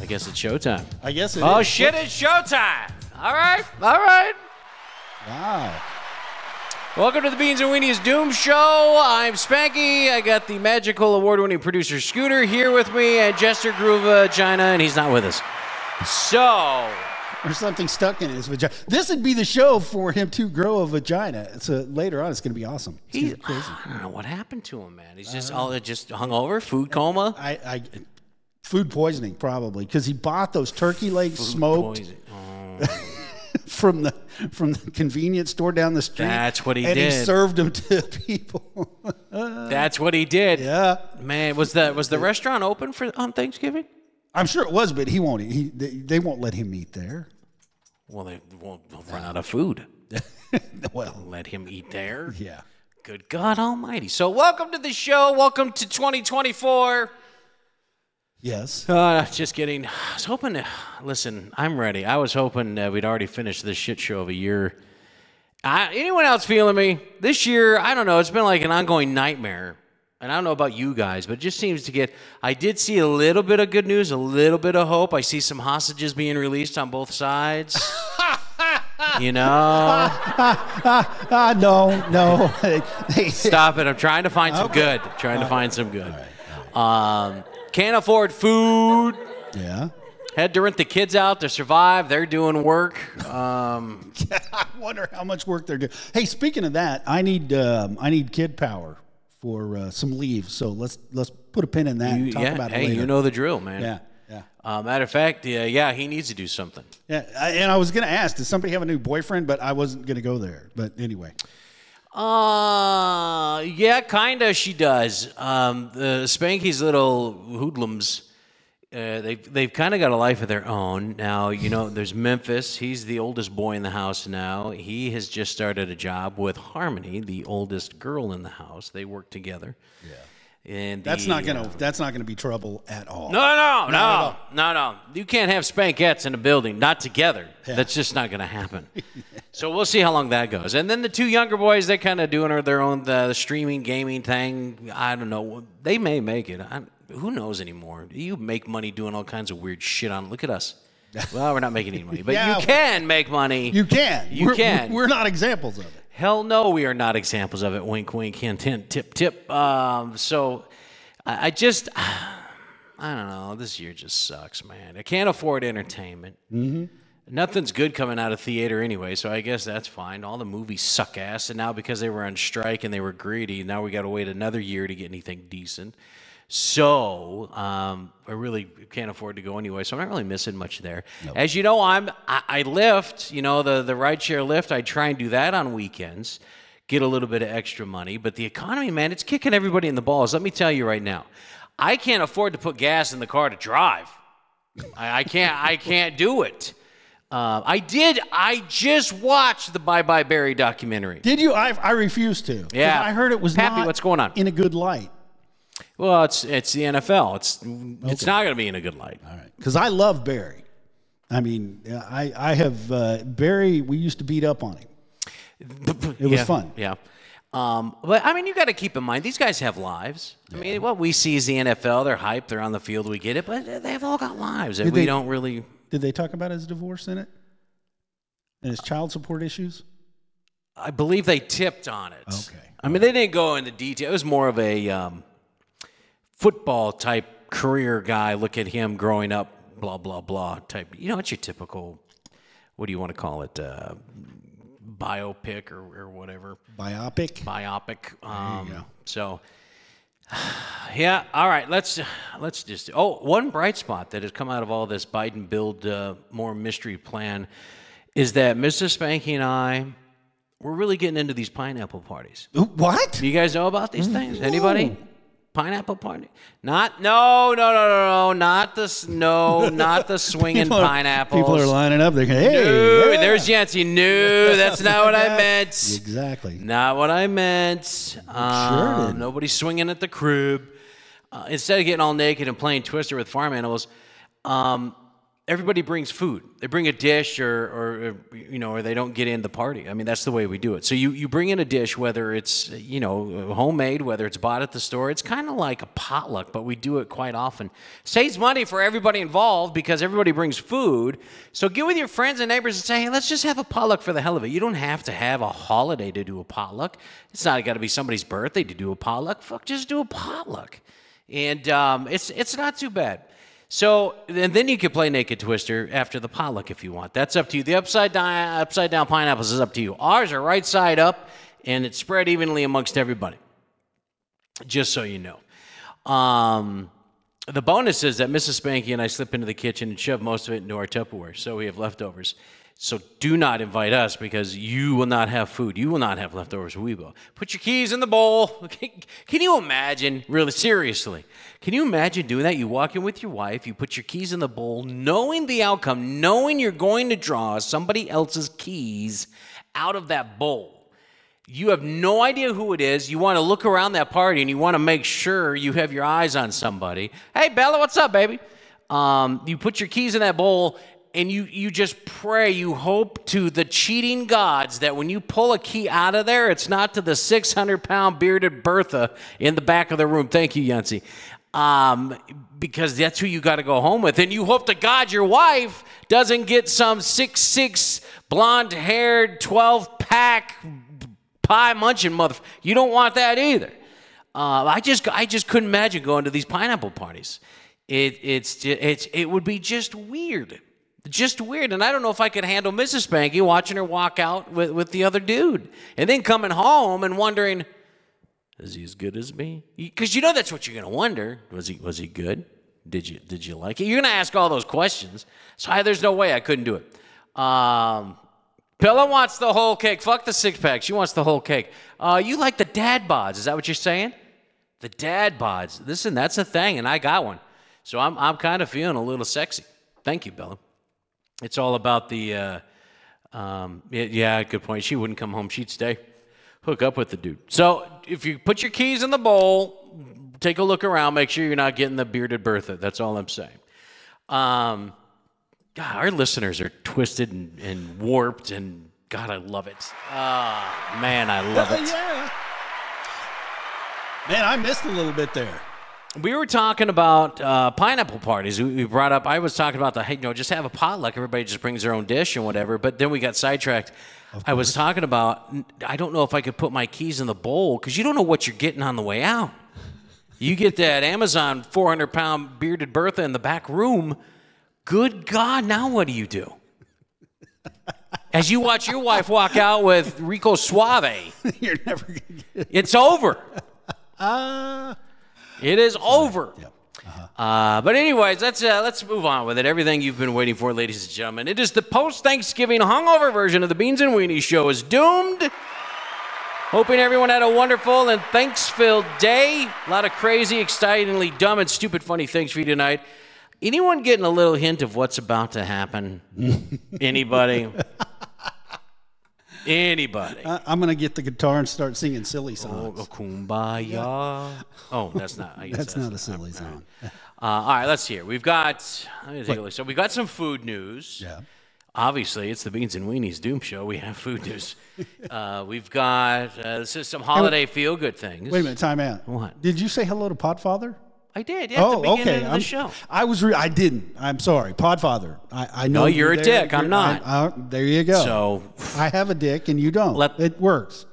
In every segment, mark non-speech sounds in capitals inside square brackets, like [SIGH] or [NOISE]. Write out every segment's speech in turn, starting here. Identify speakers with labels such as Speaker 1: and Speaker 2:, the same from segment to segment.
Speaker 1: I guess it's showtime.
Speaker 2: I guess it
Speaker 1: Oh
Speaker 2: is.
Speaker 1: shit! It's showtime. All right, all right.
Speaker 2: Wow.
Speaker 1: Welcome to the Beans and Weenies Doom Show. I'm Spanky. I got the magical award-winning producer Scooter here with me, and Jester Groova China, and he's not with us. So
Speaker 2: Or something stuck in his vagina. This would be the show for him to grow a vagina. So later on, it's going to be awesome. It's
Speaker 1: he's
Speaker 2: gonna be crazy.
Speaker 1: I don't know what happened to him, man. He's just all just hungover, food coma.
Speaker 2: I, I, food poisoning probably because he bought those turkey legs smoked
Speaker 1: Poison. Oh,
Speaker 2: from the from the convenience store down the street.
Speaker 1: That's what he
Speaker 2: and he
Speaker 1: did.
Speaker 2: served them to [LAUGHS] people.
Speaker 1: That's what he did.
Speaker 2: yeah,
Speaker 1: Man, was the was the restaurant open for on Thanksgiving?
Speaker 2: I'm sure it was, but he won't. eat. He they, they won't let him eat there.
Speaker 1: Well, they won't they'll run out of food.
Speaker 2: Well,
Speaker 1: Let him eat there.
Speaker 2: yeah.
Speaker 1: Good God Almighty! So, welcome to the show. Welcome to 2024. [LAUGHS]
Speaker 2: Yes.
Speaker 1: Uh, just kidding. I was hoping to listen. I'm ready. I was hoping uh, we'd already finished this shit show of a year. I, anyone else feeling me this year? I don't know. It's been like an ongoing nightmare, and I don't know about you guys, but it just seems to get. I did see a little bit of good news, a little bit of hope. I see some hostages being released on both sides. you know,
Speaker 2: Ah, no, no. [LAUGHS] They-
Speaker 1: stop it. I'm trying to find some good. Trying to find some good. Um, can't afford food.
Speaker 2: yeah.
Speaker 1: Had to rent the kids out to survive. They're doing work. Um,
Speaker 2: I wonder how much work they're doing. Hey, speaking of that, I need um, I need kid power for uh, some leave. So let's let's put a pin in that. and talk
Speaker 1: yeah,
Speaker 2: about
Speaker 1: hey,
Speaker 2: it later.
Speaker 1: you know the drill, man.
Speaker 2: yeah, yeah,
Speaker 1: Uh, matter of fact, yeah, yeah, he needs to do something.
Speaker 2: yeah. I- And I was gonna ask, does somebody have a new boyfriend? But I wasn't gonna go there. But anyway,
Speaker 1: Uh, yeah, kinda. She does. Um, the Spanky's little hoodlums. Uh, they've they've kind of got a life of their own now. You know, there's Memphis. He's the oldest boy in the house now. He has just started a job with Harmony, the oldest girl in the house. They work together. Yeah, and
Speaker 2: that's
Speaker 1: the,
Speaker 2: not gonna that's not gonna be trouble at all.
Speaker 1: No, no, no, no, no. You can't have spankettes in a building, not together. That's just not going to
Speaker 2: [LAUGHS]
Speaker 1: happen. so we'll see how long that goes. And then the two younger boys, they're kind of doing their own the streaming gaming thing. I don't know. They may make it. I, who knows anymore? You make money doing all kinds of weird shit on. Look at
Speaker 2: [LAUGHS]
Speaker 1: us. Well, we're not making any money, but
Speaker 2: Yeah.
Speaker 1: you can make money.
Speaker 2: you can.
Speaker 1: You
Speaker 2: we're,
Speaker 1: can.
Speaker 2: We're not examples of it.
Speaker 1: Hell no, we are not examples of it. Wink, wink, hint, hint, tip, tip. Um, so I, I just, [SIGHS] I don't know. This year just sucks, man. I can't afford entertainment. Mm-hmm. Nothing's good coming out of theater anyway, so I guess that's fine. All the movies suck ass, and now because they were on strike and they were greedy, now we got to wait another year to get anything decent. So um, I really can't afford to go anyway, so I'm not really missing much there. As you know, I'm I, I lift, you know, the the rideshare lift. I try and do that on weekends, get a little bit of extra money. But the economy, man, it's kicking everybody in the balls. Let me tell you right now, I can't afford to put gas in the car to drive. I, I can't. I can't do it. Uh, I did. I just watched the Bye Bye Barry documentary.
Speaker 2: Did you? I I refuse to. 'Cause
Speaker 1: Yeah.
Speaker 2: I heard it was
Speaker 1: Pappy,
Speaker 2: not
Speaker 1: what's going on?
Speaker 2: in a good light.
Speaker 1: Well, it's it's the NFL. It's it's not going to be in a good light.
Speaker 2: All right. Because I love Barry. I mean, I I have uh, Barry. We used to beat up on him.
Speaker 1: It
Speaker 2: was fun.
Speaker 1: Yeah. Um, but I mean, you got to keep in mind these guys have lives. I mean, what we see is the NFL. They're hyped. They're on the field. We get it. But they've all got lives, and
Speaker 2: Did
Speaker 1: we
Speaker 2: they-
Speaker 1: don't really.
Speaker 2: Did they talk about his divorce in it? And his child support issues?
Speaker 1: I believe they tipped on it.
Speaker 2: Okay.
Speaker 1: I mean, they didn't go into detail. It was more of a um, football type career guy. Look at him growing up, blah blah blah type. You know, it's your typical. What do you want to call it? Uh, biopic or, or whatever.
Speaker 2: Biopic?
Speaker 1: biopic. Um,
Speaker 2: go.
Speaker 1: So, [SIGHS] yeah. All right. Let's let's just. Oh, one bright spot that has come out of all this Biden build uh, more mystery plan is that Mrs. Spanky and I we're really getting into these pineapple parties.
Speaker 2: Ooh, What?
Speaker 1: Do you guys know about
Speaker 2: Mm-hmm.
Speaker 1: these things? Anybody? Pineapple party? Not no no no no no not this no not
Speaker 2: [LAUGHS]
Speaker 1: the swinging
Speaker 2: People are-
Speaker 1: pineapples.
Speaker 2: People are lining up. They're hey,
Speaker 1: Ooh,
Speaker 2: yeah.
Speaker 1: there's Yancy. No, that's not
Speaker 2: [LAUGHS]
Speaker 1: what I meant.
Speaker 2: Exactly.
Speaker 1: Not what I meant. Um,
Speaker 2: didn't.
Speaker 1: Nobody swinging at the crib. Uh, instead of getting all naked and playing Twister with farm animals, um, everybody brings food. They bring a dish, or, or or, you know, or they don't get in the party. I mean, that's the way we do it. So you you bring in a dish, whether it's you know homemade, whether it's bought at the store. It's kind of like a potluck, but we do it quite often. Saves money for everybody involved because everybody brings food. So get with your friends and neighbors and say, hey, let's just have a potluck for the hell of it. You don't have to have a holiday to do a potluck. It's not got to be somebody's birthday to do a potluck. Fuck, just do a potluck, and um, it's it's not too bad. So, and then you can play Naked Twister after the potluck if you want. That's up to you. The upside down, upside down pineapples is up to you. Ours are right side up, and it's spread evenly amongst everybody. Just so you know. Um, the bonus is that Mrs. Spanky and I slip into the kitchen and shove most of it into our Tupperware, so we have leftovers. So do not invite us because you will not have food. You will not have leftovers. We will. Put your keys in the bowl. [LAUGHS] Can, can you imagine? Really, seriously, can you imagine doing that? You walk in with your wife, you put your keys in the bowl, knowing the outcome, knowing you're going to draw somebody else's keys out of that bowl. You have no idea who it is. You want to look around that party and you want to make sure you have your eyes on somebody. Hey, Bella, what's up, baby? Um, you put your keys in that bowl and you, you just pray, you hope to the cheating gods that when you pull a key out of there, it's not to the 600 pound bearded Bertha in the back of the room. Thank you, Yancy. Um, because that's who you got to go home with. And you hope to God your wife doesn't get some six six blonde haired 12 pack pie munching mother. You don't want that either. Uh, I just I just couldn't imagine going to these pineapple parties. It it's ju- it's it would be just weird, just weird. And I don't know if I could handle Mrs. Spanky watching her walk out with with the other dude, and then coming home and wondering, is he as good as me? Because you know that's what you're gonna wonder. Was he was he good? Did you did you like it? You're gonna ask all those questions. So I, there's no way I couldn't do it. Um, Bella wants the whole cake. Fuck the six pack. She wants the whole cake. Uh, you like the dad bods? Is that what you're saying? The dad bods. Listen, that's a thing, and I got one. So I'm I'm kind of feeling a little sexy. Thank you, Bella. It's all about the. Uh, um, yeah, yeah, good point. She wouldn't come home. She'd stay, hook up with the dude. So if you put your keys in the bowl, take a look around, make sure you're not getting the bearded Bertha. That's all I'm saying. Um, God, our listeners are twisted and, and warped, and God, I love it. Ah, man, I love
Speaker 2: Oh,
Speaker 1: it.
Speaker 2: [LAUGHS] yeah. Man, I missed a little bit there. [LAUGHS]
Speaker 1: We were talking about uh, pineapple parties. We, we brought up. I was talking about the hey, you know, just have a potluck. Everybody just brings their own dish and whatever. But then we got sidetracked. I was talking about. n- I don't know if I could put my keys in the bowl because you don't know what you're getting on the way out. You get that Amazon 400 pound bearded Bertha in the back room. Good God, now what do you do? As you watch your wife walk out with Rico Suave,
Speaker 2: You're never gonna get it.
Speaker 1: it's over.
Speaker 2: Uh,
Speaker 1: It is over. Uh, but anyways, let's uh, let's move on with it. Everything you've been waiting for, ladies and gentlemen, it is the post-Thanksgiving hungover version of the Beans and Weenie Show is doomed. Hoping everyone had a wonderful and thanks-filled day. A lot of crazy, excitingly dumb, and stupid, funny things for you tonight. Anyone getting a little hint of what's about to happen? Anybody? Anybody?
Speaker 2: I- I'm gonna get the guitar and start singing silly
Speaker 1: Oh,
Speaker 2: songs.
Speaker 1: kumbaya. Oh, that's not. I guess
Speaker 2: That's not a silly song.
Speaker 1: Uh, all right, let's hear. We've got. Let me take a look. So we've got some food news.
Speaker 2: Yeah.
Speaker 1: Obviously, it's the Beans and Weenies Doom Show. We have food
Speaker 2: [LAUGHS]
Speaker 1: news. uh, we've got uh, this is some holiday feel good things.
Speaker 2: Wait a minute, time out.
Speaker 1: What?
Speaker 2: Did you say hello to Podfather? Oh,
Speaker 1: I did. Yeah, at the beginning of the
Speaker 2: I'm-
Speaker 1: show.
Speaker 2: I was. Re- I didn't. I'm sorry, Podfather. I, I know.
Speaker 1: you're a
Speaker 2: there.
Speaker 1: dick. I'm
Speaker 2: You're-
Speaker 1: not.
Speaker 2: I- I- there you go.
Speaker 1: So
Speaker 2: I have a dick and you don't.
Speaker 1: Let- [LAUGHS]
Speaker 2: it works.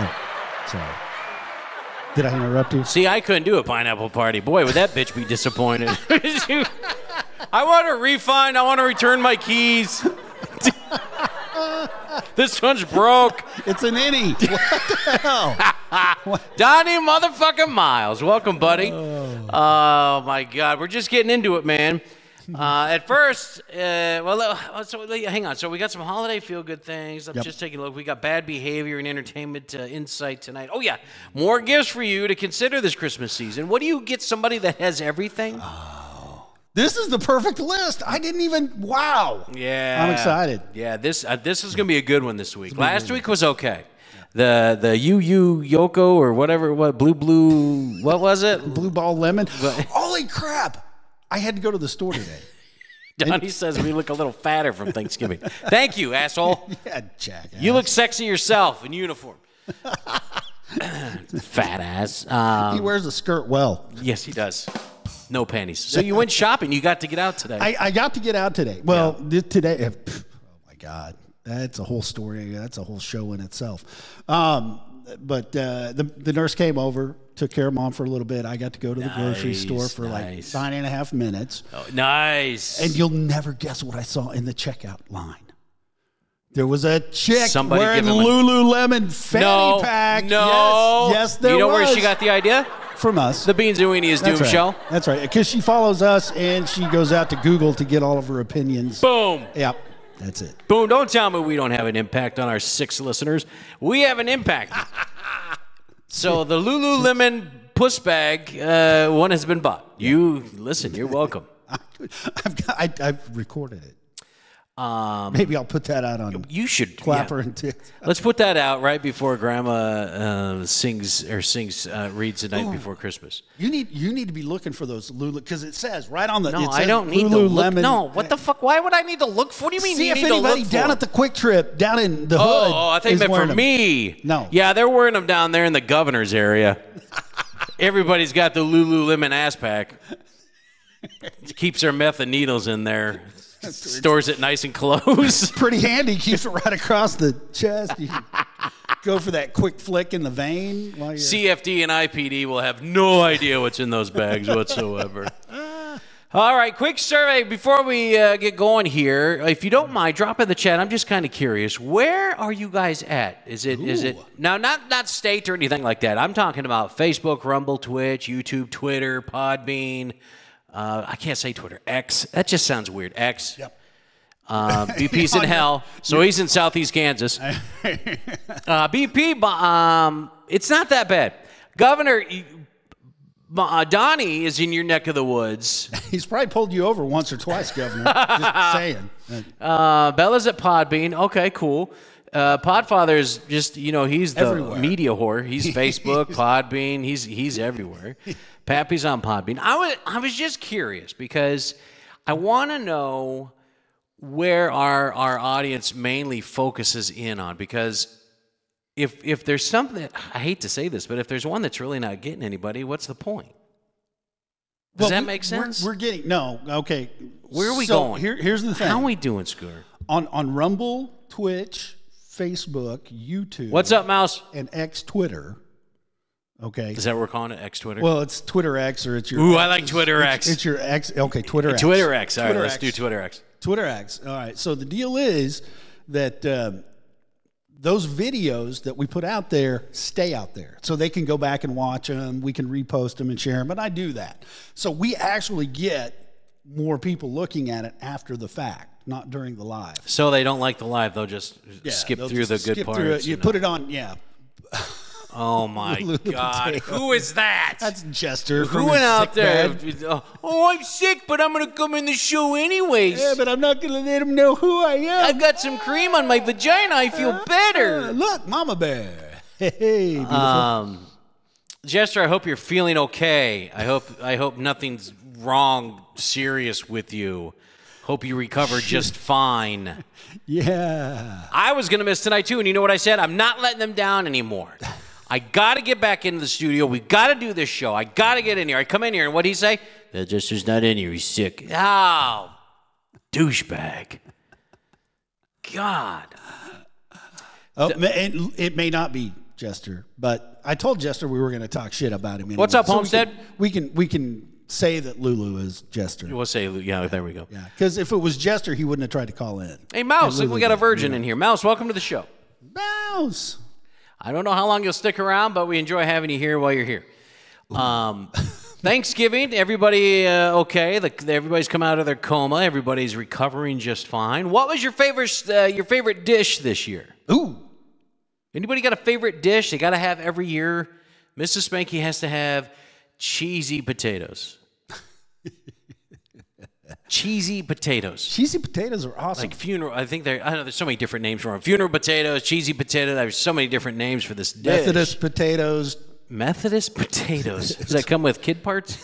Speaker 2: Oh, sorry. Did I interrupt you?
Speaker 1: see, I couldn't do a pineapple party. Boy, would that bitch be disappointed. [LAUGHS] I want a refund. I want to return my keys. [LAUGHS] this one's broke.
Speaker 2: It's an innie.
Speaker 1: [LAUGHS]
Speaker 2: What the hell?
Speaker 1: Donnie motherfucking Miles. Welcome, buddy. Oh, my God. We're just getting into it, man. Uh, at first, uh, well, uh, so, uh, hang on. So we got some holiday feel-good things. I'm
Speaker 2: Yep.
Speaker 1: just taking a look. We got bad behavior and entertainment uh, insight tonight. Oh yeah, more gifts for you to consider this Christmas season. What do you get somebody that has everything?
Speaker 2: Uh, This is the perfect list. I didn't even. Wow.
Speaker 1: Yeah,
Speaker 2: I'm excited.
Speaker 1: Yeah, this uh, this is gonna be a good one this week. Last week was okay. the the Yu Yu Yoko or whatever what blue blue what was it?
Speaker 2: Blue ball lemon.
Speaker 1: [LAUGHS]
Speaker 2: Holy crap! I had to go to the store today. [LAUGHS]
Speaker 1: Donnie says we look a little fatter from Thanksgiving. Thank you, asshole.
Speaker 2: yeah, Jack.
Speaker 1: You look sexy yourself in uniform.
Speaker 2: [LAUGHS]
Speaker 1: Fat ass. Um,
Speaker 2: he wears a skirt well.
Speaker 1: yes, he does. No panties. So you went shopping. You got to get out today.
Speaker 2: I, I got to get out today. Well, this, today, eh, pff, oh my God, that's a whole story. That's a whole show in itself. Um, but uh, the, the nurse came over, took care of mom for a little bit. I got to go to the grocery
Speaker 1: Nice,
Speaker 2: store for
Speaker 1: nice.
Speaker 2: like nine and a half minutes.
Speaker 1: Oh, nice.
Speaker 2: And you'll never guess what I saw in the checkout line. There was a chick
Speaker 1: Somebody
Speaker 2: wearing
Speaker 1: giving one-
Speaker 2: Lululemon fanny
Speaker 1: no,
Speaker 2: pack.
Speaker 1: no.
Speaker 2: Yes, yes there
Speaker 1: You know
Speaker 2: was.
Speaker 1: where she got the idea?
Speaker 2: from us.
Speaker 1: The Beans and Weenies Doom
Speaker 2: That's right.
Speaker 1: Show.
Speaker 2: That's right. Because she follows us and she goes out to Google to get all of her opinions.
Speaker 1: Boom.
Speaker 2: Yep. That's it.
Speaker 1: Boom. Don't tell me we don't have an impact on our six listeners. We have an
Speaker 2: [LAUGHS]
Speaker 1: impact. so the Lululemon puss bag, uh, one has been bought. You, listen, you're welcome.
Speaker 2: [LAUGHS] I've, got, I, I've recorded it.
Speaker 1: Um,
Speaker 2: Maybe I'll put that out on
Speaker 1: You should
Speaker 2: Clapper
Speaker 1: yeah.
Speaker 2: and Tits.
Speaker 1: Let's put that out right before Grandma uh, sings or sings uh, reads the night before Christmas.
Speaker 2: [LAUGHS] You need you need to be looking for those Lulu because it says right on the.
Speaker 1: No,
Speaker 2: it
Speaker 1: I
Speaker 2: says
Speaker 1: don't need to look.
Speaker 2: Lululemon.
Speaker 1: No, what the fuck? Why would I need to look for? What do you mean?
Speaker 2: See
Speaker 1: you
Speaker 2: if
Speaker 1: need to look
Speaker 2: anybody
Speaker 1: for
Speaker 2: down at the Quick Trip down in the hood.
Speaker 1: Oh, I think
Speaker 2: is
Speaker 1: meant for
Speaker 2: wearing 'em.
Speaker 1: me.
Speaker 2: No.
Speaker 1: Yeah, they're wearing them down there in the governor's area. Everybody's got the Lululemon ass pack. Keeps their meth and needles in there. Stores it nice and close. [LAUGHS]
Speaker 2: Pretty [LAUGHS] handy. Keeps it right across the chest. [LAUGHS] You can go for that quick flick in the vein. While you're,
Speaker 1: CFD and IPD will have no idea what's in those bags whatsoever. All right, quick survey before we uh, get going here. If you don't mind, drop in the chat. I'm just kind of curious. Where are you guys at? Is it is it
Speaker 2: Ooh.
Speaker 1: now not not state or anything like that? I'm talking about Facebook, Rumble, Twitch, YouTube, Twitter, Podbean. Uh, I can't say Twitter. X. That just sounds weird. X.
Speaker 2: Yep.
Speaker 1: Uh,
Speaker 2: [LAUGHS]
Speaker 1: BP's in
Speaker 2: Yeah, I know.
Speaker 1: hell, so he's in Southeast
Speaker 2: [LAUGHS]
Speaker 1: Kansas. Uh, BP, bu- um, it's not that bad. Governor you- bu- uh, Donnie is in your neck of the woods.
Speaker 2: [LAUGHS] He's probably pulled you over once or twice, Governor. [LAUGHS] Just saying.
Speaker 1: Uh, Bella's at Podbean. Okay, cool. Uh, Podfather is just you know he's the
Speaker 2: Everywhere.
Speaker 1: media whore. He's
Speaker 2: [LAUGHS]
Speaker 1: Facebook, Podbean. He's he's everywhere. Pappy's on Podbean. I was I was just curious because I want to know where our our audience mainly focuses in on because if if there's something I hate to say this, but if there's one that's really not getting anybody, what's the point? Does
Speaker 2: Well,
Speaker 1: that
Speaker 2: we-
Speaker 1: make
Speaker 2: we're-
Speaker 1: sense?
Speaker 2: We're, getting no. Okay,
Speaker 1: Where are we
Speaker 2: So,
Speaker 1: going?
Speaker 2: Here, here's the
Speaker 1: How
Speaker 2: thing.
Speaker 1: are we doing, Scooter?
Speaker 2: on on Rumble, Twitch, Facebook, YouTube,
Speaker 1: What's up, Mouse?
Speaker 2: and X Twitter. Okay.
Speaker 1: Is that what we're calling it? X Twitter.
Speaker 2: Well, it's Twitter X or it's your.
Speaker 1: Ooh, I like Twitter
Speaker 2: it's-
Speaker 1: X.
Speaker 2: It's your X. Okay, Twitter X.
Speaker 1: Twitter X. All right,
Speaker 2: Twitter
Speaker 1: let's
Speaker 2: X.
Speaker 1: do Twitter X.
Speaker 2: Twitter X. All right. So the deal is that um, those videos that we put out there stay out there. So they can go back and watch them. We can repost them and share them. And I do that. So we actually get more people looking at it after the fact, not during the live.
Speaker 1: So they don't like the live, they'll just skip
Speaker 2: they'll
Speaker 1: through the
Speaker 2: just
Speaker 1: good
Speaker 2: skip
Speaker 1: parts.
Speaker 2: through it. You
Speaker 1: and-
Speaker 2: put it on. Yeah.
Speaker 1: oh
Speaker 2: [LAUGHS]
Speaker 1: my
Speaker 2: Lulu
Speaker 1: God,
Speaker 2: potato.
Speaker 1: who is that?
Speaker 2: That's Jester.
Speaker 1: who
Speaker 2: from
Speaker 1: went
Speaker 2: his
Speaker 1: out
Speaker 2: sick
Speaker 1: there?
Speaker 2: bed.
Speaker 1: Oh, I'm sick, but I'm gonna come in the show anyways.
Speaker 2: Yeah, but I'm not going to let him know who I am.
Speaker 1: I've got some cream on my vagina. I feel
Speaker 2: Uh,
Speaker 1: better.
Speaker 2: Look, Mama Bear. Hey, hey beautiful.
Speaker 1: Um, Jester, I hope you're feeling okay. I hope I hope nothing's wrong serious with you. Hope you recover just fine.
Speaker 2: yeah.
Speaker 1: I was going to miss tonight too, and you know what I said? I'm not letting them down anymore. I got to get back into the studio. We got to do this show. I got to get in here. I come in here, and what do he say? The Jester's not in here. He's sick. Oh, douchebag. God.
Speaker 2: Oh, ma- and it may not be Jester, but I told Jester we were going to talk shit about him. Anyway.
Speaker 1: What's up,
Speaker 2: we
Speaker 1: Homestead?
Speaker 2: can- We can, we can say that Lulu is Jester.
Speaker 1: We'll say, yeah, there we go.
Speaker 2: Yeah, because if it was Jester, he wouldn't have tried to call in.
Speaker 1: Hey, Mouse, look, we got a virgin in here. Mouse, welcome to the show.
Speaker 2: Mouse.
Speaker 1: I don't know how long you'll stick around, but we enjoy having you here while you're here. Um, Thanksgiving, everybody uh, okay? The, everybody's come out of their coma. Everybody's recovering just fine. What was your favorite uh, your favorite dish this year?
Speaker 2: Ooh,
Speaker 1: Anybody got a favorite dish? They got to have every year. Mrs. Spanky has to have cheesy potatoes. cheesy potatoes.
Speaker 2: Cheesy potatoes are awesome.
Speaker 1: Like funeral, I think there. I know there's so many different names for them. Funeral potatoes, cheesy potatoes. There's so many different names for this dish.
Speaker 2: Methodist potatoes. [LAUGHS]
Speaker 1: Methodist [LAUGHS] potatoes. Does that come with kid parts?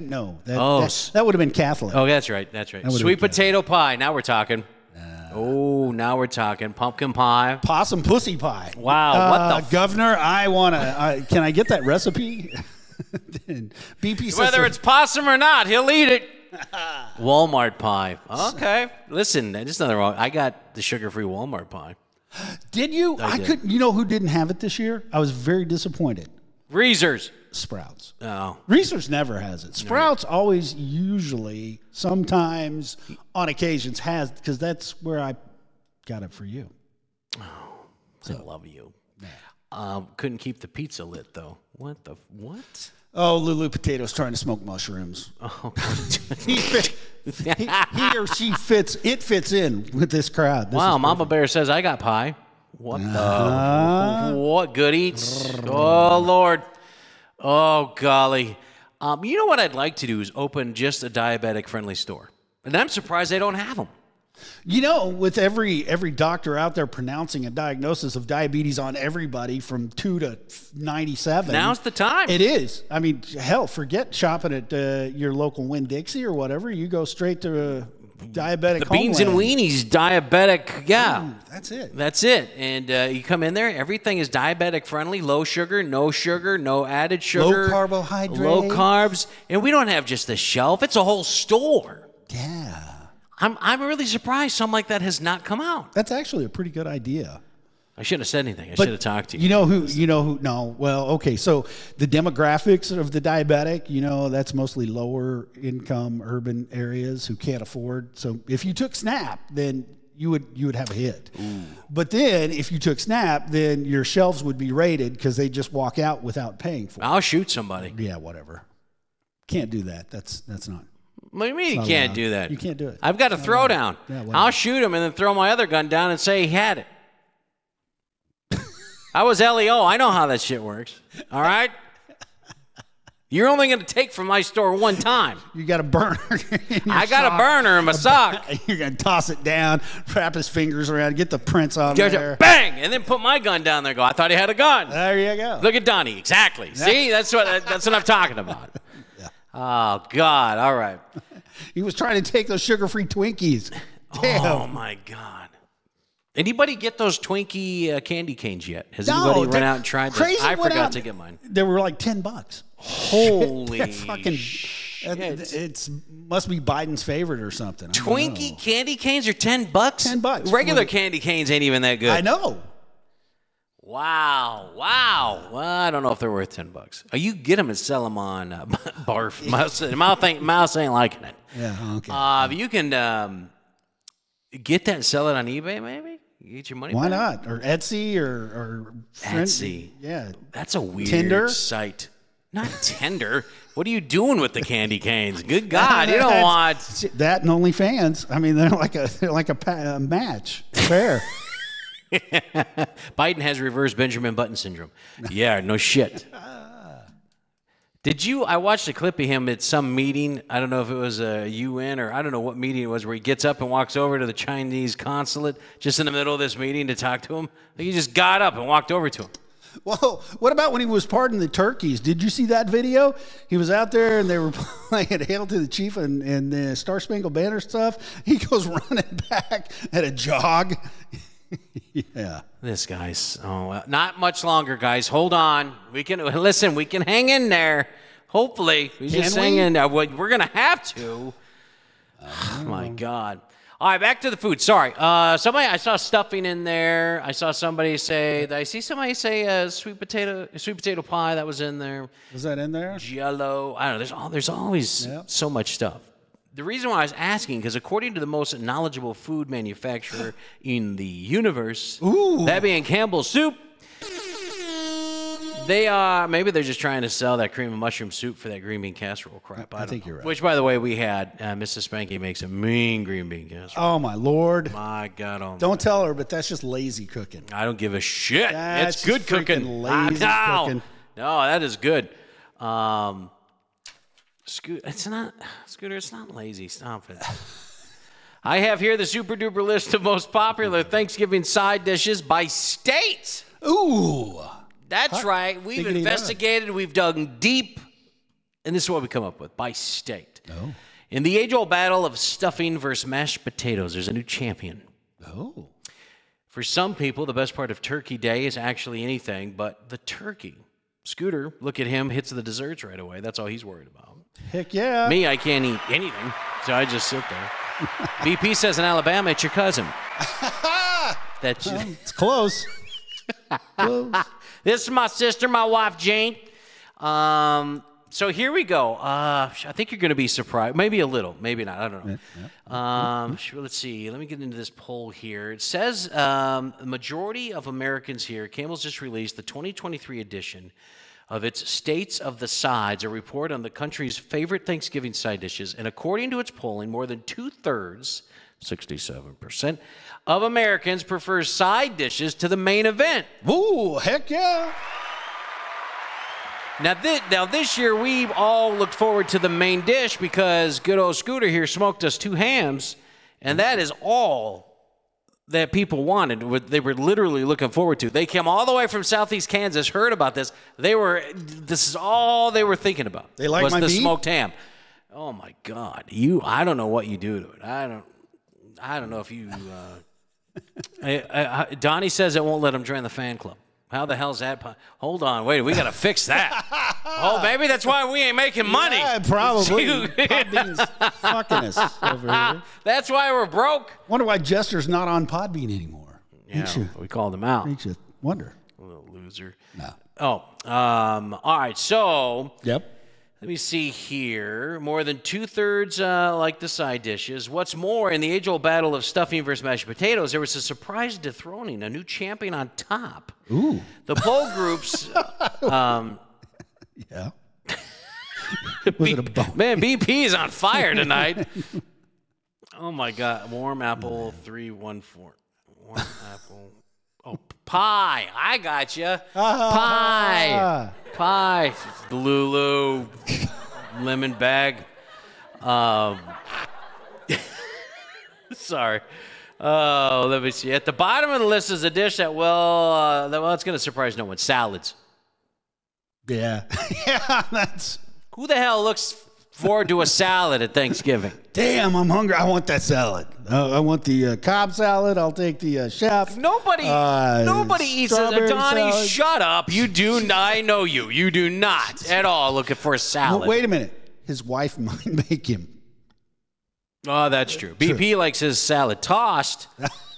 Speaker 2: no, that,
Speaker 1: Oh.
Speaker 2: that, that would have been
Speaker 1: [LAUGHS]
Speaker 2: Catholic.
Speaker 1: Oh, that's right. That's right.
Speaker 2: would've
Speaker 1: Sweet
Speaker 2: been good.
Speaker 1: potato pie. Now we're talking. oh, now we're talking. Pumpkin pie.
Speaker 2: Possum pussy pie.
Speaker 1: Wow, what the
Speaker 2: Uh,
Speaker 1: f-
Speaker 2: governor? I want to. I can I get that recipe? [LAUGHS] BP. says
Speaker 1: Whether
Speaker 2: they're-
Speaker 1: it's possum or not, he'll eat [LAUGHS] it. Walmart pie. [LAUGHS] Okay. Listen, there's nothing wrong. I got the sugar-free Walmart pie.
Speaker 2: did you? I,
Speaker 1: did.
Speaker 2: couldn't. You know who didn't have it this year? I was very disappointed.
Speaker 1: Reezers.
Speaker 2: Sprouts.
Speaker 1: Oh,
Speaker 2: Research never has it. Sprouts always, usually, sometimes, on occasions has because that's where I got it for you.
Speaker 1: I love you. Um, couldn't keep the pizza lit though. What the f- what?
Speaker 2: Oh, Lulu Potato's trying to smoke mushrooms. [LAUGHS]
Speaker 1: Oh,
Speaker 2: He, fit, he, he or she fits. It fits in with this crowd. This
Speaker 1: wow,
Speaker 2: is-
Speaker 1: Mama Bear says I got pie. What
Speaker 2: Uh-huh.
Speaker 1: the what good eats? Oh Lord. Oh golly. Um, you know what I'd like to do is open just a diabetic friendly store. And I'm surprised they don't have them.
Speaker 2: you know, with every every doctor out there pronouncing a diagnosis of diabetes on everybody from two to ninety-seven.
Speaker 1: Now's the time.
Speaker 2: It is. I mean, hell, forget shopping at uh, your local Winn Dixie or whatever. You go straight to uh, diabetic.
Speaker 1: the beans and
Speaker 2: Homeland. Hmm.
Speaker 1: weenies, diabetic. Yeah.
Speaker 2: That's it.
Speaker 1: That's it. And uh, you come in there, everything is diabetic friendly, low sugar, no sugar, no added sugar,
Speaker 2: carbohydrates.
Speaker 1: low carbs. And we don't have just a shelf, it's a whole store.
Speaker 2: Yeah.
Speaker 1: I'm, I'm really surprised something like that has not come out.
Speaker 2: That's actually a pretty good idea.
Speaker 1: I shouldn't have said anything. I should have talked to you.
Speaker 2: You know who? You know who? No. Well, okay. So the demographics of the diabetic, you know, that's mostly lower income urban areas who can't afford. So if you took SNAP, then you would you would have a hit. But then if you took SNAP, then your shelves would be raided because they just walk out without paying for. it.
Speaker 1: I'll shoot somebody.
Speaker 2: Yeah, whatever. Can't do that. That's that's not.
Speaker 1: What do you mean you can't
Speaker 2: allowed.
Speaker 1: do that?
Speaker 2: You can't do it.
Speaker 1: I've got a throwdown.
Speaker 2: Yeah, whatever.
Speaker 1: I'll shoot him and then throw my other gun down and say he had it. [LAUGHS] I was LEO. I know how that shit works. All right? You're only going to take from my store one time. [LAUGHS]
Speaker 2: You got a burner. [LAUGHS] in your
Speaker 1: I got
Speaker 2: sock.
Speaker 1: a burner in my [LAUGHS] sock.
Speaker 2: [LAUGHS] You're gonna toss it down, wrap his fingers around, get the prints on
Speaker 1: There's
Speaker 2: there.
Speaker 1: a bang, and then put my gun down there. And go. I thought he had a gun.
Speaker 2: There you go.
Speaker 1: Look at Donnie. Exactly. See, that's what that's what I'm talking
Speaker 2: [LAUGHS]
Speaker 1: about. Oh God. All right.
Speaker 2: Um, He was trying to take those sugar-free Twinkies. Damn.
Speaker 1: Oh my God. Anybody get those Twinkie uh, candy canes yet? Has
Speaker 2: No,
Speaker 1: anybody
Speaker 2: they're
Speaker 1: run out and tried
Speaker 2: crazy
Speaker 1: this? I
Speaker 2: went
Speaker 1: forgot
Speaker 2: out-
Speaker 1: to get mine.
Speaker 2: They were like ten bucks.
Speaker 1: Holy
Speaker 2: [LAUGHS] That fucking. that-
Speaker 1: shit.
Speaker 2: it's must be Biden's favorite or something. I don't
Speaker 1: Twinkie
Speaker 2: know.
Speaker 1: candy canes are ten bucks.
Speaker 2: 10 bucks.
Speaker 1: Regular
Speaker 2: What-
Speaker 1: candy canes ain't even that good.
Speaker 2: I know.
Speaker 1: Wow! Wow! Well, I don't know if they're worth ten bucks. Oh, you get them and sell them on uh, [LAUGHS] barf. Mouse, mouse ain't mouse ain't liking it.
Speaker 2: Yeah. Okay.
Speaker 1: Uh, but you can um, get that and sell it on eBay, maybe. You get your money.
Speaker 2: Why
Speaker 1: back.
Speaker 2: not? Or Etsy or or friend-
Speaker 1: Etsy.
Speaker 2: Yeah.
Speaker 1: That's a weird
Speaker 2: Tinder?
Speaker 1: site. Not Tinder. what are you doing with the candy canes? Good
Speaker 2: [LAUGHS]
Speaker 1: God! You don't
Speaker 2: That's-
Speaker 1: want.
Speaker 2: that and OnlyFans. I mean, they're like a they're like a, pa- a match. [LAUGHS] Fair.
Speaker 1: Biden has reverse Benjamin Button
Speaker 2: [LAUGHS]
Speaker 1: syndrome. Yeah, no shit. Did you? I watched a clip of him at some meeting. I don't know if it was a UN or I don't know what meeting it was, where he gets up and walks over to the Chinese consulate just in the middle of this meeting to talk to him. Like, he just got up and walked over to him.
Speaker 2: Whoa, what about when he was pardoning the turkeys? Did you see that video? He was out there and they were [LAUGHS] playing Hail to the Chief and, and the Star Spangled Banner stuff. He goes [LAUGHS] running back at a jog. [LAUGHS] yeah.
Speaker 1: This guy's oh, well, not much longer, guys. Hold on. We can [LAUGHS] listen. We can hang in there. Hopefully, we
Speaker 2: Can
Speaker 1: just
Speaker 2: we?
Speaker 1: hang in there. We- We're gonna have to. [SIGHS] Oh, my God. All right, back to the food. Sorry. Uh, somebody, I saw stuffing in there. I saw somebody say. I see somebody say uh, sweet potato, sweet potato pie that was in there.
Speaker 2: Was that in there?
Speaker 1: Jello. I don't know. There's all. There's always
Speaker 2: Yep.
Speaker 1: so much stuff. The reason why I was asking, because according to the most knowledgeable food manufacturer in the universe,
Speaker 2: Ooh.
Speaker 1: that being Campbell's Soup, they are maybe they're just trying to sell that cream and mushroom soup for that green bean casserole crap. I, don't
Speaker 2: think
Speaker 1: know.
Speaker 2: you're right.
Speaker 1: Which, by the way, we had uh, Mrs. Spanky makes a mean green bean casserole.
Speaker 2: Oh, my Lord.
Speaker 1: My God, almighty.
Speaker 2: Don't tell her, but that's just lazy cooking.
Speaker 1: I don't give a shit.
Speaker 2: That's
Speaker 1: it's good
Speaker 2: freaking
Speaker 1: cooking.
Speaker 2: lazy
Speaker 1: Ah, no.
Speaker 2: cooking.
Speaker 1: No, that is good. Um, Scoot, it's not Scooter. It's not lazy. Stop it. I have here the super duper list of most popular Thanksgiving side dishes by state.
Speaker 2: Ooh.
Speaker 1: That's right. We've
Speaker 2: Diggity dog.
Speaker 1: investigated. We've dug deep, and this is what we come up with by state.
Speaker 2: Oh.
Speaker 1: In the age-old battle of stuffing versus mashed potatoes, there's a new champion.
Speaker 2: Oh.
Speaker 1: For some people, the best part of Turkey Day is actually anything but the turkey. Scooter, look at him, hits the desserts right away. That's all he's worried about.
Speaker 2: Heck yeah.
Speaker 1: Me, I can't eat anything, so I just sit there. BP says in Alabama, it's your cousin. That's [LAUGHS]
Speaker 2: It's close. close.
Speaker 1: this is my sister, my wife Jane. Um, so here we go. Uh, I think you're going to be surprised, maybe a little, maybe not. I don't know. Um, sure, let's see. Let me get into this poll here. It says um, the majority of Americans here. Campbell's just released the 2023 edition of its States of the Sides, a report on the country's favorite Thanksgiving side dishes, and according to its polling, more than two thirds. 67% of Americans prefer side dishes to the main event.
Speaker 2: Ooh, heck yeah.
Speaker 1: Now, thi- now this year we all looked forward to the main dish because good old Scooter here smoked us two hams, and that is all that people wanted. What They were literally looking forward to. They came all the way from Southeast Kansas, heard about this. They were, this is all they were thinking about.
Speaker 2: They like
Speaker 1: was
Speaker 2: my
Speaker 1: the
Speaker 2: meat?
Speaker 1: smoked ham. Oh my God, you! I don't know what you do to it. I don't, I don't know if you. Uh, I- I- I- Donnie says it won't let him join the fan club. How the hell's that? Po- Hold on, wait, we gotta fix that.
Speaker 2: [LAUGHS]
Speaker 1: oh, maybe that's why we ain't making money. [LAUGHS]
Speaker 2: Yeah, probably.
Speaker 1: Shoot.
Speaker 2: Podbean's fucking us over here.
Speaker 1: that's why we're broke.
Speaker 2: Wonder why Jester's not on Podbean anymore. Makes you,
Speaker 1: we called him out.
Speaker 2: makes you wonder.
Speaker 1: Little loser. Oh, um, all right. So
Speaker 2: Yep.
Speaker 1: Let me see here. More than two thirds uh, like the side dishes. What's more, in the age old battle of stuffing versus mashed potatoes, there was a surprise dethroning, a new champion on top.
Speaker 2: Ooh.
Speaker 1: The poll groups,
Speaker 2: [LAUGHS] Yeah. Was it a bone?
Speaker 1: man, BP is on fire tonight. [LAUGHS] Oh my God. Warm apple 314. Warm apple. Oh, pie. I got you. Pie.
Speaker 2: Ah.
Speaker 1: Pie.
Speaker 2: [LAUGHS]
Speaker 1: Lulu. Lemon bag. Um, [LAUGHS] sorry. Oh, let me see. At the bottom of the list is a dish that well, uh, that, well, it's going to surprise no one. Salads.
Speaker 2: Yeah. [LAUGHS] yeah. That's.
Speaker 1: Who the hell looks forward to a salad at Thanksgiving?
Speaker 2: Damn, I'm hungry. I want that salad. Uh, I want the uh, Cobb salad. I'll take the uh, chef.
Speaker 1: Nobody,
Speaker 2: Uh,
Speaker 1: nobody eats a
Speaker 2: strawberry
Speaker 1: Donnie.
Speaker 2: salad.
Speaker 1: Shut up! You do. not- I know you. You do not at all looking for a salad.
Speaker 2: Wait a minute. His wife [LAUGHS] might make him.
Speaker 1: Oh, that's true. BP likes his salad tossed,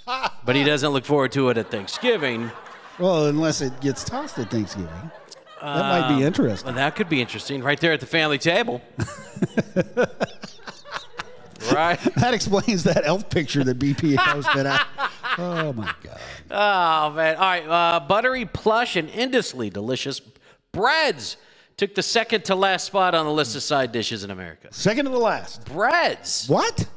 Speaker 1: but he doesn't look forward to it at Thanksgiving.
Speaker 2: Well, unless it gets tossed at Thanksgiving. That might be
Speaker 1: [LAUGHS]
Speaker 2: interesting.
Speaker 1: Well, that could be interesting, right there at the family
Speaker 2: [LAUGHS]
Speaker 1: table. right.
Speaker 2: That explains that elf picture that BP posted out. Oh my god.
Speaker 1: Oh man! All right, uh, buttery, plush, and endlessly delicious breads took the second to last spot on the list of side dishes in America.
Speaker 2: Second to the last.
Speaker 1: Breads.
Speaker 2: What?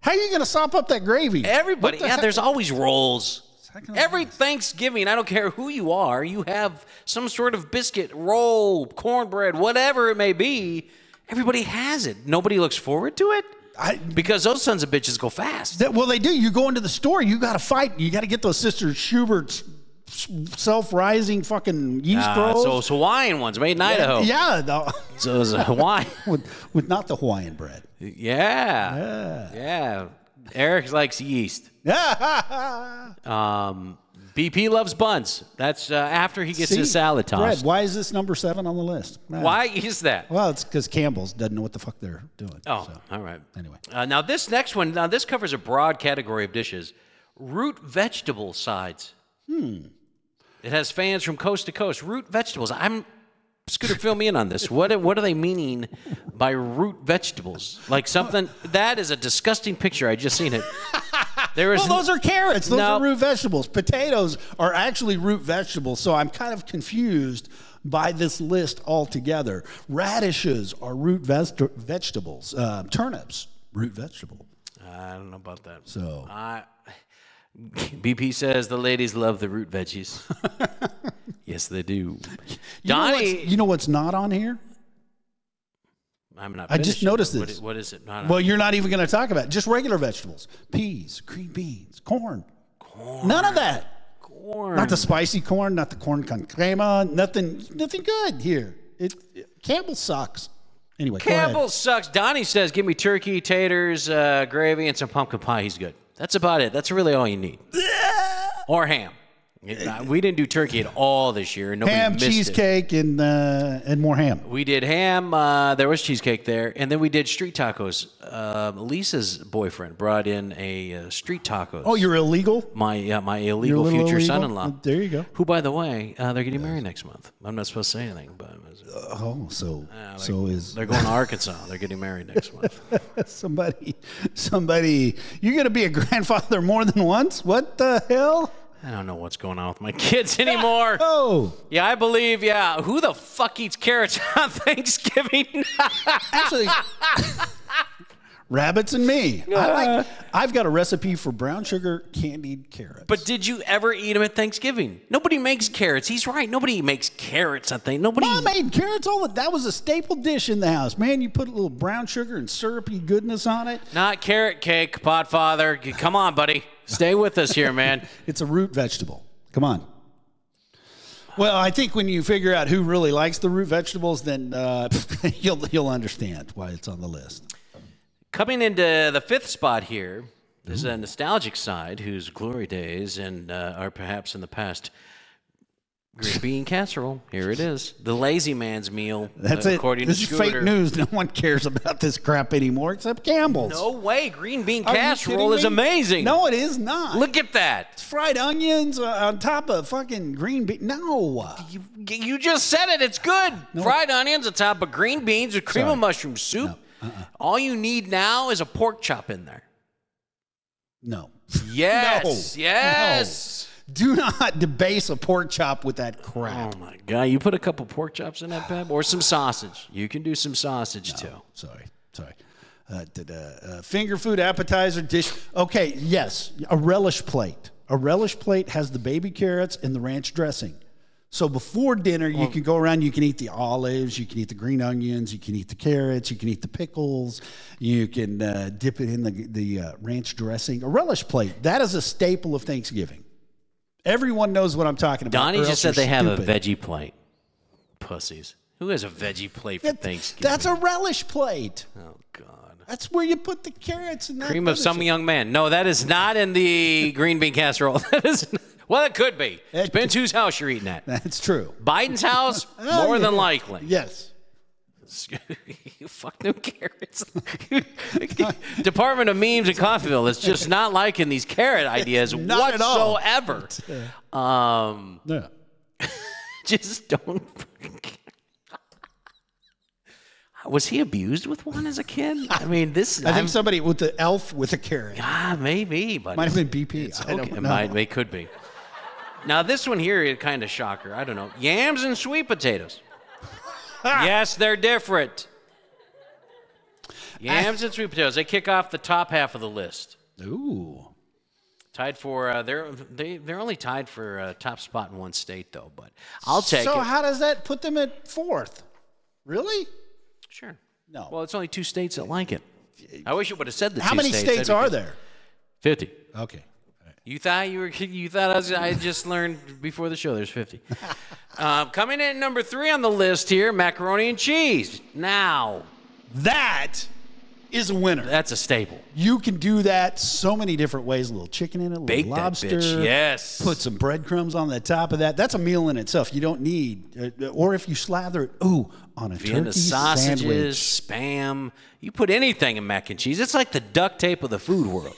Speaker 2: How are you gonna sop up that gravy?
Speaker 1: Everybody, yeah, there's always rolls.
Speaker 2: Second
Speaker 1: Every Thanksgiving, I don't care who you are, you have some sort of biscuit, roll, cornbread, whatever it may be. Everybody has it. Nobody looks forward to it
Speaker 2: I,
Speaker 1: because those sons of bitches go fast.
Speaker 2: that, well, they do. You go into the store. You got to fight. You got to get those Sister Schubert's self-rising fucking yeast
Speaker 1: Uh,
Speaker 2: rolls.
Speaker 1: so, it's Hawaiian ones made in Idaho.
Speaker 2: Yeah, the, [LAUGHS]
Speaker 1: So it's Hawaiian.
Speaker 2: with, with not the Hawaiian bread. [LAUGHS]
Speaker 1: Yeah. Yeah. Eric likes yeast.
Speaker 2: Gets
Speaker 1: Um, BP loves buns. That's uh, after he gets his salad tossed.
Speaker 2: Why is this number seven on the list? Man.
Speaker 1: Why is that?
Speaker 2: Well, it's because Campbell's doesn't know what the fuck they're doing.
Speaker 1: Oh,
Speaker 2: so,
Speaker 1: all right.
Speaker 2: anyway.
Speaker 1: Uh, now this next one. Now this covers a broad category of dishes: root vegetable sides. Hmm. It has fans from coast to coast. Root vegetables. I'm Scooter. fill me in on this. What [LAUGHS] what are they meaning by root vegetables? Like something that is a disgusting picture. I just seen it. There is.
Speaker 2: [LAUGHS] Well, those are carrots. Those
Speaker 1: No.
Speaker 2: are root vegetables. Potatoes are actually root vegetables, so I'm kind of confused by this list altogether. Radishes are root vest- vegetables. Uh, turnips, root vegetable.
Speaker 1: I don't know about that.
Speaker 2: So
Speaker 1: I, BP says the ladies love the root
Speaker 2: [LAUGHS]
Speaker 1: veggies. yes, they do.
Speaker 2: You know what's-
Speaker 1: Donnie,
Speaker 2: you know what's not on here?
Speaker 1: I'm not.
Speaker 2: I just
Speaker 1: finishing it.
Speaker 2: noticed
Speaker 1: What
Speaker 2: this.
Speaker 1: i- What is it? Not
Speaker 2: Well, you're not even going to talk about it. just regular vegetables: peas, green beans, corn. Corn. None of that.
Speaker 1: corn.
Speaker 2: Not the spicy corn. Not the corn con crema. Nothing. Nothing good here. It, Campbell sucks. Anyway, go ahead.
Speaker 1: Campbell sucks. Donnie says, "Give me turkey, taters, uh, gravy, and some pumpkin pie. He's good. That's about it. That's really all you
Speaker 2: [LAUGHS]
Speaker 1: need. or ham. uh, We didn't do turkey at all this year. Nobody
Speaker 2: ham,
Speaker 1: missed it.
Speaker 2: cheesecake, and uh, and more ham.
Speaker 1: We did ham. Uh, there was cheesecake there, and then we did street tacos. Uh, Lisa's boyfriend brought in a uh, street tacos.
Speaker 2: Oh, you're illegal.
Speaker 1: my uh, my
Speaker 2: You're a
Speaker 1: illegal
Speaker 2: little
Speaker 1: future
Speaker 2: illegal? Uh,
Speaker 1: son-in-law.
Speaker 2: There you go.
Speaker 1: Who, by the way, uh, they're getting married next month. I'm not supposed to say anything, but
Speaker 2: Oh, so so is
Speaker 1: they're going to Arkansas. They're getting married next month.
Speaker 2: [LAUGHS] somebody somebody you're gonna be a [LAUGHS] grandfather more than once? What the hell?
Speaker 1: I don't know what's going on with my [LAUGHS] kids [LAUGHS] anymore.
Speaker 2: Oh,
Speaker 1: Yeah, I believe. Yeah, who the fuck eats carrots [LAUGHS] on Thanksgiving? [LAUGHS]
Speaker 2: actually, rabbits and me. I like, I've got a recipe for brown sugar candied carrots.
Speaker 1: but did you ever eat them at Thanksgiving? Nobody makes carrots. He's right. Nobody makes carrots. I think nobody.
Speaker 2: I made Oh, carrots all the, that was a staple dish in the house. Man, you put a little brown sugar and syrupy goodness on it.
Speaker 1: Not carrot cake, Podfather. G- Come on, buddy. Stay with us here, [LAUGHS] man.
Speaker 2: It's a root vegetable. Come on. Well, I think when you figure out who really likes the root vegetables, then uh, [LAUGHS] you'll you'll understand why it's on the list.
Speaker 1: Coming into the fifth spot here is a nostalgic side whose glory days and uh, are perhaps in the past. Green bean casserole. Here it is. The lazy man's meal.
Speaker 2: That's
Speaker 1: uh,
Speaker 2: it.
Speaker 1: According
Speaker 2: this
Speaker 1: to
Speaker 2: is
Speaker 1: Scooter.
Speaker 2: fake news. [LAUGHS] No one cares about this crap anymore except Campbell's.
Speaker 1: No way. Green bean
Speaker 2: Are you
Speaker 1: casserole
Speaker 2: kidding
Speaker 1: is
Speaker 2: me?
Speaker 1: amazing.
Speaker 2: No, it is not.
Speaker 1: Look at that.
Speaker 2: fried onions uh, on top of fucking green bean. No,
Speaker 1: You, you just said it. It's good. Fried onions on top of green beans with cream of mushroom soup.
Speaker 2: Uh-uh.
Speaker 1: All you need now is a pork chop in there.
Speaker 2: no. [LAUGHS]
Speaker 1: Yes.
Speaker 2: No.
Speaker 1: Yes.
Speaker 2: Do not debase a pork chop with that crap.
Speaker 1: Oh my god! You put a couple pork chops in that peb, or some sausage. You can do some sausage too.
Speaker 2: Sorry, sorry. Uh, did, uh, uh, finger food appetizer dish. Okay, yes, a relish plate. A relish plate has the baby carrots and the ranch dressing. So before dinner, you can go around. You can eat the olives. You can eat the green onions. You can eat the carrots. You can eat the pickles. You can uh, dip it in the the uh, ranch dressing. A relish plate. That is a staple of Thanksgiving. Everyone knows what I'm talking about.
Speaker 1: Donnie
Speaker 2: or
Speaker 1: just said
Speaker 2: else you're
Speaker 1: they have a
Speaker 2: stupid.
Speaker 1: veggie plate. Pussies. Who has a veggie plate for Thanksgiving?
Speaker 2: That's a relish plate.
Speaker 1: oh god.
Speaker 2: That's where you put the carrots and [LAUGHS] that
Speaker 1: Dream of
Speaker 2: other
Speaker 1: some
Speaker 2: shit.
Speaker 1: young man. No, that is not in
Speaker 2: [LAUGHS]
Speaker 1: the green bean casserole. [LAUGHS] That is not, well, it could be.
Speaker 2: It
Speaker 1: Depends whose house you're eating at.
Speaker 2: That's true.
Speaker 1: Biden's house,
Speaker 2: [LAUGHS] Oh,
Speaker 1: more
Speaker 2: yeah.
Speaker 1: than likely.
Speaker 2: Yes.
Speaker 1: [LAUGHS] you fuck them carrots. [LAUGHS] Department of Memes in Coffeeville is just not liking these carrot ideas
Speaker 2: not at all. uh,
Speaker 1: whatsoever. Um,
Speaker 2: Yeah.
Speaker 1: just don't. fucking [LAUGHS] care. Was he abused with one as a
Speaker 2: [LAUGHS]
Speaker 1: kid? I mean, this.
Speaker 2: I
Speaker 1: I'm-
Speaker 2: think somebody with the elf with a carrot.
Speaker 1: ah, maybe, but
Speaker 2: Might have been BP. I
Speaker 1: Okay,
Speaker 2: don't know.
Speaker 1: might, they could be. Now this one here is kind of shocker. I don't know. Yams and sweet
Speaker 2: [LAUGHS]
Speaker 1: potatoes. yes, they're different. Yams and sweet potatoes. They kick off the top half of the list.
Speaker 2: Ooh.
Speaker 1: Tied for uh, they're they, they're only tied for uh, top spot in one state though. But I'll take
Speaker 2: So
Speaker 1: it.
Speaker 2: how does that put them at fourth? Really?
Speaker 1: sure.
Speaker 2: No.
Speaker 1: Well, it's only two states that like it. I wish it would have said the
Speaker 2: how
Speaker 1: two
Speaker 2: many
Speaker 1: states,
Speaker 2: states
Speaker 1: that'd be
Speaker 2: are
Speaker 1: good.
Speaker 2: there?
Speaker 1: Fifty.
Speaker 2: Okay.
Speaker 1: You thought you were. [LAUGHS] You thought I was. I just learned before the show. There's
Speaker 2: [LAUGHS]
Speaker 1: 50. uh, coming in at number three on the list here, macaroni and cheese. Now
Speaker 2: That is a winner.
Speaker 1: that's a staple.
Speaker 2: You can do that so many different ways. A little chicken in it, a little
Speaker 1: Bake
Speaker 2: lobster.
Speaker 1: that bitch. Yes.
Speaker 2: Put some breadcrumbs on the top of that. That's a meal in itself. You don't need, uh, or if you slather it, ooh, on a
Speaker 1: Vienna
Speaker 2: turkey
Speaker 1: sausages,
Speaker 2: sandwich.
Speaker 1: spam. You put anything in mac and cheese. It's like the duct tape of the food
Speaker 2: [LAUGHS]
Speaker 1: world.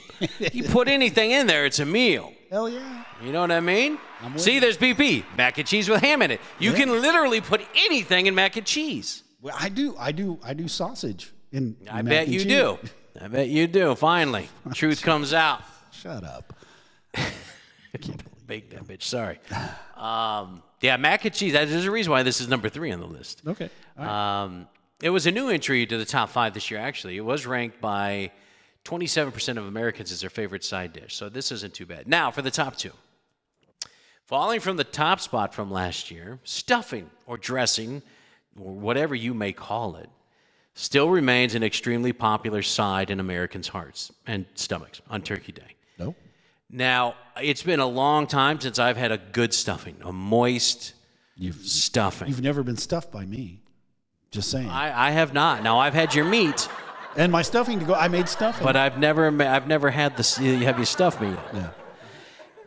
Speaker 1: you put anything in there, it's a meal.
Speaker 2: Hell yeah!
Speaker 1: You know what I mean? See, there's BP mac and cheese with ham in it. You can literally put anything in mac and cheese.
Speaker 2: Well, I do, I do, I do sausage. In
Speaker 1: I bet you do. I bet you do. Finally, truth comes out.
Speaker 2: Shut up.
Speaker 1: Bake that bitch. Sorry. Um, yeah, mac and cheese. That- There's a reason why this is number three on the list.
Speaker 2: Okay.
Speaker 1: Um, it was a new entry to the top five this year. Actually, it was ranked by 27% of Americans as their favorite side dish. So this isn't too bad. Now for the top two. Falling from the top spot from last year, stuffing or dressing, or whatever you may call it, still remains an extremely popular side in Americans' hearts and stomachs on Turkey Day.
Speaker 2: No.
Speaker 1: Now, it's been a long time since I've had a good stuffing, a moist
Speaker 2: You've
Speaker 1: stuffing.
Speaker 2: you've never been stuffed by me. Just saying.
Speaker 1: I, I have not. Now, I've had your meat,
Speaker 2: and my stuffing to go. I made stuffing.
Speaker 1: but I've never, ma- I've never had this. Have you stuffed me yet?
Speaker 2: yeah.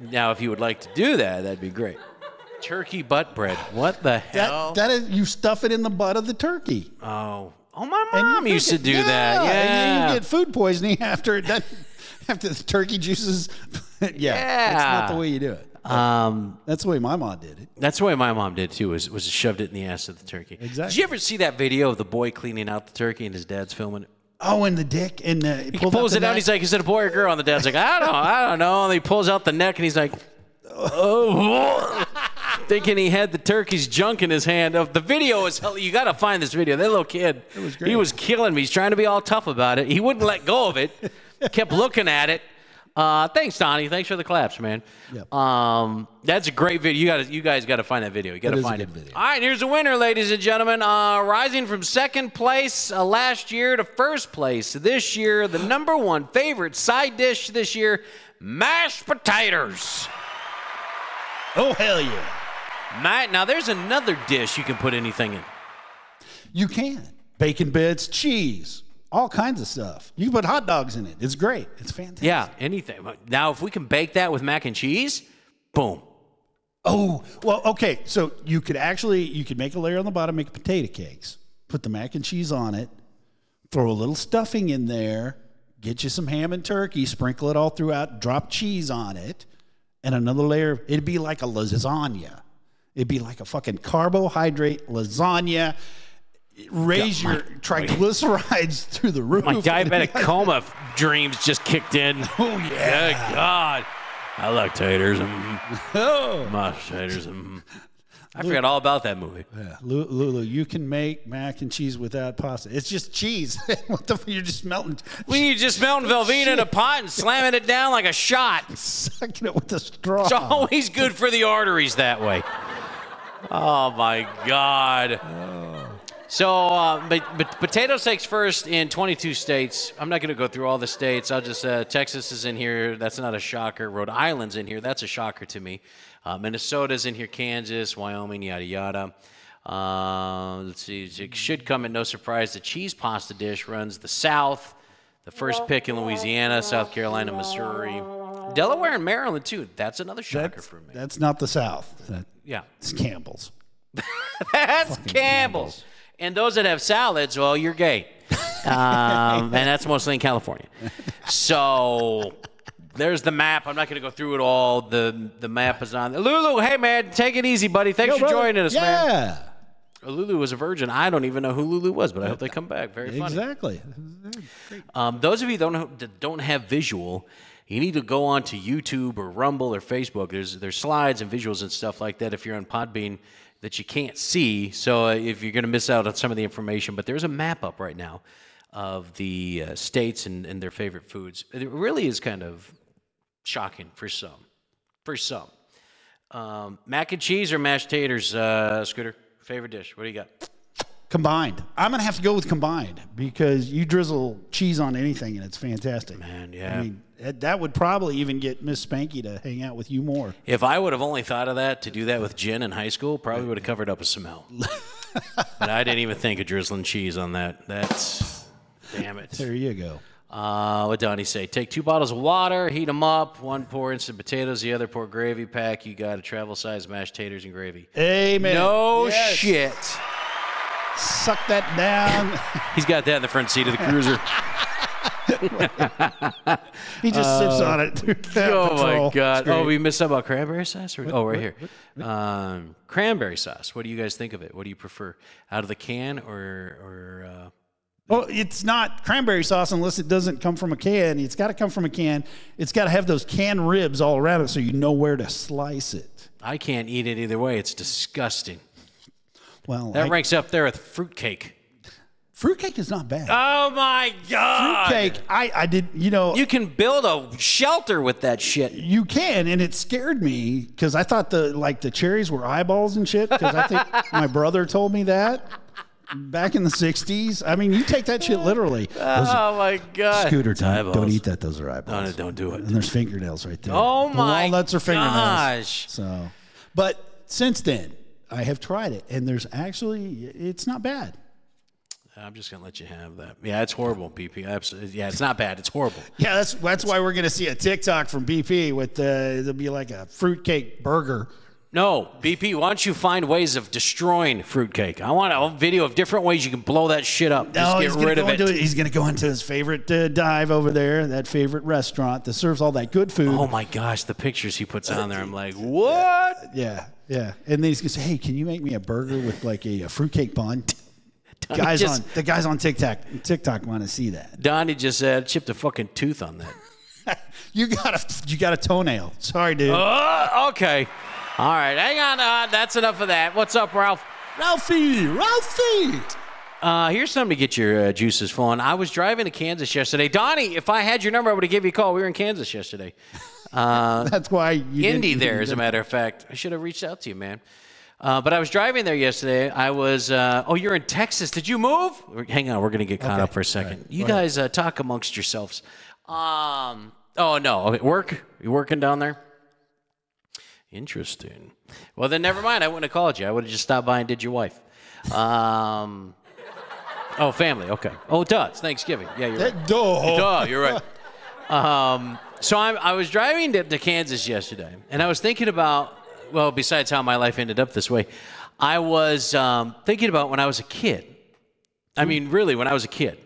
Speaker 1: Now, if you would like to do that, that'd be great. Turkey butt bread. What the hell?
Speaker 2: That, that is, you stuff it in the butt of the turkey.
Speaker 1: oh, oh, my
Speaker 2: And you
Speaker 1: mom
Speaker 2: cook
Speaker 1: used to
Speaker 2: it.
Speaker 1: do that. Yeah,
Speaker 2: And then you get food poisoning [LAUGHS] after it done, after the turkey juices. [LAUGHS] yeah, That's not
Speaker 1: Yeah.
Speaker 2: the way you do it.
Speaker 1: um,
Speaker 2: That's the way my mom did it.
Speaker 1: That's the way my mom did too. Was was shoved it in the ass of the turkey. Did
Speaker 2: Exactly.
Speaker 1: you ever see that video of the boy cleaning out the turkey and his dad's filming it?
Speaker 2: Oh, and the dick and the he
Speaker 1: He pulls it out. He's like, "Is it a boy or girl?" And the dad's like, "I don't, I don't know." And he pulls out the neck and he's like, "Oh." Thinking he had the turkey's junk in his hand. Of the video is hell. You got to find this video. That little kid, it
Speaker 2: was great.
Speaker 1: he was killing me. He's trying to be all tough about it. He wouldn't let go of it. Kept looking at it. Uh, thanks, Donnie. Thanks for the claps, man.
Speaker 2: Yep.
Speaker 1: Um, that's a great video. You got to, you guys got to find that video. You got
Speaker 2: That
Speaker 1: to
Speaker 2: is a
Speaker 1: find
Speaker 2: good
Speaker 1: it.
Speaker 2: video.
Speaker 1: All right, here's the winner, ladies and gentlemen. Uh, rising from second place uh, last year to first place this year, the number one favorite side dish this year, mashed potatoes.
Speaker 2: oh hell yeah,
Speaker 1: Ma- now, there's another dish you can put anything in.
Speaker 2: you can bacon bits, cheese, all kinds of stuff. You can put hot dogs in it. It's great. It's fantastic.
Speaker 1: Yeah, anything. Now, if we can bake that with mac and cheese, boom.
Speaker 2: Oh well, okay. So you could actually you could make a layer on the bottom, make potato cakes, put the mac and cheese on it, throw a little stuffing in there, get you some ham and turkey, sprinkle it all throughout, drop cheese on it, and another layer. It'd be like a lasagna. It'd be like a fucking carbohydrate lasagna. Raise your triglycerides [LAUGHS] through the roof.
Speaker 1: My [LAUGHS] diabetic coma f- dreams just kicked [LAUGHS] in.
Speaker 2: Oh yeah.
Speaker 1: Good God. I like taters. Mm, [LAUGHS]
Speaker 2: Oh.
Speaker 1: mashed taters. Mm. I forgot all about that movie.
Speaker 2: Yeah, Lu- Lulu, you can make mac and cheese without pasta. It's just cheese. [LAUGHS] what the? You're just melting.
Speaker 1: We you just melting Velveeta in a pot and slamming it down like a shot. It's
Speaker 2: sucking it with a straw.
Speaker 1: always good for the arteries that way. Oh my God. So, uh, but, but potato steaks first in 22 states. I'm not going to go through all the states. I'll just uh, Texas is in here. That's not a shocker. Rhode Island's in here. That's a shocker to me. Uh, Minnesota's in here. Kansas, Wyoming, yada yada. Uh, let's see. It should come at no surprise. The cheese pasta dish runs the South. The first pick in Louisiana, South Carolina, Missouri, Delaware, and Maryland too. That's another shocker
Speaker 2: that's,
Speaker 1: for me.
Speaker 2: that's not the South. That's
Speaker 1: yeah.
Speaker 2: Campbell's.
Speaker 1: That's Campbell's. And those that have salads, well, you're gay. Um, and that's mostly in California. So there's the map. I'm not going to go through it all. The the map is on. Lulu, hey, man, take it easy, buddy. Thanks for joining us,
Speaker 2: yeah,
Speaker 1: man. Lulu was a virgin. I don't even know who Lulu was, but I hope they come back. Very funny.
Speaker 2: exactly.
Speaker 1: Um, those of you don't know- that don't have visual, you need to go on to YouTube or Rumble or Facebook. There's there's slides and visuals and stuff like that if you're on Podbean that you can't see. So uh, if you're going to miss out on some of the information, but there's a map up right now of the uh, states and, and their favorite foods. It really is kind of shocking for some. For some, um, mac and cheese or mashed taters, uh, Scooter. Favorite dish? What do you got?
Speaker 2: Combined. I'm gonna have to go with combined because you drizzle cheese on anything and it's fantastic.
Speaker 1: Man,
Speaker 2: I
Speaker 1: yeah.
Speaker 2: mean, that, that would probably even get Miss Spanky to hang out with you more.
Speaker 1: If I would have only thought of that to do that with gin in high school, probably would have covered up a smell. but I didn't even think of drizzling cheese on that. That's damn it.
Speaker 2: There you go.
Speaker 1: Uh, what Donnie say? Take two bottles of water, heat them up. One pour instant potatoes, the other pour gravy pack. You got a travel size mashed taters and gravy.
Speaker 2: Amen.
Speaker 1: No
Speaker 2: Yes.
Speaker 1: shit.
Speaker 2: Suck that down. [LAUGHS]
Speaker 1: He's got that in the front seat of the cruiser.
Speaker 2: he just sips on it. [LAUGHS]
Speaker 1: oh my god. Oh, we missed out about cranberry sauce. Or, oh, right here. Um, cranberry sauce. What do you guys think of it? What do you prefer, out of the can or or? Uh,
Speaker 2: Well, it's not cranberry sauce unless it doesn't come from a can. It's got to come from a can. It's got to have those can ribs all around it so you know where to slice it.
Speaker 1: I can't eat it either way. It's disgusting.
Speaker 2: Well,
Speaker 1: That
Speaker 2: I-
Speaker 1: ranks up there with fruitcake.
Speaker 2: fruitcake is not bad.
Speaker 1: Oh my god!
Speaker 2: fruitcake, I, I did, you know, you,
Speaker 1: You can build a shelter with that shit.
Speaker 2: can, and it scared me
Speaker 1: [LAUGHS]
Speaker 2: because I thought the like the cherries were eyeballs and shit because I think my brother told me that. back in the 60s. I mean, you take that shit literally.
Speaker 1: [LAUGHS]
Speaker 2: Those
Speaker 1: Oh my god.
Speaker 2: scooter time.
Speaker 1: eyeballs.
Speaker 2: Don't eat that. Those are
Speaker 1: No, no,
Speaker 2: eyeballs.
Speaker 1: don't do it.
Speaker 2: And there's fingernails right there.
Speaker 1: Oh
Speaker 2: The
Speaker 1: my
Speaker 2: Walnuts are fingernails.
Speaker 1: gosh.
Speaker 2: So, but since then, I have tried it, and there's actually it's not bad.
Speaker 1: I'm just gonna let you have that. Yeah, it's horrible, BP. Absolutely. Yeah, it's not bad. It's horrible.
Speaker 2: Yeah, that's that's why we're gonna see a TikTok from BP with uh, it'll be like a fruitcake burger.
Speaker 1: No, BP. Why don't you find ways of destroying fruitcake? I want a video of different ways you can blow that shit up.
Speaker 2: No,
Speaker 1: just
Speaker 2: he's
Speaker 1: Oh, get
Speaker 2: gonna
Speaker 1: rid
Speaker 2: go
Speaker 1: of it.
Speaker 2: into He's gonna go into his favorite uh, dive over there, that favorite restaurant that serves all that good food.
Speaker 1: Oh my gosh, the pictures he puts on there. I'm like, what?
Speaker 2: Yeah, yeah. And then he's gonna say, "Hey, can you make me a burger with like a, a
Speaker 1: [LAUGHS]
Speaker 2: fruitcake bun?" guys
Speaker 1: just-
Speaker 2: on the guys on TikTok TikTok want to see that.
Speaker 1: Donnie just said chipped a fucking tooth on that.
Speaker 2: You got a you got a toenail. Sorry, dude.
Speaker 1: Oh, okay. All right, hang on. Uh, that's enough of that. What's up, Ralph?
Speaker 2: Ralphie, Ralphie.
Speaker 1: Uh, here's something to get your uh, juices flowing. I was driving to Kansas yesterday. Donnie, if I had your number, I would have given you a call. We were in Kansas yesterday.
Speaker 2: That's why you
Speaker 1: Indy
Speaker 2: didn't-
Speaker 1: there, as a matter of fact. I should have reached out to you, man. Uh, but I was driving there yesterday. I was. Uh, oh, you're in Texas. Did you move? Hang on, we're gonna get caught up for a second. You guys uh, talk amongst yourselves. Um. Oh no, okay, work. You working down there? Interesting. Well, then never mind. I wouldn't have called you. I would have just stopped by and did your wife. Um. oh, family. Okay. Oh, duh. It's Thanksgiving. Yeah, you're right.
Speaker 2: That- duh.
Speaker 1: Duh, you're right. Um, so I'm, I was driving to, to Kansas yesterday, and I was thinking about, well, besides how my life ended up this way, I was um, thinking about when I was a kid. I mean, really, when I was a kid.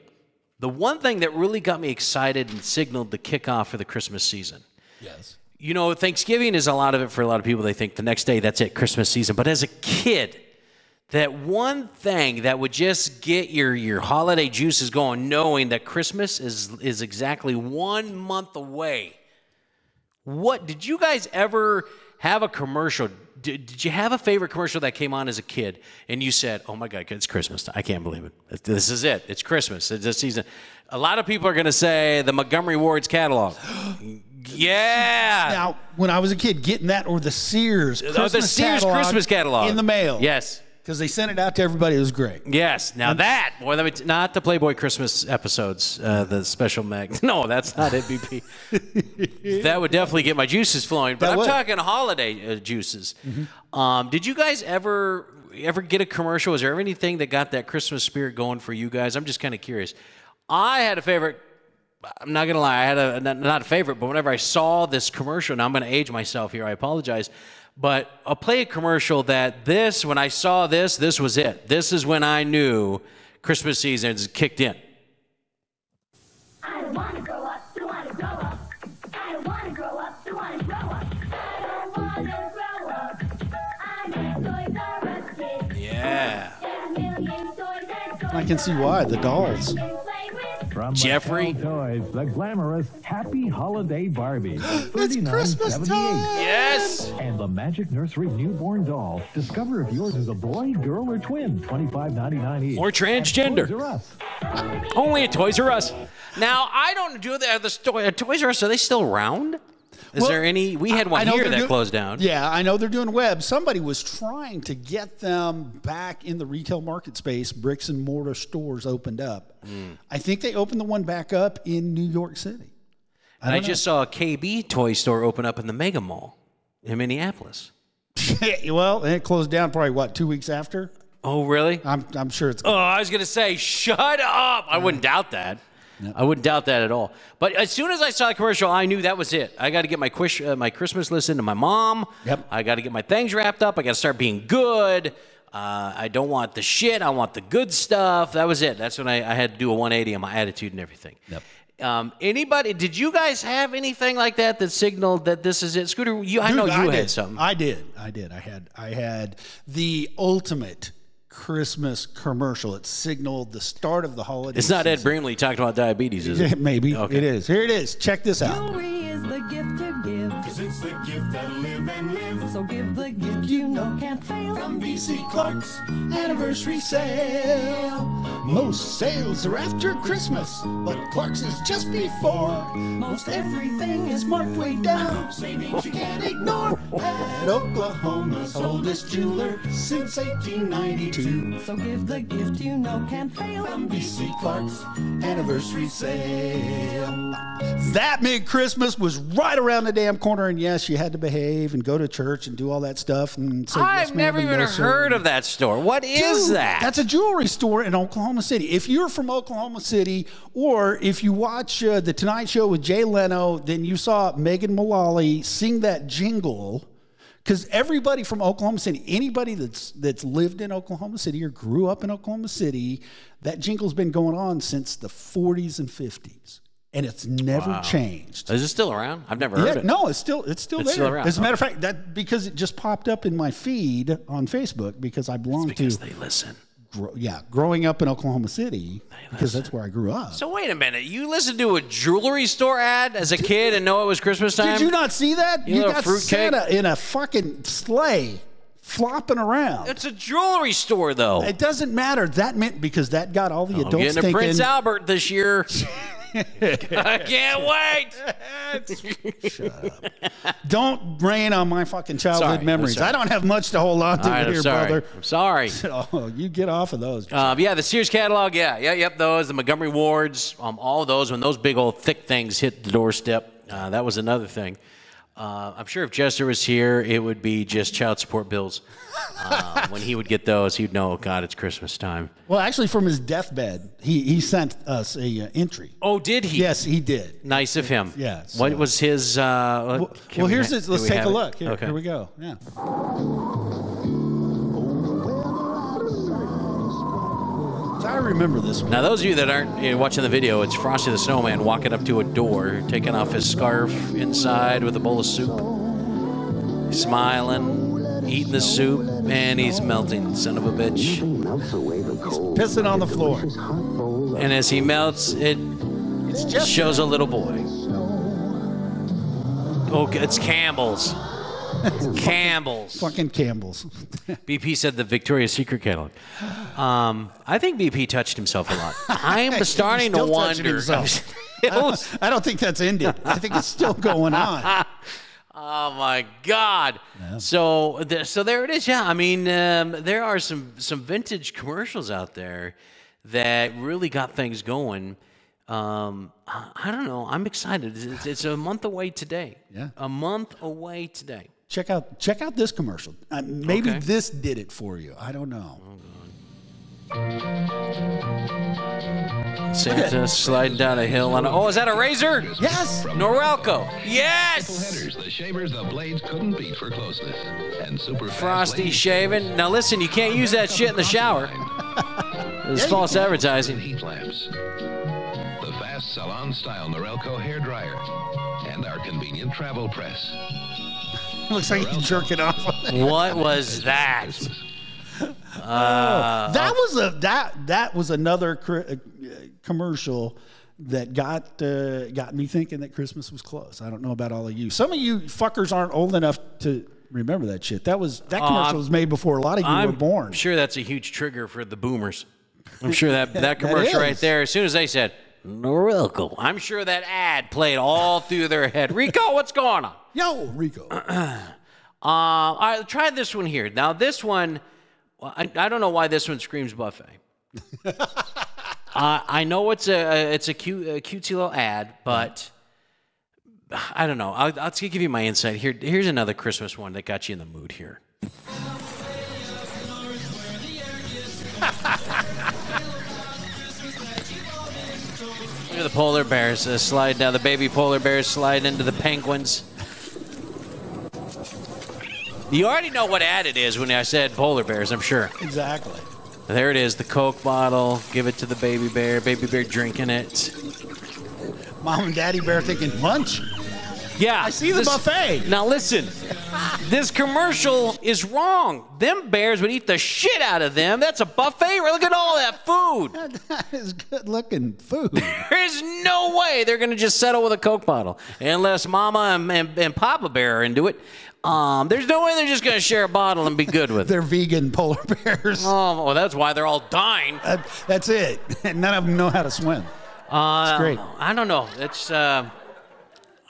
Speaker 1: The one thing that really got me excited and signaled the kickoff for the Christmas season.
Speaker 2: Yes.
Speaker 1: You know, Thanksgiving is a lot of it for a lot of people. They think the next day, that's it, Christmas season. But as a kid, that one thing that would just get your your holiday juices going knowing that christmas is is exactly one month away what did you guys ever have a commercial did, did you have a favorite commercial that came on as a kid and you said oh my god it's christmas i can't believe it this is it it's christmas it's this season a lot of people are going to say the montgomery ward's catalog [GASPS] yeah
Speaker 2: Now, when I was a kid, getting that or the Sears
Speaker 1: Oh,
Speaker 2: Christmas
Speaker 1: the sears
Speaker 2: catalog
Speaker 1: christmas catalog
Speaker 2: in the mail.
Speaker 1: yes
Speaker 2: because they sent it out to everybody. It was great.
Speaker 1: Yes. Now that, well, let me t- not the Playboy Christmas episodes, uh, the special mag. [LAUGHS] No, that's not it, BP.
Speaker 2: [LAUGHS]
Speaker 1: that would definitely get my juices flowing. But
Speaker 2: That
Speaker 1: I'm
Speaker 2: would. Mm-hmm.
Speaker 1: talking holiday uh, juices. Um, did you guys ever ever get a commercial? Is there anything that got that Christmas spirit going for you guys? I'm just kind of curious. I had a favorite. I'm not gonna lie. I had a not, not a favorite, but whenever I saw this commercial, and I'm gonna age myself here. I apologize. But I'll play a commercial that this, when I saw this, this was it. This is when I knew Christmas season is kicked in.
Speaker 3: I don't wanna grow up, don't wanna grow up. I don't wanna grow up, don't wanna grow up. I don't wanna grow up. I need Toys R Us kids.
Speaker 1: Yeah.
Speaker 3: There's a million toys at Toys
Speaker 2: I can see why the dolls.
Speaker 3: You can play with.
Speaker 4: From
Speaker 1: Jeffrey.
Speaker 4: Mattel Toys, the glamorous Happy Holiday Barbie. [GASPS]
Speaker 2: It's Christmas time.
Speaker 1: Yes.
Speaker 4: And the Magic Nursery Newborn Doll. Discover if yours is a boy, girl, or twin. $25.99 each.
Speaker 1: Or
Speaker 4: Toys
Speaker 1: transgender.
Speaker 4: R Us.
Speaker 1: Only at Toys R Us. Now I don't do that. The sto- at Toys R Us are they still around? Is
Speaker 2: Well,
Speaker 1: there any? We had one
Speaker 2: know
Speaker 1: here
Speaker 2: they're
Speaker 1: that
Speaker 2: do-
Speaker 1: closed down.
Speaker 2: Yeah, I know they're doing web. Somebody was trying to get them back in the retail market space. Bricks and mortar stores opened up.
Speaker 1: Hmm.
Speaker 2: I think they opened the one back up in New York City. [LAUGHS]
Speaker 1: I, just saw a KB toy store open up in the Mega Mall in Minneapolis.
Speaker 2: well, and it closed down probably what two weeks after.
Speaker 1: Oh really?
Speaker 2: I'm I'm sure it's.
Speaker 1: Oh, I was gonna say, shut up. I wouldn't doubt that. I wouldn't doubt that at all. But as soon as I saw the commercial, I knew that was it. I got to get my quish, uh, my Christmas list into my mom.
Speaker 2: Yep.
Speaker 1: I got to get my things wrapped up. I got to start being good. Uh, I don't want the shit. I want the good stuff. That was it. That's when I, I had to do a 180 on my attitude and everything. Yep. Um, anybody? Did you guys have anything like that that signaled that this is it? Scooter, you, I know
Speaker 2: Dude,
Speaker 1: you had
Speaker 2: did.
Speaker 1: something.
Speaker 2: I did. I did. I had. I had the ultimate Christmas commercial. It signaled the start of the holiday.
Speaker 1: it's not
Speaker 2: season. [LAUGHS]
Speaker 1: Ed Brimley talking about diabetes, is it?
Speaker 2: Maybe it is. Here it is. Check this out.
Speaker 3: Real
Speaker 5: is the gift to give.
Speaker 6: Cause it's the gift that live and live.
Speaker 5: So give the gift you know can't fail.
Speaker 6: From BC Clark's
Speaker 2: Anniversary sale. Most sales are after Christmas, but Clark's is just before. Most everything is marked way down. Savings you can't ignore. At Oklahoma's oldest jeweler since 1892.
Speaker 5: So give the gift you know can't fail.
Speaker 6: From BC Clark's
Speaker 2: Anniversary sale. That mid Christmas was right around the damn corner, and yes, you had to behave and go to church and do all that stuff. And say, yes,
Speaker 1: I've
Speaker 2: ma'am,
Speaker 1: never
Speaker 2: and
Speaker 1: even
Speaker 2: no, sir.
Speaker 1: heard of that store. What is
Speaker 2: Dude,
Speaker 1: that?
Speaker 2: That's a jewelry store in Oklahoma City. If you're from Oklahoma City, or if you watch uh, the Tonight Show with Jay Leno, then you saw Megan Mullally sing that jingle. Because everybody from Oklahoma City, anybody that's that's lived in Oklahoma City or grew up in Oklahoma City, that jingle's been going on since the 40s and 50s, and it's never changed.
Speaker 1: Is it still around? I've never heard
Speaker 2: Yeah,
Speaker 1: it.
Speaker 2: no, it's still it's still
Speaker 1: It's
Speaker 2: there.
Speaker 1: still around,
Speaker 2: As a matter of fact, that because it just popped up in my feed on Facebook because I belong
Speaker 1: because
Speaker 2: to
Speaker 1: they listen.
Speaker 2: grow, yeah, growing up in Oklahoma City because that's where I grew up.
Speaker 1: So wait a minute. You listened to a jewelry store ad as a kid and know it was Christmas time?
Speaker 2: Did you not see that?
Speaker 1: You
Speaker 2: You,
Speaker 1: little
Speaker 2: got
Speaker 1: fruitcake.
Speaker 2: Santa in a fucking sleigh flopping around.
Speaker 1: It's a jewelry store though.
Speaker 2: it doesn't matter. That meant because that got all the
Speaker 1: I'm
Speaker 2: adults
Speaker 1: getting a
Speaker 2: thinking.
Speaker 1: Prince Albert this
Speaker 2: [LAUGHS]
Speaker 1: year. I can't wait.
Speaker 2: Don't rain on my fucking childhood
Speaker 1: Sorry, I'm
Speaker 2: memories.
Speaker 1: sorry.
Speaker 2: I don't have much to hold on to
Speaker 1: All right,
Speaker 2: here,
Speaker 1: I'm sorry.
Speaker 2: brother. [LAUGHS]
Speaker 1: I'm sorry.
Speaker 2: So you get off of those.
Speaker 1: Um, yeah, the Sears catalog. Yeah, yeah, yep. Those, the Montgomery Wards, um, all of those. When those big old thick things hit the doorstep, uh, that was another thing. Uh, I'm sure if Jester was here, it would be just child support bills. [LAUGHS] Uh, when he would get those, he'd know, God, it's Christmas time.
Speaker 2: well, actually, from his deathbed, he he sent us a uh, entry.
Speaker 1: Oh, did he?
Speaker 2: Yes, he did.
Speaker 1: Nice of him.
Speaker 2: Yeah, so-
Speaker 1: What was his? Uh,
Speaker 2: Well,
Speaker 1: can
Speaker 2: well
Speaker 1: we
Speaker 2: here's
Speaker 1: ha-
Speaker 2: his.
Speaker 1: do
Speaker 2: Let's
Speaker 1: we
Speaker 2: take
Speaker 1: have
Speaker 2: a
Speaker 1: it?
Speaker 2: look. Here,
Speaker 1: okay.
Speaker 2: here we go. Yeah. I remember this one.
Speaker 1: Now, those of you that aren't you know, watching the video, it's Frosty the Snowman walking up to a door, taking off his scarf inside with a bowl of soup, smiling, eating the soup, and he's melting, son of a bitch.
Speaker 2: Pissing on the floor.
Speaker 1: And as he melts, it
Speaker 2: It's just
Speaker 1: shows a little boy. Oh, it's Campbell's.
Speaker 2: [LAUGHS]
Speaker 1: Campbell's.
Speaker 2: fucking [LAUGHS] Campbell's.
Speaker 1: BP said the Victoria's Secret catalog. Um, I think BP touched himself
Speaker 2: [LAUGHS]
Speaker 1: a lot. I'm starting to
Speaker 2: Still touching
Speaker 1: wonder. [LAUGHS]
Speaker 2: himself.
Speaker 1: Still-
Speaker 2: [LAUGHS] I don't think that's ended. I think it's still
Speaker 1: [LAUGHS]
Speaker 2: going on.
Speaker 1: Oh my God! So, th- so there it is. Yeah, I mean, um, there are some some vintage commercials out there that really got things going. Um, I, I don't know. I'm excited. It's- It's, it's a month away today.
Speaker 2: Yeah.
Speaker 1: a month away today.
Speaker 2: Check out check out this commercial. Uh, maybe
Speaker 1: Okay. Oh,
Speaker 2: this did it for you. I don't know.
Speaker 1: Santa sliding down a hill on. A, oh, is that a razor?
Speaker 2: Yes.
Speaker 1: Norelco. Yes.
Speaker 7: Headers, the shavers, the blades couldn't beat for closeness. And super fast
Speaker 1: Frosty
Speaker 7: blades-
Speaker 1: shaving. Now listen, you can't use that shit in the shower. It's false advertising.
Speaker 7: Heat lamps. The fast salon style Norelco hair dryer. And our convenient travel press.
Speaker 2: Looks like you jerk it off.
Speaker 1: What was that?
Speaker 2: that was a that that was another cr- uh, commercial that got uh, got me thinking that Christmas was close. I don't know about all of you. Some of you fuckers aren't old enough to remember that shit. That was that commercial
Speaker 1: I'm-
Speaker 2: was made before a lot of you
Speaker 1: Uh, I'm
Speaker 2: were born.
Speaker 1: sure that's a huge trigger for the boomers. I'm sure that
Speaker 2: [LAUGHS]
Speaker 1: that commercial right
Speaker 2: is.
Speaker 1: there, as soon as they said Norelco, I'm sure that ad played all through their head. Rico, what's going on?
Speaker 2: Yo, Rico.
Speaker 1: [COUGHS] Uh, I try this one here. Now this one, well, I, I don't know why this one screams buffet. uh, I know it's a it's a cute a cutesy little ad, but I don't know. I'll, I'll give you my insight here. Here's another Christmas one that got you in the mood here. [LAUGHS] Look at the polar bears uh, slide down. The baby polar bears slide into the penguins. You already know what ad it is when I said polar bears, I'm sure.
Speaker 2: exactly.
Speaker 1: There it is, the Coke bottle. Give it to the baby bear. Baby bear drinking it.
Speaker 2: Mom and Daddy Bear thinking lunch. [LAUGHS]
Speaker 1: Yeah.
Speaker 2: I see the buffet.
Speaker 1: Now listen, this commercial is wrong. Them bears would eat the shit out of them. That's a buffet. Look at all that food.
Speaker 2: that is good
Speaker 1: [LAUGHS]
Speaker 2: looking food.
Speaker 1: There's no way they're gonna just settle with a Coke bottle unless Mama and, and, and Papa Bear are into it. Um, there's no way they're just gonna share a bottle and be good with it.
Speaker 2: They're vegan polar bears.
Speaker 1: Oh, well, that's why they're all dying.
Speaker 2: [LAUGHS] That- that's it. [LAUGHS] None of them know how to swim.
Speaker 1: Uh,
Speaker 2: It's great.
Speaker 1: I don't know. It's. Uh,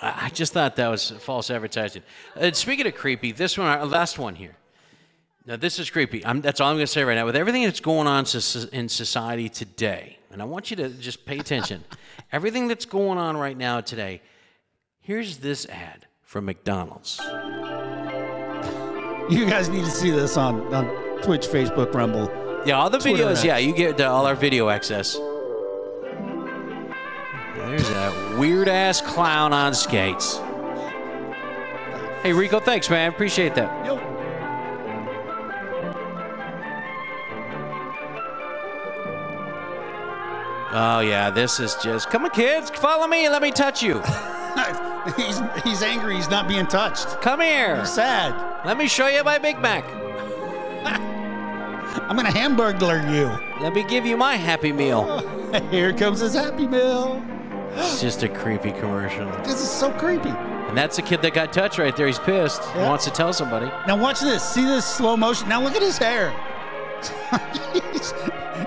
Speaker 1: I I just thought that was false advertising. Uh, speaking of creepy, this one, our last one here. Now, this is creepy. I'm, that's all I'm going to say right now. With everything that's going on soc- in society today, and I want you to just pay
Speaker 2: [LAUGHS]
Speaker 1: attention. everything that's going on right now today. Here's this ad from McDonald's.
Speaker 2: You guys need to see this on, on Twitch, Facebook, Rumble.
Speaker 1: Yeah, all the
Speaker 2: Twitter
Speaker 1: videos.
Speaker 2: ads.
Speaker 1: Yeah, you get uh, all our video access. There's that weird ass clown on skates. Hey Rico, thanks man, appreciate that. Oh yeah, this is just come on kids, follow me, let me touch you.
Speaker 2: [LAUGHS] he's, he's angry. He's not being touched.
Speaker 1: Come here,
Speaker 2: Sad.
Speaker 1: let me show you my Big Mac.
Speaker 2: I'm going to hamburglar you. [LAUGHS]
Speaker 1: Let me give you my Happy Meal.
Speaker 2: Here comes his Happy Meal.
Speaker 1: It's just a creepy commercial,
Speaker 2: This is so creepy.
Speaker 1: and that's the kid that got touched right there. He's pissed. He
Speaker 2: Yeah.
Speaker 1: wants to tell somebody.
Speaker 2: Now watch this. See this slow motion. Now look at his hair. [LAUGHS] he's,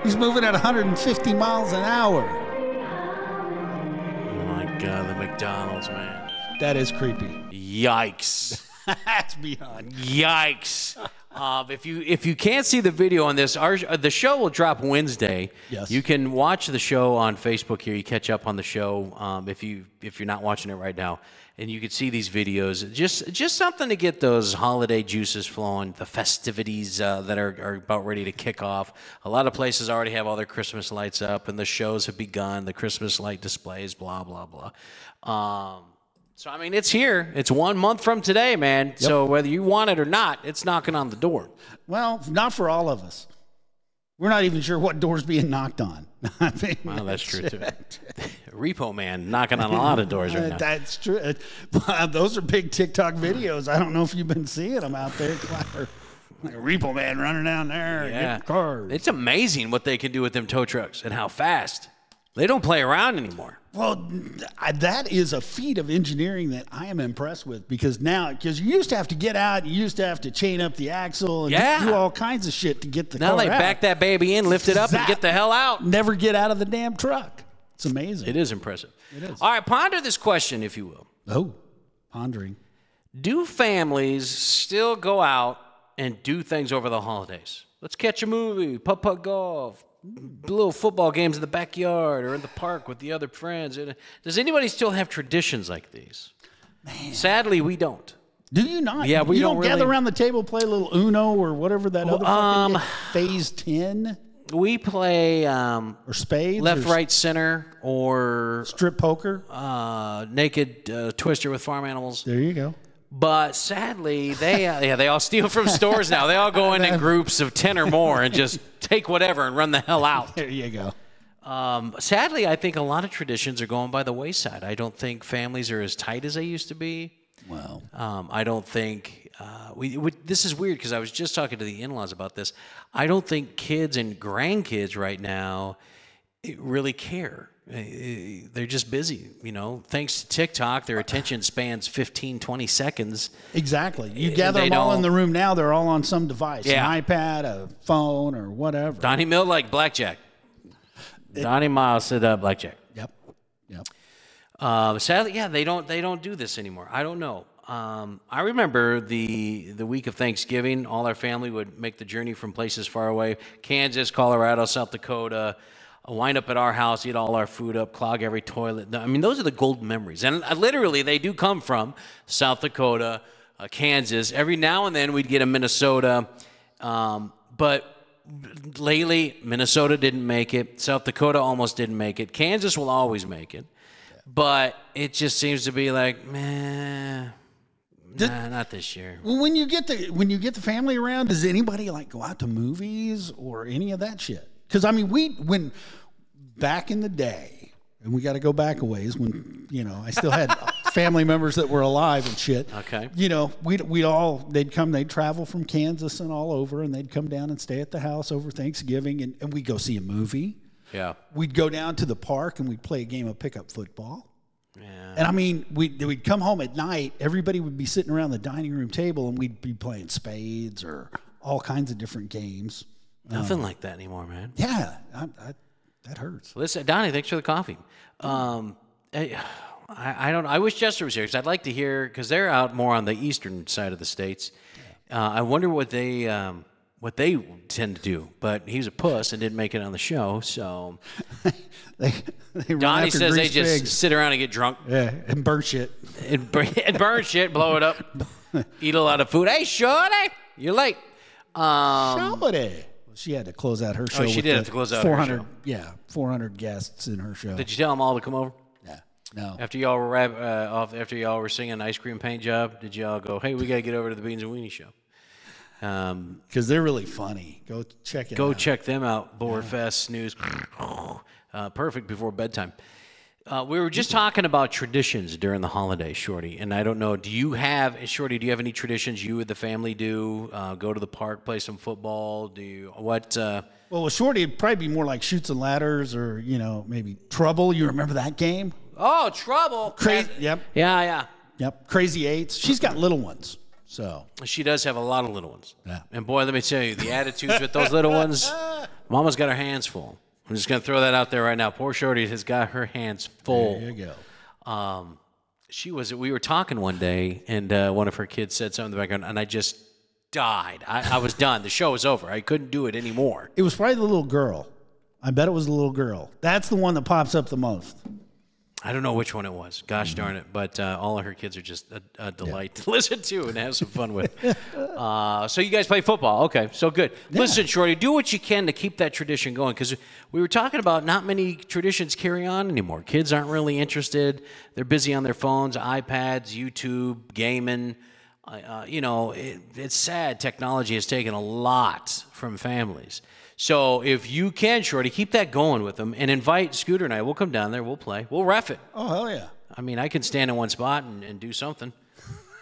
Speaker 2: he's moving at 150 miles an hour.
Speaker 1: Oh my god, the McDonald's man.
Speaker 2: That is creepy. [LAUGHS]
Speaker 1: Yikes.
Speaker 2: That's beyond.
Speaker 1: Yikes. Uh, if you if you can't see the video on this, our uh, the show will drop Wednesday.
Speaker 2: Yes.
Speaker 1: You can watch the show on Facebook here. You catch up on the show um, if you if you're not watching it right now, and you can see these videos. Just just something to get those holiday juices flowing. The festivities uh, that are, are about ready to kick off. A lot of places already have all their Christmas lights up, and the shows have begun. The Christmas light displays, blah blah blah. Um, so I mean, it's here. It's one month from today, man. So whether you want it or not, it's knocking on the door.
Speaker 2: Well, not for all of us. We're not even sure what door's being knocked on. [LAUGHS] I mean,
Speaker 1: Well, Oh, that's true too. [LAUGHS] Repo man knocking on a lot of doors right
Speaker 2: Uh,
Speaker 1: now.
Speaker 2: That's true. Uh, [LAUGHS] wow, Those are big TikTok videos. I don't know if you've been seeing them out there. [LAUGHS] Clapper. Like a repo man running down there,
Speaker 1: yeah,
Speaker 2: yeah. cars.
Speaker 1: it's amazing what they can do with them tow trucks and how fast. They don't play around anymore.
Speaker 2: well, I, that is a feat of engineering that I am impressed with because now, because you used to have to get out, you used to have to chain up the axle and
Speaker 1: Yeah.
Speaker 2: do all kinds of shit to get the
Speaker 1: Now
Speaker 2: car
Speaker 1: they
Speaker 2: out.
Speaker 1: back that baby in, lift it up, and get the hell out.
Speaker 2: Never get out of the damn truck. It's amazing.
Speaker 1: It is impressive. It is. All right, ponder this question, if you will.
Speaker 2: Oh, pondering.
Speaker 1: Do families still go out and do things over the holidays? Let's catch a movie, putt putt golf, little football games in the backyard or in the park with the other friends. And uh, Does anybody still have traditions like these? Sadly, we don't.
Speaker 2: Do you not?
Speaker 1: Yeah, we
Speaker 2: you
Speaker 1: don't
Speaker 2: don't, gather
Speaker 1: really-
Speaker 2: around the table, play a little Uno or whatever that other fucking
Speaker 1: um,
Speaker 2: game- phase ten
Speaker 1: We play um,
Speaker 2: or spades,
Speaker 1: left,
Speaker 2: or
Speaker 1: right, center, or
Speaker 2: strip poker.
Speaker 1: uh, naked uh, twister with farm animals.
Speaker 2: There you go.
Speaker 1: But sadly, they uh, yeah they all steal from stores now. They all go in in groups of ten or more and just take whatever and run the hell out.
Speaker 2: There you go.
Speaker 1: Um, sadly, I think a lot of traditions are going by the wayside. I don't think families are as tight as they used to be.
Speaker 2: Wow.
Speaker 1: Um, I don't think uh, we, we. This is weird because I was just talking to the in-laws about this. I don't think kids and grandkids right now eh, really care. Eh, eh, They're just busy, you know. Thanks to TikTok, their attention spans 15, 20 seconds.
Speaker 2: Exactly. You
Speaker 1: And
Speaker 2: gather
Speaker 1: they
Speaker 2: them all in
Speaker 1: don't-
Speaker 2: the room now. They're all on some device,
Speaker 1: Yeah.
Speaker 2: an iPad, a phone, or whatever.
Speaker 1: Donnie Mill like blackjack. Donnie Miles said uh, blackjack.
Speaker 2: Yep. Yep.
Speaker 1: Um, sadly, yeah, they don't they don't do this anymore. I don't know. Um, I remember the the week of Thanksgiving, all our family would make the journey from places far away, Kansas, Colorado, South Dakota, uh, wind up at our house, eat all our food up, clog every toilet. I mean, those are the golden memories, and uh, literally they do come from South Dakota, uh, Kansas. Every now and then we'd get a Minnesota, um, but lately Minnesota didn't make it, South Dakota almost didn't make it, Kansas will always make it. But it just seems to be like, man,
Speaker 2: Did-
Speaker 1: nah, not this year.
Speaker 2: Well, when you get the when you get the family around, does anybody like go out to movies or any of that shit? Because I mean, we when back in the day, and we got to go back a ways when you know I still had family members that were alive and shit.
Speaker 1: Okay.
Speaker 2: You know, we'd, we'd all, they'd come, they'd travel from Kansas and all over, and they'd come down and stay at the house over Thanksgiving, and, and we'd go see a movie.
Speaker 1: Yeah.
Speaker 2: We'd go down to the park and we'd play a game of pickup football. And I mean, we'd, we'd come home at night, everybody would be sitting around the dining room table, and we'd be playing spades or all kinds of different games.
Speaker 1: Nothing like that anymore, man.
Speaker 2: Yeah, I, I, that hurts. [LAUGHS]
Speaker 1: Listen, Donnie, thanks for the coffee. Um, I, I I don't. I wish Chester was here because I'd like to hear because they're out more on the eastern side of the states. Uh, I wonder what they um, what they tend to do. But he's a puss and didn't make it on the show. So
Speaker 2: They, they run
Speaker 1: Donnie
Speaker 2: after
Speaker 1: says they
Speaker 2: greased
Speaker 1: just
Speaker 2: pigs.
Speaker 1: sit around and get drunk
Speaker 2: yeah, and burn shit.
Speaker 1: and, bur- and burn shit, blow [LAUGHS] it up, eat a lot of food. Hey, shorty, you're late. Um, Oh,
Speaker 2: Comedy. She had to close out her show.
Speaker 1: she did
Speaker 2: with the
Speaker 1: have to close out her
Speaker 2: 400,
Speaker 1: show.
Speaker 2: Yeah, 400 guests in her show.
Speaker 1: did you tell them all to come over?
Speaker 2: yeah, no.
Speaker 1: After y'all were rap, uh, off, after y'all were singing "Ice Cream Paint Job," did y'all go, "Hey, we gotta get over to the Beans and Weenie Show"? Um,
Speaker 2: Because they're really funny. Go check it
Speaker 1: go
Speaker 2: out.
Speaker 1: check them out. Boar Fest snooze, [SNIFFS] uh, perfect before bedtime. Uh, we were just talking about traditions during the holiday, Shorty, and I don't know. Do you have, Shorty? Do you have any traditions you and the family do? Uh, go to the park, play some football. Do you, what? Uh,
Speaker 2: Well, with Shorty, it'd probably be more like shoots and ladders or, you know, maybe Trouble. You remember that game?
Speaker 1: oh, trouble!
Speaker 2: Crazy. Yep.
Speaker 1: Yeah, yeah.
Speaker 2: Yep. Crazy Eights. She's got little ones. So,
Speaker 1: She does have a lot of little ones.
Speaker 2: Yeah.
Speaker 1: And boy, let me tell you, the attitudes with those little
Speaker 2: [LAUGHS]
Speaker 1: ones, Mama's got her hands full. I'm just going to throw that out there right now. Poor Shorty has got her hands full.
Speaker 2: there you go.
Speaker 1: Um, she was. We were talking one day, and uh, one of her kids said something in the background, and I just died. I, I was done. The show was over. I couldn't do it anymore.
Speaker 2: It was probably the little girl. I bet it was the little girl. That's the one that pops up the most.
Speaker 1: I don't know which one it was. Gosh
Speaker 2: Mm-hmm.
Speaker 1: darn it! But uh, all of her kids are just a, a delight to [LAUGHS] listen to and have some fun with. uh, so you guys play football? Okay, so good. Listen, Shorty, do what you can to keep that tradition going because we were talking about not many traditions carry on anymore. Kids aren't really interested. They're busy on their phones, iPads, YouTube, gaming. Uh, uh, you know, it, it's sad. Technology has taken a lot from families. So if you can, Shorty, keep that going with them and invite Scooter and I. We'll come down there. We'll play. We'll ref it.
Speaker 2: Oh, hell yeah.
Speaker 1: I mean, I can stand in one spot and, and do something.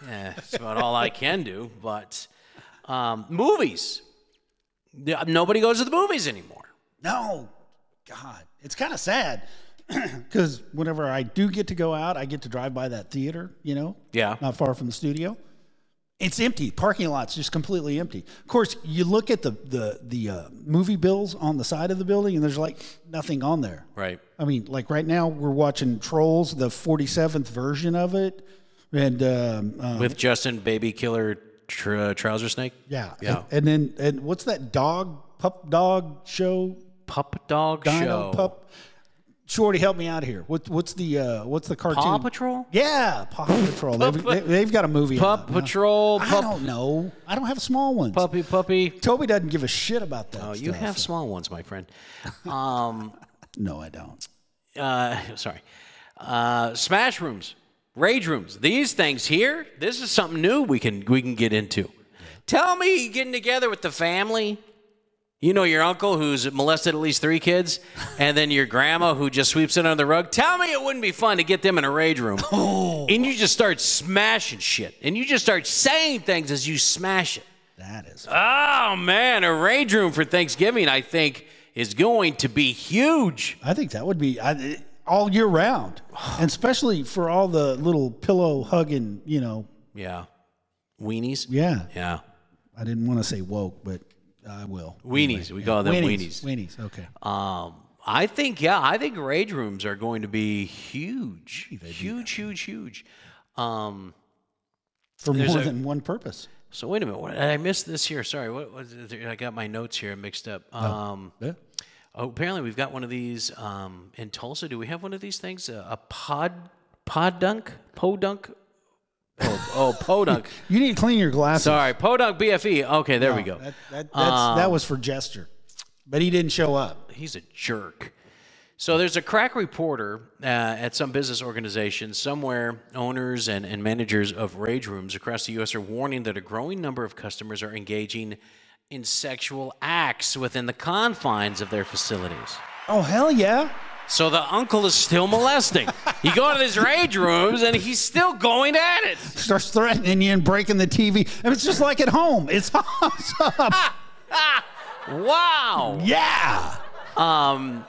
Speaker 1: Yeah, it's about all I can do. But um, movies. Yeah, Nobody goes to the movies anymore.
Speaker 2: No, God, it's kind of sad [CLEARS THROAT] because whenever I do get to go out, I get to drive by that theater, you know,
Speaker 1: Yeah.
Speaker 2: not far from the studio. It's empty. Parking lot's just completely empty. Of course, you look at the the the uh, movie bills on the side of the building, and there's like nothing on there.
Speaker 1: Right.
Speaker 2: I mean, like right now we're watching Trolls, the 47th version of it, and um, um,
Speaker 1: With Justin, baby killer, tr- uh, trouser snake.
Speaker 2: yeah,
Speaker 1: Yeah.
Speaker 2: and, and then and what's that dog pup dog show
Speaker 1: Pup dog
Speaker 2: Dino
Speaker 1: show.
Speaker 2: Pup. Shorty, help me out here. What, what's the uh, what's the cartoon?
Speaker 1: Paw Patrol.
Speaker 2: Yeah, Paw Patrol. they've, they, they've got a movie.
Speaker 1: Pup
Speaker 2: out now.
Speaker 1: Patrol.
Speaker 2: I
Speaker 1: Pup-
Speaker 2: don't know. I don't have small ones.
Speaker 1: Puppy, puppy.
Speaker 2: Toby doesn't give a shit about that.
Speaker 1: Oh, you
Speaker 2: stuff.
Speaker 1: have small ones, my friend. Um,
Speaker 2: No, I don't.
Speaker 1: uh, [LAUGHS] sorry. Uh, smash rooms, rage rooms. These things here. This is something new we can we can get into. Tell me, getting together with the family. You know your uncle who's molested at least three kids, and then your grandma who just sweeps it under the rug. Tell me it wouldn't be fun to get them in a rage room, and you just start smashing shit, and you just start saying things as you smash it.
Speaker 2: That is.
Speaker 1: Oh man, a rage room for Thanksgiving, I think, is going to be huge.
Speaker 2: I think that would be I, all year round, and especially for all the little pillow hugging. You know,
Speaker 1: Yeah. Weenies?
Speaker 2: yeah.
Speaker 1: Yeah.
Speaker 2: I didn't want to say woke, but I will.
Speaker 1: Weenies. We call them weenies.
Speaker 2: weenies. Weenies. Okay.
Speaker 1: Um, I think, yeah, I think rage rooms are going to be huge. Huge, huge, huge. Um,
Speaker 2: For more
Speaker 1: a-
Speaker 2: than one purpose.
Speaker 1: so wait a minute. What, I missed this here. Sorry. What was it? I got my notes here mixed up. Um,
Speaker 2: Yeah.
Speaker 1: oh, apparently we've got one of these um, in Tulsa. Do we have one of these things? A, a pod pod dunk? Podunk? Oh, oh
Speaker 2: [LAUGHS]
Speaker 1: podunk.
Speaker 2: You need to clean your glasses.
Speaker 1: Sorry, podunk BFE. E. Okay, there we go.
Speaker 2: Oh, That, that, that's, that was for gesture, but he didn't show up.
Speaker 1: he's a jerk. So there's a crack reporter uh, at some business organization somewhere. Owners and, and managers of rage rooms across the U.S. are warning that a growing number of customers are engaging in sexual acts within the confines of their facilities.
Speaker 2: Oh hell yeah!
Speaker 1: So the uncle is still molesting. you go to his rage rooms and he's still going at it.
Speaker 2: Starts threatening you and breaking the TV. And it's just like at home. It's [LAUGHS] awesome.
Speaker 1: Wow.
Speaker 2: yeah.
Speaker 1: Um,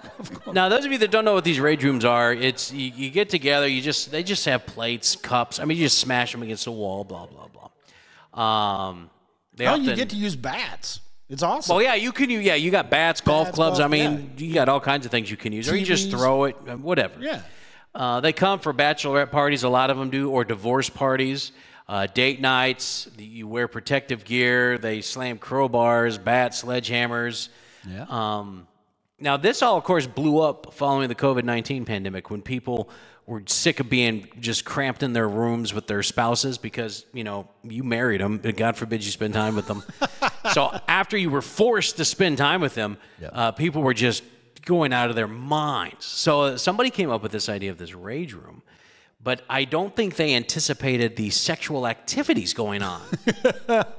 Speaker 1: now, those of you that don't know what these rage rooms are, it's you, you get together. You just they just have plates, cups. I mean, you just smash them against the wall. Blah blah blah. Um, they
Speaker 2: Oh,
Speaker 1: often,
Speaker 2: you get to use bats. It's awesome.
Speaker 1: Well, yeah, you can. Yeah, you got bats, golf
Speaker 2: Bats,
Speaker 1: clubs.
Speaker 2: golf-
Speaker 1: I mean, you got all kinds of things you can use, or you just
Speaker 2: TVs.
Speaker 1: throw it, uh, whatever.
Speaker 2: Yeah.
Speaker 1: Uh, they come for bachelorette parties. A lot of them do, or divorce parties, uh, date nights. You wear protective gear. They slam crowbars, bats, sledgehammers.
Speaker 2: Yeah.
Speaker 1: Um, now, this all, of course, blew up following the COVID 19 pandemic when people were sick of being just cramped in their rooms with their spouses because, you know, you married them, but God forbid you spend time with [LAUGHS] them. so after you were forced to spend time with them, uh, people were just going out of their minds. So uh, somebody came up with this idea of this rage room. But I don't think they anticipated the sexual activities going [LAUGHS] on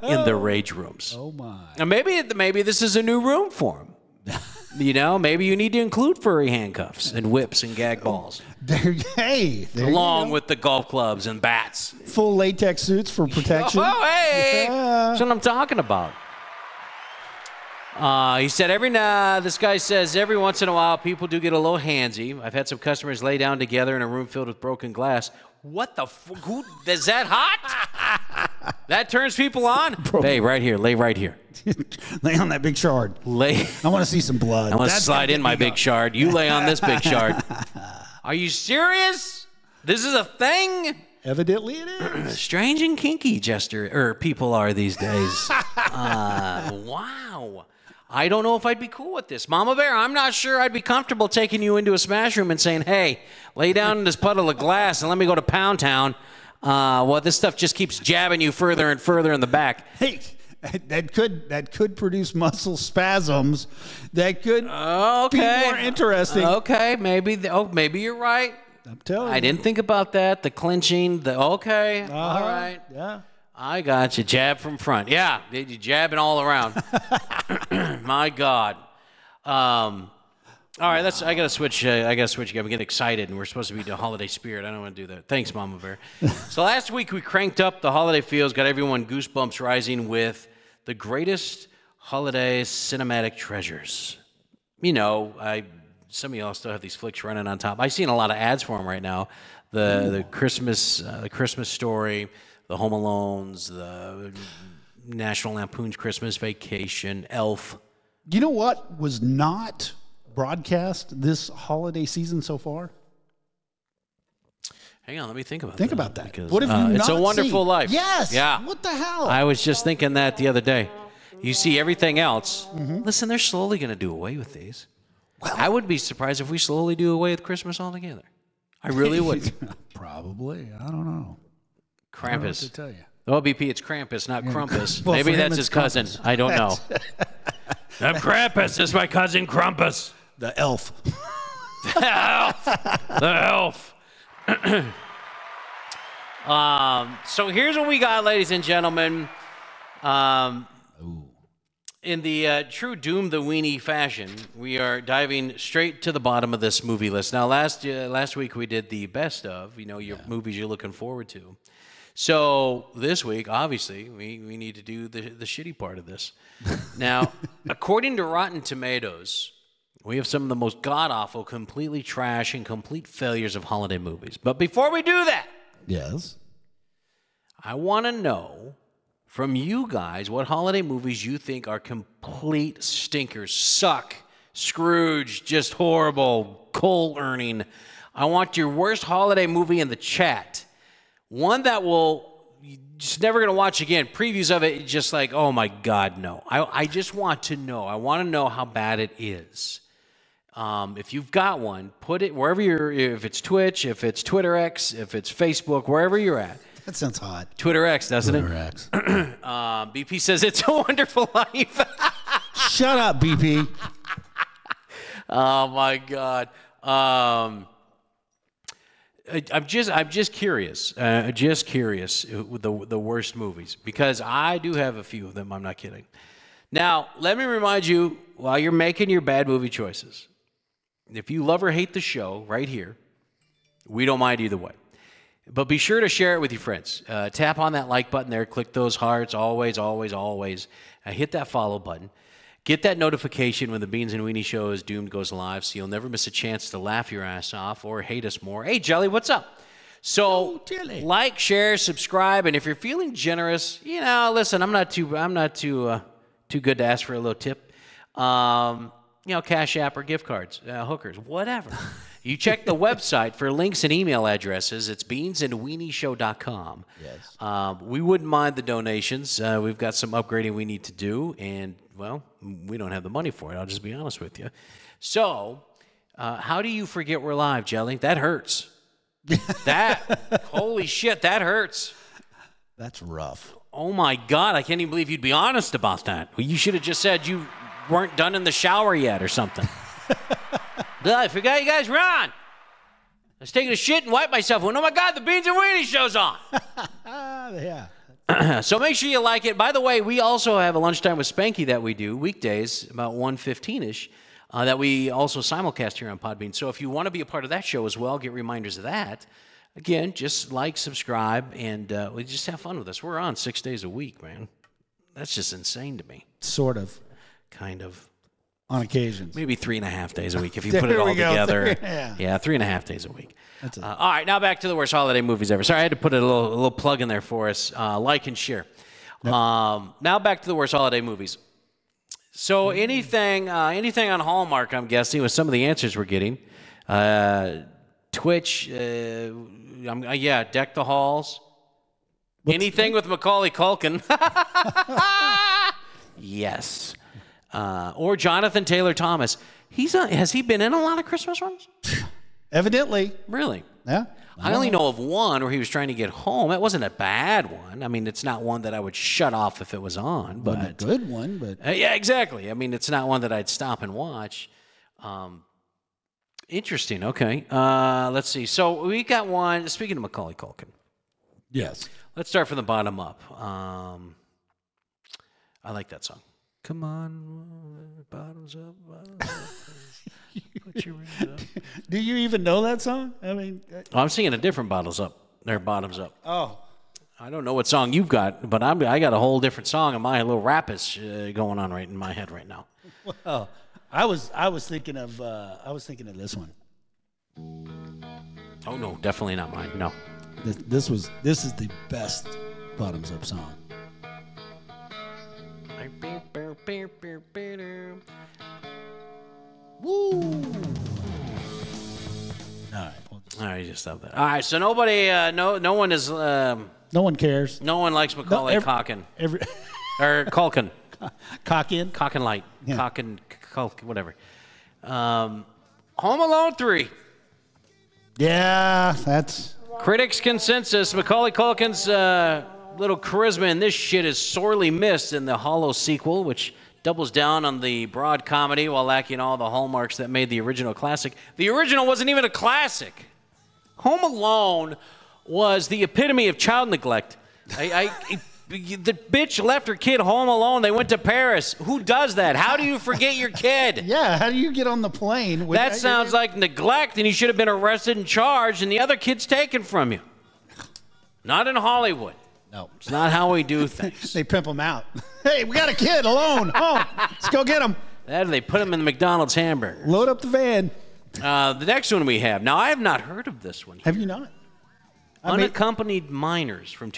Speaker 1: in the rage rooms. Oh my! Now maybe maybe this is a new room for them. You know, maybe you need to include furry handcuffs and whips and gag balls,
Speaker 2: There, hey, Oh, there you
Speaker 1: along
Speaker 2: go.
Speaker 1: with the golf clubs and bats.
Speaker 2: full latex suits for protection.
Speaker 1: Oh, hey,
Speaker 2: Yeah.
Speaker 1: that's what I'm talking about. Uh, he said every now. This guy says every once in a while people do get a little handsy. I've had some customers lay down together in a room filled with broken glass. What the? F- who is that hot?
Speaker 2: [LAUGHS]
Speaker 1: that turns people on. Hey, right here, lay right here,
Speaker 2: [LAUGHS] Lay on that big shard.
Speaker 1: lay. [LAUGHS]
Speaker 2: I want to see some blood.
Speaker 1: I want to
Speaker 2: That's
Speaker 1: slide
Speaker 2: gonna
Speaker 1: in
Speaker 2: get
Speaker 1: my
Speaker 2: me
Speaker 1: big
Speaker 2: up.
Speaker 1: shard. You lay on this
Speaker 2: [LAUGHS]
Speaker 1: big shard. Are you serious? This is a thing?
Speaker 2: Evidently, it
Speaker 1: [CLEARS THROAT]
Speaker 2: is.
Speaker 1: Strange and kinky gesture or people are these [LAUGHS] days. Uh, wow. I don't know if I'd be cool with this. Mama Bear, I'm not sure I'd be comfortable taking you into a smash room and saying, hey, lay down in this puddle of glass and let me go to Pound Town. Uh, well, this stuff just keeps jabbing you further and further in the back.
Speaker 2: hey, that could that could produce muscle spasms. That could
Speaker 1: Uh, Okay.
Speaker 2: be more interesting.
Speaker 1: Okay, maybe. th- oh, maybe you're right.
Speaker 2: I'm telling
Speaker 1: I
Speaker 2: you.
Speaker 1: didn't think about that. The clinching, the okay, all
Speaker 2: Uh-huh.
Speaker 1: right.
Speaker 2: Yeah.
Speaker 1: I got you. Jab from front. Yeah, did you jabbing all around? [COUGHS] My God. Um, all right, that's. I gotta switch. Uh, I gotta switch. I'm getting excited, and we're supposed to be the holiday spirit. I don't want to do that. Thanks, Mama Bear. so last week we cranked up the holiday feels, got everyone goosebumps rising with the greatest holiday cinematic treasures you know, I some of y'all still have these flicks running on top. I've seen a lot of ads for them right now. The the Christmas uh, the Christmas Story, the Home Alones, the National Lampoon's Christmas Vacation, Elf.
Speaker 2: You know what was not broadcast this holiday season so far?
Speaker 1: Hang on, let me think about
Speaker 2: Think
Speaker 1: that.
Speaker 2: about that.
Speaker 1: because,
Speaker 2: what have
Speaker 1: uh,
Speaker 2: you
Speaker 1: It's a
Speaker 2: not
Speaker 1: Wonderful
Speaker 2: seen?
Speaker 1: Life.
Speaker 2: Yes.
Speaker 1: Yeah.
Speaker 2: What the hell?
Speaker 1: I was just thinking that the other day. You see everything else.
Speaker 2: Mm-hmm.
Speaker 1: Listen, they're slowly going to do away with these. I would be surprised if we slowly do away with Christmas altogether. I
Speaker 2: [LAUGHS]
Speaker 1: really would.
Speaker 2: Probably. I don't know. I don't know what to
Speaker 1: Krampus.
Speaker 2: tell you.
Speaker 1: Oh, BP, it's Krampus, not Crumpus.
Speaker 2: [LAUGHS] Well,
Speaker 1: Maybe
Speaker 2: for him,
Speaker 1: that's
Speaker 2: it's
Speaker 1: his cousin.
Speaker 2: Krampus.
Speaker 1: I don't know. I'm Krampus. It's my cousin Crumpus,
Speaker 2: The elf.
Speaker 1: the elf. [CLEARS THROAT] um, so here's what we got, ladies and gentlemen. Um, in the uh, true Doom the Weenie fashion, we are diving straight to the bottom of this movie list. Now, last uh, last week we did the best of, you know, your movies you're looking forward to. So this week, obviously, we, we need to do the, the shitty part of this. Now, according to Rotten Tomatoes, we have some of the most god awful, completely trash, and complete failures of holiday movies. But before we do that,
Speaker 2: [LAUGHS] yes.
Speaker 1: I want to know from you guys what holiday movies you think are complete stinkers, suck, Scrooge, just horrible, coal earning. I want your worst holiday movie in the chat. One that will you just never gonna watch again. Previews of it, just like, oh my god, no. I, I just want to know. I want to know how bad it is. Um, if you've got one, put it wherever you're. If it's Twitch, if it's Twitter X, if it's Facebook, wherever you're at.
Speaker 2: That sounds hot.
Speaker 1: Twitter X, doesn't it?
Speaker 2: Rex.
Speaker 1: Um, BP says it's a [LAUGHS] wonderful life.
Speaker 2: [LAUGHS] Shut up, BP.
Speaker 1: oh my God. Um, I, I'm just, I'm just curious. Uh, just curious uh, with the the worst movies because I do have a few of them. I'm not kidding. Now, let me remind you while you're making your bad movie choices, If you love or hate the show, right here, we don't mind either way. But be sure to share it with your friends. Uh, tap on that like button there, click those hearts, always, always, always. Uh, hit that follow button. Get that notification when the Beans and Weenie show is doomed goes live so you'll never miss a chance to laugh your ass off or hate us more. Hey, Jelly, what's up? So, like, share, subscribe, and if you're feeling generous, you know, listen, I'm not too, I'm not too, uh, too good to ask for a little tip. Um, you know, Cash App or gift cards, uh, hookers, whatever. You check the website for links and email addresses. It's beansandweenieshow.com. Yes. Um, we wouldn't mind the donations. Uh, we've got some upgrading we need to do, and, well, we don't have the money for it. I'll just be honest with you. So, uh, how do you forget we're live, Jelly? That hurts. That, holy shit, that hurts.
Speaker 2: That's rough.
Speaker 1: Oh my God, I can't even believe you'd be honest about that. Well, you should have just said you weren't done in the shower yet or something. Duh, I forgot you guys were on. I was taking a shit and wiped myself. When, oh my God, the Beans and Weenie show's on.
Speaker 2: Ah, yeah.
Speaker 1: so make sure you like it. By the way, we also have a lunchtime with Spanky that we do weekdays about 1.15ish uh, that we also simulcast here on Podbean. So if you want to be a part of that show as well, get reminders of that. Again, just like, subscribe, and uh, we just have fun with us. We're on six days a week, man. That's just insane to me,
Speaker 2: Sort of.
Speaker 1: kind of.
Speaker 2: On occasions.
Speaker 1: Maybe three and a half days a week
Speaker 2: [LAUGHS]
Speaker 1: if you
Speaker 2: There
Speaker 1: put it all
Speaker 2: we go,
Speaker 1: together.
Speaker 2: three- [LAUGHS] yeah.
Speaker 1: yeah, three and a half days a week. Uh, all right, now back to the worst holiday movies ever. Sorry, I had to put a little, a little plug in there for us. Uh, like and share. Um, now back to the worst holiday movies. So anything, uh, anything on Hallmark, I'm guessing, with some of the answers we're getting. Uh, Twitch, uh, I'm, uh, yeah, Deck the Halls. anything with Macaulay
Speaker 2: [LAUGHS]
Speaker 1: Culkin. [LAUGHS] yes. Uh, or Jonathan Taylor Thomas. He's on, has he been in a lot of Christmas ones?
Speaker 2: Evidently.
Speaker 1: Really?
Speaker 2: Yeah.
Speaker 1: I only know of one where he was trying to get home. It wasn't a bad one. I mean, it's not one that I would shut off if it was on, but
Speaker 2: Wasn't a good one, but
Speaker 1: uh, yeah, exactly. I mean, it's not one that I'd stop and watch. Um, interesting. Okay. Uh, let's see. So we got one. Speaking of Macaulay Culkin,
Speaker 2: yes.
Speaker 1: let's start from the bottom up. Um, I like that song. Come on, bottoms up. Bottoms up. Put your hands up.
Speaker 2: Do you even know that song? I mean, uh,
Speaker 1: Oh, I'm singing a different bottles up. They're bottoms up.
Speaker 2: oh,
Speaker 1: I don't know what song you've got, but I'm I got a whole different song in my little rap is uh, going on right in my head right now.
Speaker 2: oh, I was I was thinking of uh, I was thinking of this one.
Speaker 1: Oh no, definitely not mine. No.
Speaker 2: This, this was this is the best bottoms up song. All right, well,
Speaker 1: All right, just stop that. All right, so nobody, uh, no, no one is, um,
Speaker 2: no one cares.
Speaker 1: no one likes Macaulay
Speaker 2: every-
Speaker 1: Culkin
Speaker 2: [LAUGHS] Every
Speaker 1: or Culkin,
Speaker 2: cock in.
Speaker 1: Culkin Light,
Speaker 2: Yeah.
Speaker 1: Culkin, Culkin, whatever. Um, Home Alone three.
Speaker 2: Yeah, that's
Speaker 1: Critics' consensus: Macaulay Culkin's uh, little charisma in this shit is sorely missed in the Hollow sequel, which doubles down on the broad comedy while lacking all the hallmarks that made the original classic. The original wasn't even a classic. Home Alone was the epitome of child neglect. I, I, [LAUGHS] the bitch left her kid home alone. They went to Paris. Who does that? How do you forget your kid?
Speaker 2: yeah. How do you get on the plane? With,
Speaker 1: That sounds like neglect, and you should have been arrested and charged, and the other kid's taken from you. Not in Hollywood.
Speaker 2: no.
Speaker 1: It's not how we do things.
Speaker 2: They pimp them out. [LAUGHS] Hey, we got a kid alone. Oh, let's go get him.
Speaker 1: [LAUGHS] that or they put him in the McDonald's hamburger.
Speaker 2: Load up the van.
Speaker 1: Uh, the next one we have. Now, I have not heard of this one.
Speaker 2: Have you not? I made,
Speaker 1: Unaccompanied minors from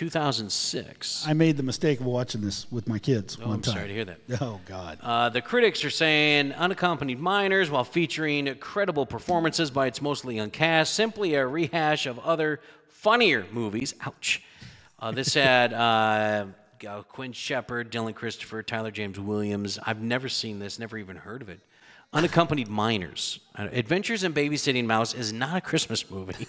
Speaker 1: 2006.
Speaker 2: I made the mistake of watching this with my kids one
Speaker 1: Oh, I'm
Speaker 2: time.
Speaker 1: sorry to hear that.
Speaker 2: Oh God.
Speaker 1: Uh, the critics are saying unaccompanied minors, while featuring credible performances by its mostly young cast, simply a rehash of other funnier movies. Ouch. Uh,
Speaker 2: [LAUGHS]
Speaker 1: this had uh, uh, Quinn Shepard, Dylan Christopher, Tyler James Williams. I've never seen this, never even heard of it.
Speaker 2: [LAUGHS]
Speaker 1: Unaccompanied minors. Uh, Adventures in Babysitting Mouse is not a Christmas
Speaker 2: [LAUGHS]
Speaker 1: movie.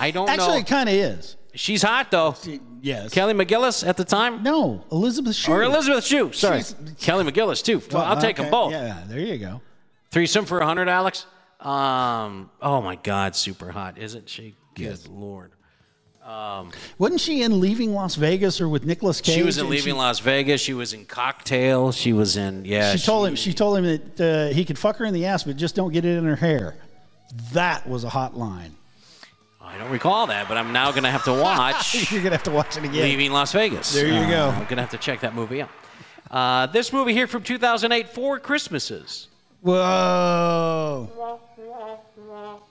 Speaker 1: I don't
Speaker 2: Actually,
Speaker 1: know.
Speaker 2: it kind of is.
Speaker 1: She's hot though.
Speaker 2: Yes.
Speaker 1: Kelly McGillis at the time.
Speaker 2: No, Elizabeth Shue.
Speaker 1: Or Elizabeth Shue, sorry.
Speaker 2: She's-
Speaker 1: Kelly McGillis, too.
Speaker 2: Well,
Speaker 1: I'll take
Speaker 2: okay,
Speaker 1: them both.
Speaker 2: Yeah, there you go.
Speaker 1: Threesome for a 100, Alex? Um, oh my God, super hot, isn't she? Good Lord.
Speaker 2: Wasn't she in Leaving Las Vegas or with Nicolas Cage?
Speaker 1: She was in
Speaker 2: and
Speaker 1: Leaving Las Vegas. She was in Cocktail. She was in yeah.
Speaker 2: She told him. She told him that uh, he could fuck her in the ass, but just don't get it in her hair. That was a hot line. [LAUGHS]
Speaker 1: I don't recall that, but I'm now gonna have to
Speaker 2: [LAUGHS]
Speaker 1: watch
Speaker 2: You're gonna have to watch it again.
Speaker 1: Leaving Las Vegas.
Speaker 2: There you
Speaker 1: Uh,
Speaker 2: go.
Speaker 1: I'm gonna have to check that movie out. Uh, this movie here from 2008, Four Christmases.
Speaker 2: Whoa.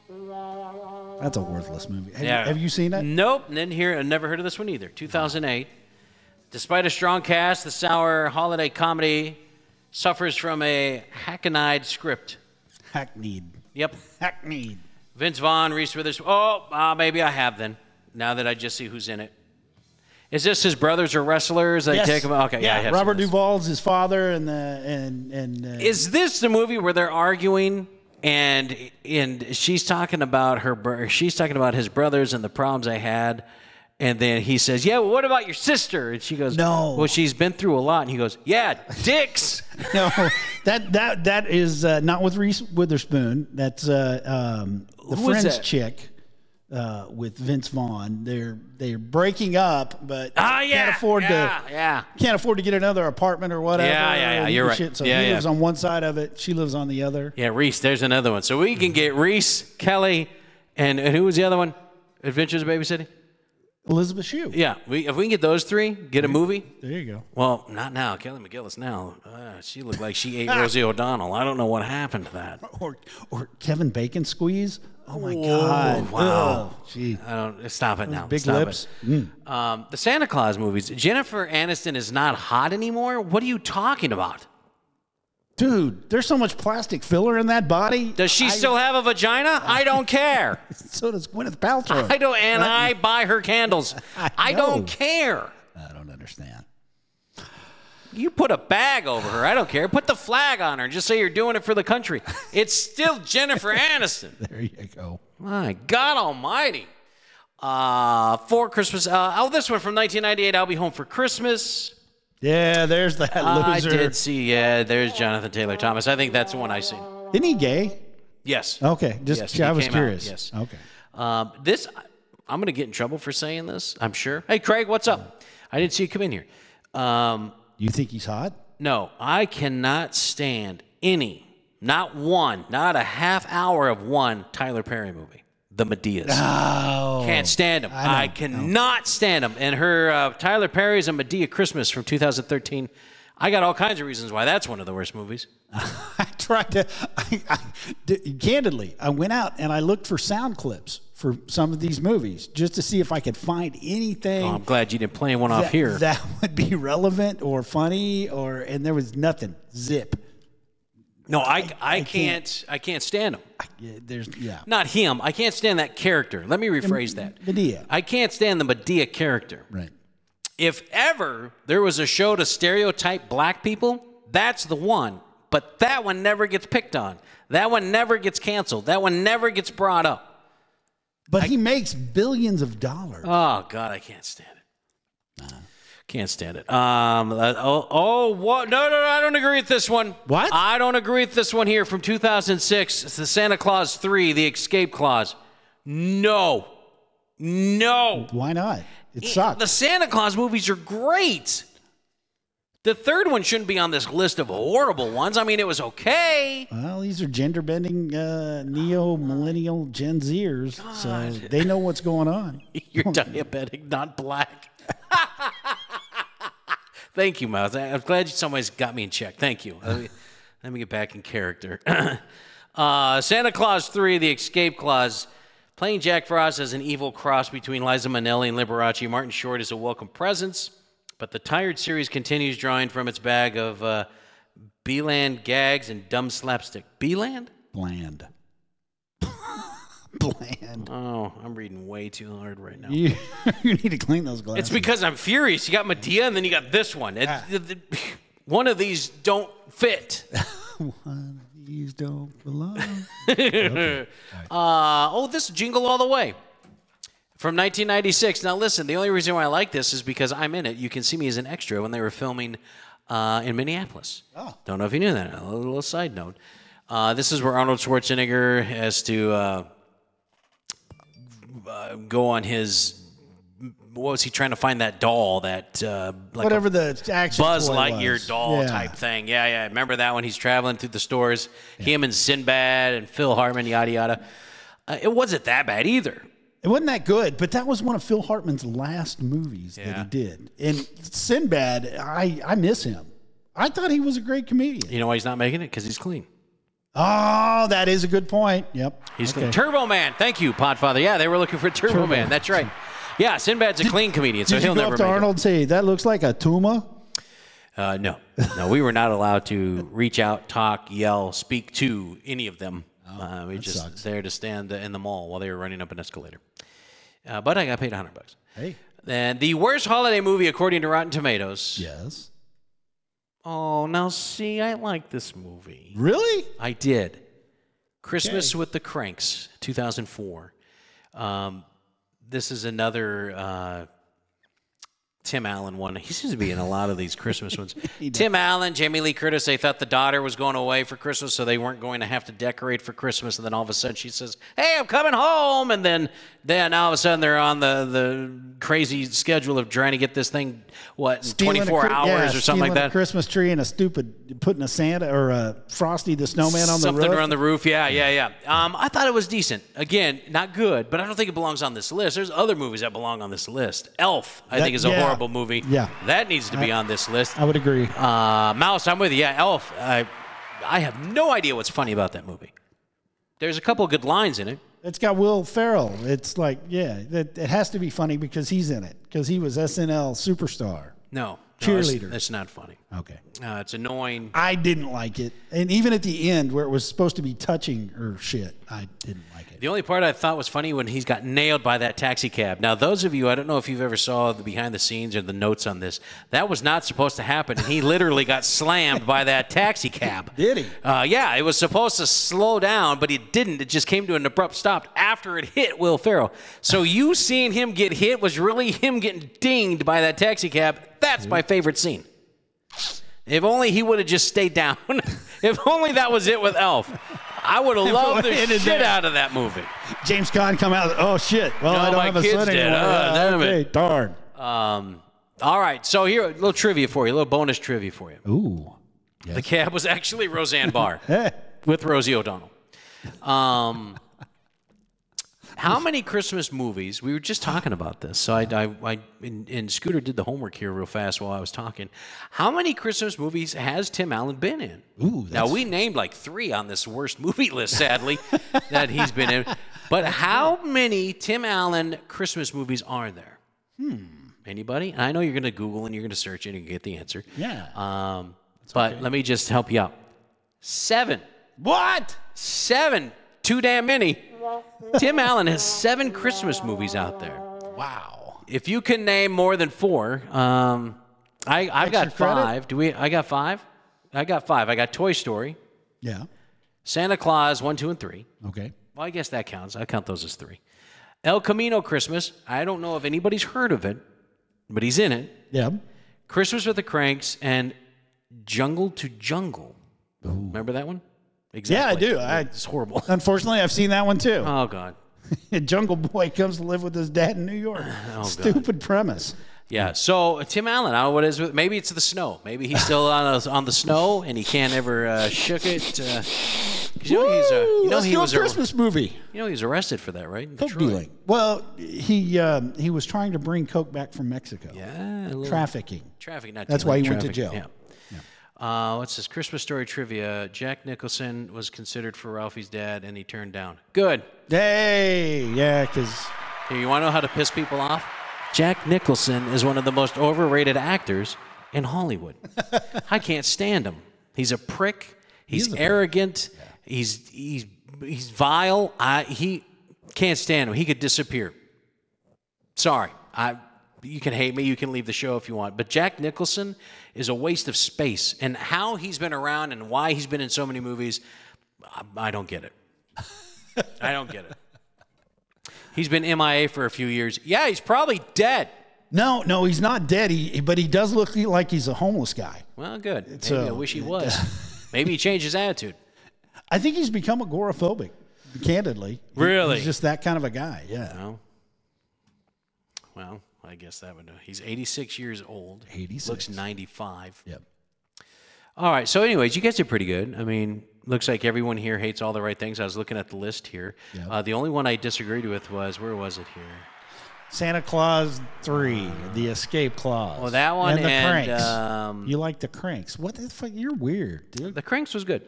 Speaker 2: That's a worthless movie. Have, you- have you seen it?
Speaker 1: Nope, didn't hear. I never heard of this one either. 2008. Despite a strong cast, the sour holiday comedy suffers from a hackneyed script.
Speaker 2: Hackneyed.
Speaker 1: Yep.
Speaker 2: Hackneyed.
Speaker 1: Vince Vaughn, Reese Witherspoon. Oh, uh, maybe I have then. Now that I just see who's in it. Is this his brothers are wrestlers? They take him. Okay, yeah. I have seen
Speaker 2: Robert
Speaker 1: this.
Speaker 2: Duvall's his father, and the and and uh,
Speaker 1: Is this the movie where they're arguing and and she's talking about her bro- she's talking about his brothers and the problems they had, and then he says, "Yeah, well, what about your sister?" And she goes,
Speaker 2: No.
Speaker 1: Well, she's been through a lot." And he goes, "Yeah,
Speaker 2: [LAUGHS]
Speaker 1: dicks."
Speaker 2: [LAUGHS] no that that that is uh, not with Reese Witherspoon. That's uh, um, the
Speaker 1: Who was
Speaker 2: Friends
Speaker 1: that?
Speaker 2: chick uh, with Vince Vaughn. They're they're breaking up, but
Speaker 1: Ah, yeah,
Speaker 2: can't afford
Speaker 1: yeah,
Speaker 2: to
Speaker 1: yeah.
Speaker 2: can't afford to get another apartment or whatever.
Speaker 1: Yeah, yeah, yeah,
Speaker 2: and
Speaker 1: you're
Speaker 2: the
Speaker 1: right.
Speaker 2: Shit. So
Speaker 1: Yeah,
Speaker 2: he
Speaker 1: yeah.
Speaker 2: lives on one side of it. She lives on the other.
Speaker 1: Yeah, Reese. There's another one. So we can get Reese, Kelly, and, and who was the other one? Adventures of Babysitting.
Speaker 2: Elizabeth Shue.
Speaker 1: Yeah, we, if we can get those three, get a
Speaker 2: Mm-hmm.
Speaker 1: movie.
Speaker 2: There you go.
Speaker 1: Well, not now. Kelly McGillis now. Uh, she looked like she
Speaker 2: [LAUGHS]
Speaker 1: ate Rosie O'Donnell. I don't know what happened to that.
Speaker 2: Or or Kevin Bacon squeeze. Oh my
Speaker 1: Whoa,
Speaker 2: God.
Speaker 1: wow.
Speaker 2: Oh, gee.
Speaker 1: I don't stop it now.
Speaker 2: big
Speaker 1: Stop
Speaker 2: lips. Mm.
Speaker 1: it. Um, the Santa Claus movies. Jennifer Aniston is not hot anymore. What are you talking about?
Speaker 2: Dude, there's so much plastic filler in that body.
Speaker 1: Does she
Speaker 2: I-
Speaker 1: still have a vagina? I don't care.
Speaker 2: [LAUGHS] So does Gwyneth Paltrow.
Speaker 1: I don't, and I buy her candles.
Speaker 2: [LAUGHS] I
Speaker 1: I don't
Speaker 2: know.
Speaker 1: care.
Speaker 2: I don't understand. [LAUGHS]
Speaker 1: You put a bag over her. I don't care. Put the flag on her. and Just say you're doing it for the country. It's still Jennifer Aniston.
Speaker 2: There you go.
Speaker 1: My God Almighty. Uh, for Christmas. Uh, oh, this one from 1998. I'll be home for Christmas.
Speaker 2: Yeah, there's that
Speaker 1: I
Speaker 2: loser.
Speaker 1: did see. Yeah, there's Jonathan Taylor Thomas. I think that's the one I seen.
Speaker 2: Isn't he gay?
Speaker 1: Yes.
Speaker 2: Okay, just
Speaker 1: Yes, he
Speaker 2: I was
Speaker 1: came out,
Speaker 2: curious.
Speaker 1: yes.
Speaker 2: Okay.
Speaker 1: Um, this, I'm gonna get in trouble for saying this. I'm sure. Hey, Craig, what's up? I didn't see you come in here. Um,
Speaker 2: You think he's hot?
Speaker 1: no, I cannot stand any, not one, not a half hour of one Tyler Perry movie. The Medeas.
Speaker 2: Oh.
Speaker 1: Can't stand them. I, cannot stand them. And her uh, Tyler Perry's A Medea Christmas from 2013. I got all kinds of reasons why that's one of the worst movies.
Speaker 2: [LAUGHS] I tried to. I, I, d- candidly, I went out and I looked for sound clips for some of these movies just to see if I could find anything.
Speaker 1: Oh, I'm glad you didn't play one off
Speaker 2: that,
Speaker 1: here.
Speaker 2: that [LAUGHS] would be relevant or funny or and there was nothing zip
Speaker 1: no, I, I,
Speaker 2: I
Speaker 1: can't,
Speaker 2: can't.
Speaker 1: I can't stand him.
Speaker 2: I, yeah, there's yeah
Speaker 1: Not him. I can't stand that character. Let me rephrase that.
Speaker 2: Medea.
Speaker 1: I can't stand the Medea character.
Speaker 2: right
Speaker 1: If ever there was a show to stereotype black people, that's the one. But that one never gets picked on. That one never gets canceled. That one never gets brought up.
Speaker 2: but he makes billions of dollars
Speaker 1: Oh God, I can't stand it. Can't stand it. Um. uh, oh, oh. What? No, no, no. I don't agree with this one.
Speaker 2: What?
Speaker 1: I don't agree with this one here from 2006. It's the Santa Claus Three, the Escape Clause. No, no.
Speaker 2: why not it
Speaker 1: The
Speaker 2: sucks
Speaker 1: Santa Claus movies are great. The third one shouldn't be on this list of horrible ones. I mean, it was okay.
Speaker 2: well these are gender bending uh, neo millennial gen zers so they know what's going on
Speaker 1: [LAUGHS] You're diabetic, not black. [LAUGHS] Thank you, Miles. I- I'm glad you somebody's got me in check. Thank you. Let me, let me get back in character. [CLEARS THROAT] uh, Santa Claus 3, The Escape Clause. Playing Jack Frost as an evil cross between Liza Minnelli and Liberace, Martin Short is a welcome presence, but the tired series continues drawing from its bag of uh, B-land gags and dumb slapstick. B-land?
Speaker 2: [LAUGHS] bland bland
Speaker 1: Oh, I'm reading way too hard right now.
Speaker 2: you, [LAUGHS] you need to clean those glasses
Speaker 1: It's because I'm furious. You got Medea, and then you got this one. It- th- th- [LAUGHS] one of these don't fit.
Speaker 2: one of these don't belong
Speaker 1: Uh, oh, this jingle all the way from 1996. Now listen, the only reason why I like this is because I'm in it. You can see me as an extra when they were filming uh, in Minneapolis. Oh. Don't know if you knew that. A little, little side note. Uh, this is where Arnold Schwarzenegger has to uh, uh, go on his what was he trying to find that doll that uh, like a
Speaker 2: Whatever the action
Speaker 1: Buzz
Speaker 2: toy
Speaker 1: Lightyear
Speaker 2: was.
Speaker 1: doll
Speaker 2: Yeah.
Speaker 1: type thing. Yeah, yeah. Remember that when he's traveling through the stores? Him and Sinbad and Phil Hartman, yada yada. Uh, it wasn't that bad either.
Speaker 2: It wasn't that good, but that was one of Phil Hartman's last movies that
Speaker 1: Yeah.
Speaker 2: he did. And Sinbad, I, I miss him. I thought he was a great comedian.
Speaker 1: You know why he's not making it? Because he's clean.
Speaker 2: Oh, that is a good point. Yep.
Speaker 1: He's
Speaker 2: Okay.
Speaker 1: clean. Turbo Man. Thank you, Podfather. Yeah, they were looking for Turbo, Man. That's right. Yeah, Sinbad's a clean comedian, so
Speaker 2: Did
Speaker 1: he'll
Speaker 2: you go
Speaker 1: never
Speaker 2: up to
Speaker 1: make it.
Speaker 2: Arnold and say, that looks like a tumor?
Speaker 1: Uh, no, no, we were not allowed to reach out, talk, yell, speak to any of them. uh, we just
Speaker 2: Oh, sucks.
Speaker 1: there to stand in the mall while they were running up an escalator. Uh, but I got paid 100 bucks.
Speaker 2: Hey.
Speaker 1: And the worst holiday movie according to Rotten Tomatoes.
Speaker 2: Yes.
Speaker 1: Oh, now see, I like this movie.
Speaker 2: Really?
Speaker 1: I did. Christmas with the Cranks, 2004. Um, this is another uh, Tim Allen one. He seems to be in a lot of these Christmas
Speaker 2: [LAUGHS]
Speaker 1: ones. Tim Allen, Jamie Lee Curtis, they thought the daughter was going away for Christmas, so they weren't going to have to decorate for Christmas. And then all of a sudden she says, Hey, I'm coming home. And then, then all of a sudden they're on the, the crazy schedule of trying to get this thing, what, in
Speaker 2: Stealing a
Speaker 1: 24
Speaker 2: Chri-
Speaker 1: hours
Speaker 2: yeah,
Speaker 1: or something like
Speaker 2: stealing a
Speaker 1: that?
Speaker 2: Christmas tree and a stupid putting a Santa or a Frosty the Snowman on
Speaker 1: something
Speaker 2: the roof.
Speaker 1: around the roof. Yeah, yeah, yeah. Um, I thought it was decent. Again, not good, but I don't think it belongs on this list. There's other movies that belong on this list. Elf, I
Speaker 2: That-
Speaker 1: think, is a
Speaker 2: yeah.
Speaker 1: horrible movie.
Speaker 2: Yeah. Uh,
Speaker 1: that needs to be on this list.
Speaker 2: I would agree.
Speaker 1: Uh, Mouse, I'm with you. Yeah, Elf. I, I have no idea what's funny about that movie. There's a couple of good lines in it.
Speaker 2: It's got Will Ferrell. It's like, yeah, it, it has to be funny because he's in it because he was SNL superstar.
Speaker 1: No, no, it's-
Speaker 2: Cheerleader.
Speaker 1: It's not funny.
Speaker 2: Okay.
Speaker 1: Uh, it's annoying.
Speaker 2: I didn't like it, and even at the end where it was supposed to be touching or shit, I didn't like it.
Speaker 1: The only part I thought was funny when he's got nailed by that taxi cab. Now, those of you, I don't know if you've ever saw the behind the scenes or the notes on this. That was not supposed to happen. and He [LAUGHS] literally got slammed by that taxi cab.
Speaker 2: [LAUGHS] Did he?
Speaker 1: Uh, yeah, it was supposed to slow down, but it didn't. It just came to an abrupt stop after it hit Will Ferrell. So you seeing him get hit was really him getting dinged by that taxi cab. That's my favorite scene. If only he would have just stayed down. [LAUGHS] if only that was it with Elf. I would have loved the
Speaker 2: only it had
Speaker 1: shit
Speaker 2: been.
Speaker 1: out of that movie.
Speaker 2: James Caan come out. Oh shit! Well,
Speaker 1: No,
Speaker 2: I don't
Speaker 1: my
Speaker 2: have a
Speaker 1: kids
Speaker 2: son
Speaker 1: did.
Speaker 2: anymore.
Speaker 1: Ah, damn it.
Speaker 2: okay, darn.
Speaker 1: Um, all right, so here a little trivia for you, a little bonus trivia for you.
Speaker 2: Ooh.
Speaker 1: The cab was actually Roseanne
Speaker 2: [LAUGHS]
Speaker 1: Barr
Speaker 2: Eh.
Speaker 1: with Rosie O'Donnell. Um, how many Christmas movies? We were just talking about this, so I, I, I and, and Scooter did the homework here real fast while I was talking. How many Christmas movies has Tim Allen been in?
Speaker 2: Ooh,
Speaker 1: now
Speaker 2: that's-
Speaker 1: we named like three on this worst movie list,
Speaker 2: [LAUGHS]
Speaker 1: sadly, that he's been in. But how many Tim Allen Christmas movies are there?
Speaker 2: Hmm.
Speaker 1: Anybody? And I know you're going to Google and you're going to search and you get the answer.
Speaker 2: Yeah.
Speaker 1: Um, but let me just help you out. Seven.
Speaker 2: What?
Speaker 1: Seven. Too damn many. Tim Allen has seven Christmas movies out there.
Speaker 2: Wow.
Speaker 1: If you can name more than four, um, I, I've got
Speaker 2: Extra credit?
Speaker 1: five. Do we? I got five. I got five. I got Toy Story,
Speaker 2: Yeah.
Speaker 1: Santa Claus one, two, and three.
Speaker 2: Okay.
Speaker 1: Well, I guess that counts. I count those as three. El Camino Christmas. I don't know if anybody's heard of it, but he's in it.
Speaker 2: Yeah.
Speaker 1: Christmas with the Cranks and Jungle to Jungle. Remember that one?
Speaker 2: Yeah, I do. I, [LAUGHS]
Speaker 1: It's horrible.
Speaker 2: unfortunately, I've seen that one too.
Speaker 1: Oh God.
Speaker 2: [LAUGHS] Jungle Boy comes to live with his dad in
Speaker 1: [SIGHS]
Speaker 2: New York.
Speaker 1: Oh,
Speaker 2: Stupid premise. Hmm.
Speaker 1: Yeah. So uh, Tim Allen, I don't know what it is with. Maybe it's the snow. Maybe he's still on a, on the snow and he can't ever uh, shook it. Uh, 'cause you know he's a,
Speaker 2: Woo!
Speaker 1: you know
Speaker 2: Let's
Speaker 1: he
Speaker 2: do a
Speaker 1: was
Speaker 2: Christmas movie.
Speaker 1: A, you know he was arrested for that, right? In
Speaker 2: Coke
Speaker 1: Detroit.
Speaker 2: dealing. Well, he um, he was trying to bring coke back from Mexico.
Speaker 1: Yeah. a little-
Speaker 2: Trafficking.
Speaker 1: Traffic. Not
Speaker 2: That's
Speaker 1: dealing,
Speaker 2: why he went to
Speaker 1: traffic,
Speaker 2: jail.
Speaker 1: Yeah. Uh, what's this Christmas story trivia? Jack Nicholson was considered for Ralphie's dad, and he turned down. Good.
Speaker 2: Hey, yeah, because
Speaker 1: Here, you want to know how to piss people off? Jack Nicholson is one of the most overrated actors in Hollywood. I can't stand him. He's a prick. He's arrogant. He's he's he's vile. I he can't stand him. He could disappear. Sorry. I you can hate me, you can leave the show if you want. But Jack Nicholson is a waste of space. And how he's been around and why he's been in so many movies, I, I don't get it. I don't get it. He's been MIA for a few years. Yeah, he's probably dead.
Speaker 2: no, no, he's not dead. He but he does look like he's a homeless guy.
Speaker 1: Well, good. Maybe I
Speaker 2: uh,
Speaker 1: wish he
Speaker 2: [LAUGHS]
Speaker 1: was. Maybe he changed his attitude.
Speaker 2: I think he's become agoraphobic. Candidly, He-
Speaker 1: Really?
Speaker 2: he's just that kind of a guy. Yeah.
Speaker 1: No. Well, I guess that would. He's 86 years old.
Speaker 2: 86.
Speaker 1: Looks 95.
Speaker 2: Yep.
Speaker 1: All right. So, anyways, you guys are pretty good. I mean, looks like everyone here hates all the right things. I was looking at the list here. Uh, the only one I disagreed with was where was it here?
Speaker 2: Santa Claus Three, the Escape Clause.
Speaker 1: Well, that one
Speaker 2: and the
Speaker 1: and,
Speaker 2: cranks.
Speaker 1: um,
Speaker 2: you like the cranks? What the fuck? You're weird, dude.
Speaker 1: The Cranks was good.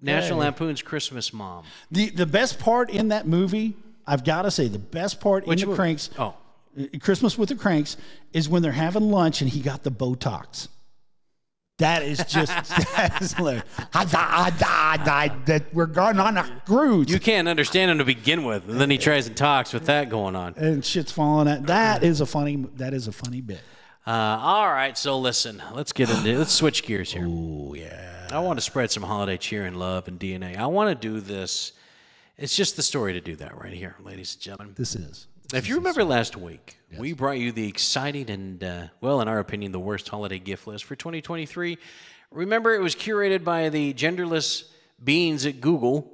Speaker 1: National
Speaker 2: Okay.
Speaker 1: Lampoon's Christmas Mom.
Speaker 2: The the best part in that movie, I've got to say, the best part
Speaker 1: Which
Speaker 2: in the
Speaker 1: movie?
Speaker 2: Cranks, uh,
Speaker 1: Oh,
Speaker 2: Christmas with the Cranks, is when they're having lunch and he got the Botox. That is just [LAUGHS] that is hilarious. I, I, I, I, that we're going on a cruise
Speaker 1: you can't understand him to begin with, and then he tries and talks with that going on.
Speaker 2: and shit's falling out. That is a funny. That is a funny bit.
Speaker 1: Uh, all right, so listen, let's get into let's switch gears here. Oh yeah. I want to spread some holiday cheer and love and DNA. I want to do this. It's just the story to do that right here, ladies and gentlemen.
Speaker 2: This is.
Speaker 1: Now, if you remember last week, we brought you the exciting and, uh, well, in our opinion, the worst holiday gift list for 2023. Remember, it was curated by the genderless beings at Google.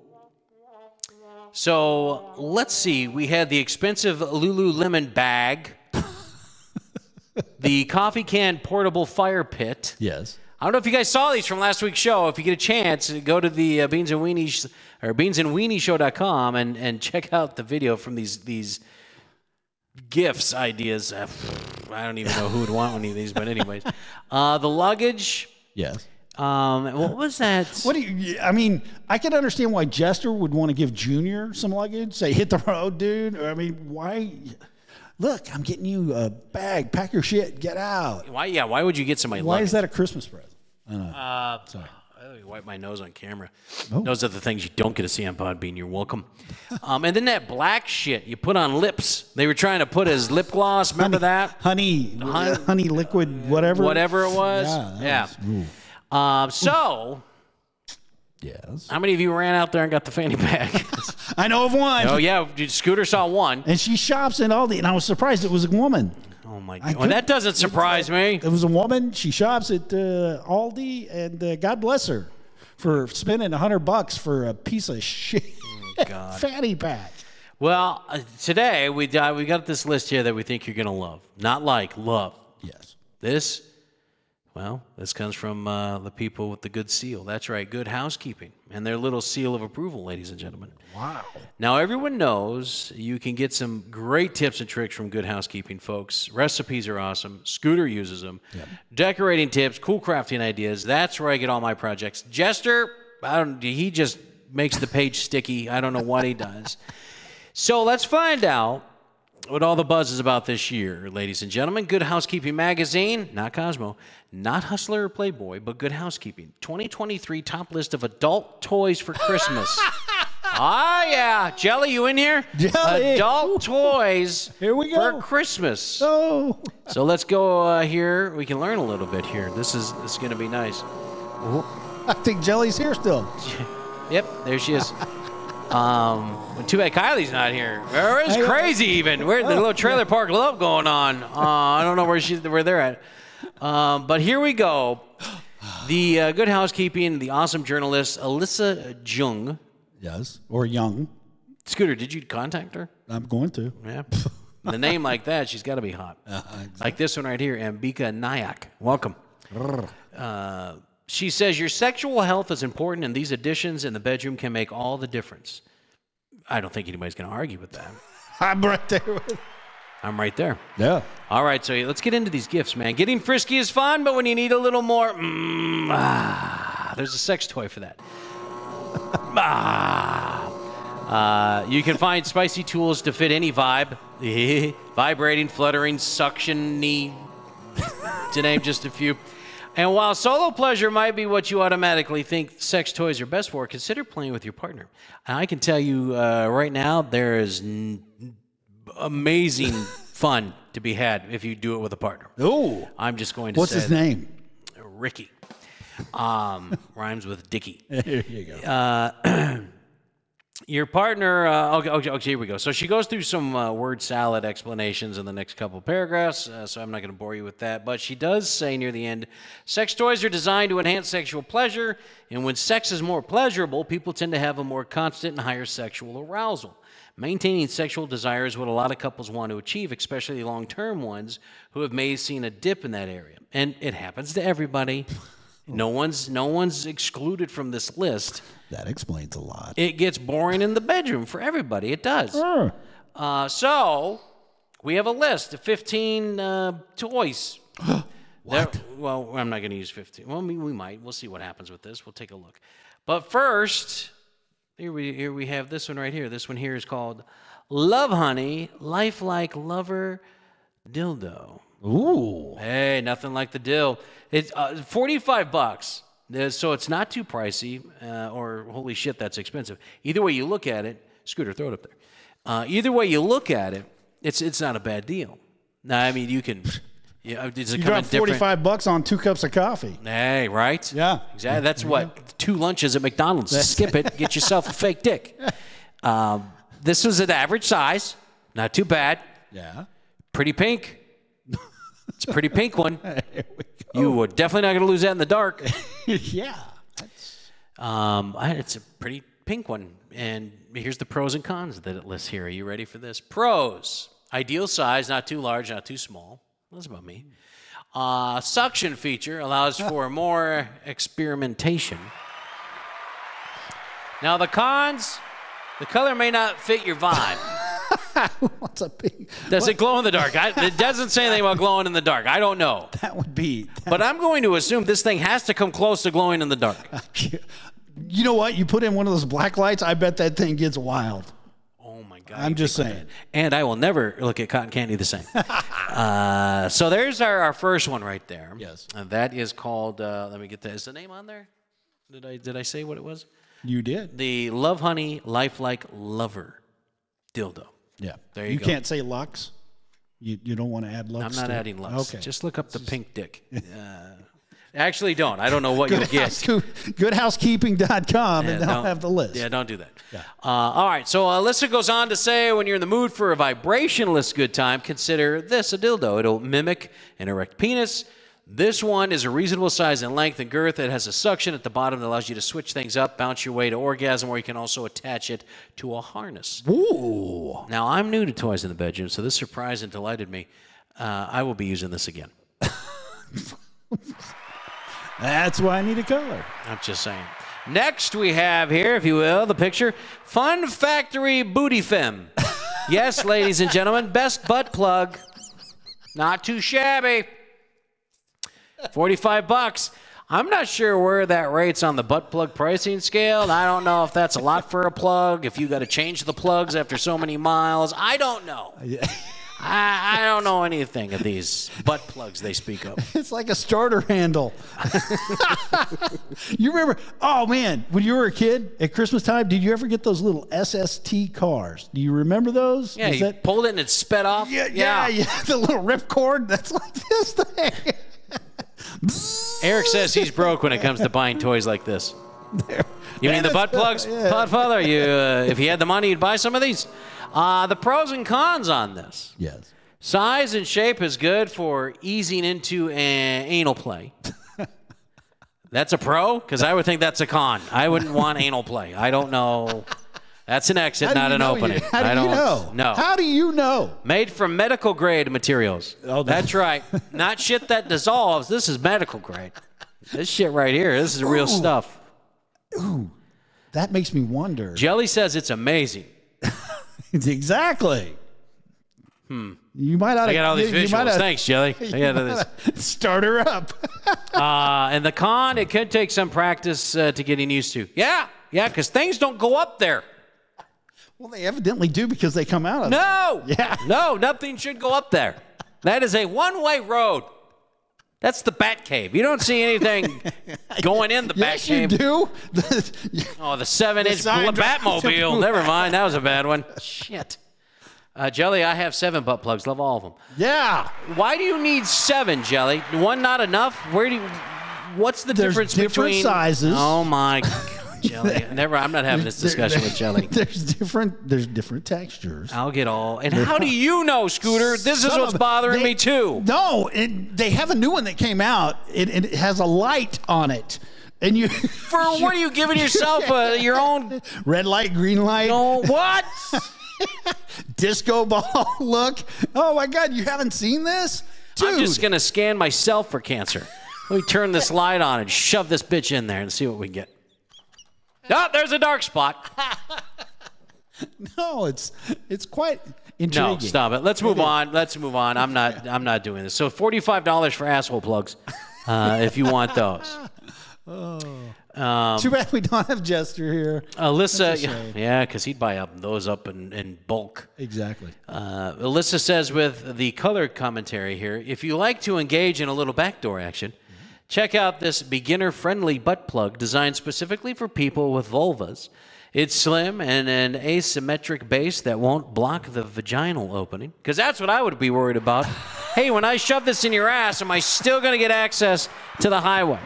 Speaker 1: So let's see. We had the expensive Lululemon bag, the coffee can portable fire pit.
Speaker 2: Yes.
Speaker 1: I don't know if you guys saw these from last week's show. If you get a chance, go to the uh, Beans and Weenies or beansandweenieshow.com and and check out the video from these these gifts ideas. Uh, I don't even know who would want one of these, but anyways,
Speaker 2: [LAUGHS]
Speaker 1: uh, the luggage.
Speaker 2: Yes.
Speaker 1: Um, what was that?
Speaker 2: What do you? I mean, I can understand why Jester would want to give Junior some luggage. Say, hit the road, dude. I mean, why? Look, I'm getting you a bag. Pack your shit. Get out.
Speaker 1: Why? Yeah. Why would you get somebody?
Speaker 2: Why
Speaker 1: luggage?
Speaker 2: is that a Christmas present? I don't know.
Speaker 1: I wipe my nose on camera.
Speaker 2: Oh.
Speaker 1: Those are the things you don't get to see on Podbean. You're welcome. um, and then that black shit you put on lips. They were trying to put as lip
Speaker 2: [LAUGHS]
Speaker 1: gloss. Remember that?
Speaker 2: honey,
Speaker 1: Hun-
Speaker 2: honey liquid, whatever.
Speaker 1: Whatever it was.
Speaker 2: Yeah,
Speaker 1: Yeah.
Speaker 2: that
Speaker 1: Um, so,
Speaker 2: Yes.
Speaker 1: how many of you ran out there and got the fanny pack? [LAUGHS]
Speaker 2: I know of one.
Speaker 1: oh yeah, dude, Scooter saw one.
Speaker 2: And she shops in Aldi, and I was surprised it was a woman.
Speaker 1: Oh my
Speaker 2: I
Speaker 1: god, well, that
Speaker 2: couldn't-
Speaker 1: doesn't surprise
Speaker 2: [LAUGHS]
Speaker 1: me.
Speaker 2: It was a woman. She shops at uh, Aldi, and uh, God bless her for spending a hundred bucks for a piece of shit [LAUGHS] fatty pack.
Speaker 1: Well, uh, today we uh, we got this list here that we think you're gonna love, not like love.
Speaker 2: Yes.
Speaker 1: This, well, this comes from uh, the people with the good seal. That's right, good housekeeping and their little seal of approval, ladies and gentlemen.
Speaker 2: Wow.
Speaker 1: Now, everyone knows you can get some great tips and tricks from Good Housekeeping, folks. Recipes are awesome. Scooter uses them. Decorating tips, cool crafting ideas. That's where I get all my projects. Jester, I don't. He just makes the page sticky. I don't know what he does. So let's find out what all the buzz is about this year, ladies and gentlemen. Good Housekeeping magazine, not Cosmo, not Hustler or Playboy, but Good Housekeeping. 2023 top list of adult toys for
Speaker 2: [LAUGHS]
Speaker 1: Christmas. Ah, yeah. Jelly, you in here?
Speaker 2: Jelly.
Speaker 1: Adult toys
Speaker 2: Here we
Speaker 1: for
Speaker 2: go.
Speaker 1: Christmas.
Speaker 2: Oh.
Speaker 1: So let's go uh, here. We can learn a little bit here. This is this is gonna be nice.
Speaker 2: [LAUGHS] I think Jelly's here still.
Speaker 1: Yep, there she is. Um, well, too bad Kylie's not here. Where is
Speaker 2: Hey,
Speaker 1: crazy even? Where the little trailer park love going on? Uh, I don't know where she where they're at. Um, but here we go. The uh, good housekeeping, the awesome journalist Alyssa Jung.
Speaker 2: Yes. Or young.
Speaker 1: Scooter, did you contact her?
Speaker 2: I'm going to.
Speaker 1: [LAUGHS] Yeah. the name like that, she's got to be hot. Like this one right here, Ambika Nayak. Welcome. Uh, she says your sexual health is important, and these additions in the bedroom can make all the difference. I don't think anybody's going to argue with that.
Speaker 2: I'm right there with.
Speaker 1: I'm right there.
Speaker 2: Yeah.
Speaker 1: All right, so let's get into these gifts, man. Getting frisky is fun, but when you need a little more, mm, ah, there's a sex toy for that. [LAUGHS] ah. uh, you can find spicy tools to fit any vibe [LAUGHS] vibrating, fluttering, suctiony, to name just a few. And while solo pleasure might be what you automatically think sex toys are best for, consider playing with your partner. And I can tell you uh, right now, there is n- amazing [LAUGHS] fun to be had if you do it with a partner.
Speaker 2: Oh.
Speaker 1: I'm just going to
Speaker 2: What's
Speaker 1: say
Speaker 2: his name?
Speaker 1: that. Ricky. Um, [LAUGHS] rhymes with Dicky.
Speaker 2: There you go.
Speaker 1: Your partner. Uh, okay, okay, okay, here we go. So she goes through some uh, word salad explanations in the next couple paragraphs. Uh, so I'm not going to bore you with that. But she does say near the end, sex toys are designed to enhance sexual pleasure, and when sex is more pleasurable, people tend to have a more constant and higher sexual arousal. Maintaining sexual desire is what a lot of couples want to achieve, especially long term ones who have may have seen a dip in that area. And it happens to everybody. No one's no one's excluded from this list.
Speaker 2: That explains a lot.
Speaker 1: It gets boring in the bedroom for everybody. It does. Uh, so we have a list of 15 uh, toys. what? well, I'm not going to use 15. Well, we, we might. We'll see what happens with this. We'll take a look. But first, here we here we have this one right here. This one here is called Love Honey Lifelike Lover Dildo.
Speaker 2: Ooh.
Speaker 1: Hey, nothing like the dill. It's uh, 45 bucks. Uh, So it's not too pricey uh, or holy shit, that's expensive. Either way you look at it, scooter, throw it up there. Uh, either way you look at it, it's it's not a bad deal. Now, I mean, you can. Yeah, does it
Speaker 2: You
Speaker 1: come in
Speaker 2: dropped
Speaker 1: different-
Speaker 2: 45 bucks on two cups of coffee.
Speaker 1: Hey, right?
Speaker 2: Yeah.
Speaker 1: Exactly. That's what two lunches at McDonald's. Skip it. Get yourself a fake dick. Um, this was an average size. Not too bad.
Speaker 2: Yeah.
Speaker 1: Pretty pink. It's a pretty pink one. You were definitely not going to lose that in the dark.
Speaker 2: [LAUGHS] yeah.
Speaker 1: Um, I- it's a pretty pink one. And here's the pros and cons that it lists here. Are you ready for this? Pros ideal size, not too large, not too small. That's about me. Uh, suction feature allows for more experimentation. Now, the cons the color may not fit your vibe.
Speaker 2: What's a big? [LAUGHS]
Speaker 1: Does it glow in the dark? I, it doesn't say anything about glowing in the dark. I don't know.
Speaker 2: That would be. [LAUGHS]
Speaker 1: But I'm going to assume this thing has to come close to glowing in the dark.
Speaker 2: You know what? You put in one of those black lights, I bet that thing gets wild.
Speaker 1: Oh my God.
Speaker 2: I'm just saying.
Speaker 1: and I will never look at cotton candy the
Speaker 2: [LAUGHS]
Speaker 1: same. uh, so there's our, our first one right there.
Speaker 2: Yes.
Speaker 1: And that is called. Uh, let me get that. Is the name on there? Did I did I say what it was?
Speaker 2: You did.
Speaker 1: The Love Honey Lifelike Lover dildo.
Speaker 2: Yeah.
Speaker 1: There you
Speaker 2: You
Speaker 1: go.
Speaker 2: can't say Lux. You, you don't want to add Lux.
Speaker 1: I'm not
Speaker 2: to it.
Speaker 1: adding lux.
Speaker 2: Okay. [LAUGHS]
Speaker 1: Just look up the pink dick. Uh, actually, don't. I don't know what you'll get.
Speaker 2: [LAUGHS] Goodhousekeeping.com, and
Speaker 1: Yeah,
Speaker 2: they'll
Speaker 1: don't-
Speaker 2: have the list.
Speaker 1: Yeah, don't do that. Uh, all right. So Alyssa goes on to say, when you're in the mood for a vibrationless good time, consider this a dildo. It'll mimic an erect penis. This one is a reasonable size in length and girth. It has a suction at the bottom that allows you to switch things up, bounce your way to orgasm, or you can also attach it to a harness.
Speaker 2: Ooh.
Speaker 1: Now, I'm new to toys in the bedroom, so this surprised and delighted me. Uh, I will be using this again.
Speaker 2: That's why I need a color.
Speaker 1: I'm just saying. Next, we have here, if you will, the picture Fun Factory Booty
Speaker 2: [LAUGHS]
Speaker 1: Fem. yes, ladies and gentlemen, best butt plug. Not too shabby. 45 bucks. I'm not sure where that rate's on the butt plug pricing scale. and I don't know if that's a lot for a plug, if you got to change the plugs after so many miles. I don't know.
Speaker 2: Uh,
Speaker 1: [LAUGHS] I, I don't know anything of these butt plugs they speak of.
Speaker 2: [LAUGHS] It's like a starter handle. [LAUGHS] you remember, oh man, when you were a kid at Christmas time, did you ever get those little SST cars? Do you remember those?
Speaker 1: Yeah,
Speaker 2: Was
Speaker 1: you
Speaker 2: that- [LAUGHS]
Speaker 1: pulled it and it sped off.
Speaker 2: yeah, yeah, yeah, The little rip cord that's like this thing. [LAUGHS]
Speaker 1: Eric says he's broke when it comes to buying toys like this. You mean the butt plugs,
Speaker 2: Yeah.
Speaker 1: Podfather? You, uh, if you had the money, you'd buy some of these. Uh, the pros and cons on this:
Speaker 2: Yes.
Speaker 1: size and shape is good for easing into an anal play. [LAUGHS] That's a pro, because I would think that's a con. I wouldn't want anal play. I don't know. That's an exit,
Speaker 2: How do
Speaker 1: not
Speaker 2: you
Speaker 1: an
Speaker 2: know you-
Speaker 1: opening.
Speaker 2: [LAUGHS] How do
Speaker 1: I don't
Speaker 2: you know?
Speaker 1: No.
Speaker 2: How do you know?
Speaker 1: Made from medical grade materials.
Speaker 2: [LAUGHS] Oh, that-
Speaker 1: That's right. Not shit that dissolves. This is medical grade. This shit right here, this is real stuff.
Speaker 2: That makes me wonder.
Speaker 1: Jelly says it's amazing.
Speaker 2: [LAUGHS] exactly. Hmm. You might ought
Speaker 1: I got all these
Speaker 2: you, you might
Speaker 1: visuals.
Speaker 2: oughta-
Speaker 1: Thanks,
Speaker 2: [LAUGHS]
Speaker 1: Jelly. I got all this.
Speaker 2: Start her up. [LAUGHS]
Speaker 1: Uh, and the con, it could take some practice uh, to getting used to. Yeah, yeah, because things don't go up there.
Speaker 2: well, they evidently do because they come out of
Speaker 1: No.
Speaker 2: Yeah.
Speaker 1: No, nothing should go up there. That is a one-way road. That's the Bat Cave. You don't see
Speaker 2: [LAUGHS]
Speaker 1: anything going in the Bat
Speaker 2: Yes, you
Speaker 1: Cave.
Speaker 2: do. [LAUGHS]
Speaker 1: Oh, the seven inch
Speaker 2: sign
Speaker 1: bl-
Speaker 2: drive- [LAUGHS]
Speaker 1: Batmobile. Never mind. That was a bad one. Shit. Uh, Jelly, I have seven butt plugs. Love all of them.
Speaker 2: yeah.
Speaker 1: Why do you need seven, Jelly? One not enough? Where do you. What's the
Speaker 2: There's
Speaker 1: difference
Speaker 2: different
Speaker 1: between.
Speaker 2: sizes.
Speaker 1: Oh, my. God,
Speaker 2: [LAUGHS]
Speaker 1: Jelly. Never. I'm not having this discussion with Jelly.
Speaker 2: There's different. There's different textures.
Speaker 1: I'll get all. And how do you know, Scooter? This is
Speaker 2: Son
Speaker 1: what's
Speaker 2: of a-
Speaker 1: bothering
Speaker 2: they-
Speaker 1: me, too.
Speaker 2: No, it, they have a new one that came out. It, it has a light on it, and [LAUGHS] you [LAUGHS]
Speaker 1: For what are you giving yourself uh, your own.
Speaker 2: red light, green light.
Speaker 1: No, what?
Speaker 2: disco [LAUGHS] ball look. Oh my God, you haven't seen this? Dude,
Speaker 1: I'm just gonna scan myself for cancer. Let me turn this light on and shove this bitch in there and see what we get. Oh, there's a dark spot.
Speaker 2: [LAUGHS] no, it's it's quite intriguing.
Speaker 1: No, stop it. Let's move on. Let's move on. I'm not. I'm not doing this. So forty-five dollars for asshole plugs, uh, if you want
Speaker 2: [LAUGHS]
Speaker 1: those.
Speaker 2: Too bad we don't have Jester here.
Speaker 1: Alyssa,
Speaker 2: shame.
Speaker 1: yeah, because he'd buy up those up in, in bulk.
Speaker 2: Exactly.
Speaker 1: Uh, Alyssa says with the color commentary here, if you like to engage in a little backdoor action, check out this beginner-friendly butt plug designed specifically for people with vulvas. It's slim and an asymmetric base that won't block the vaginal opening, because that's what I would be worried about. hey, when I shove this in your ass, am I still going to get access to the highway?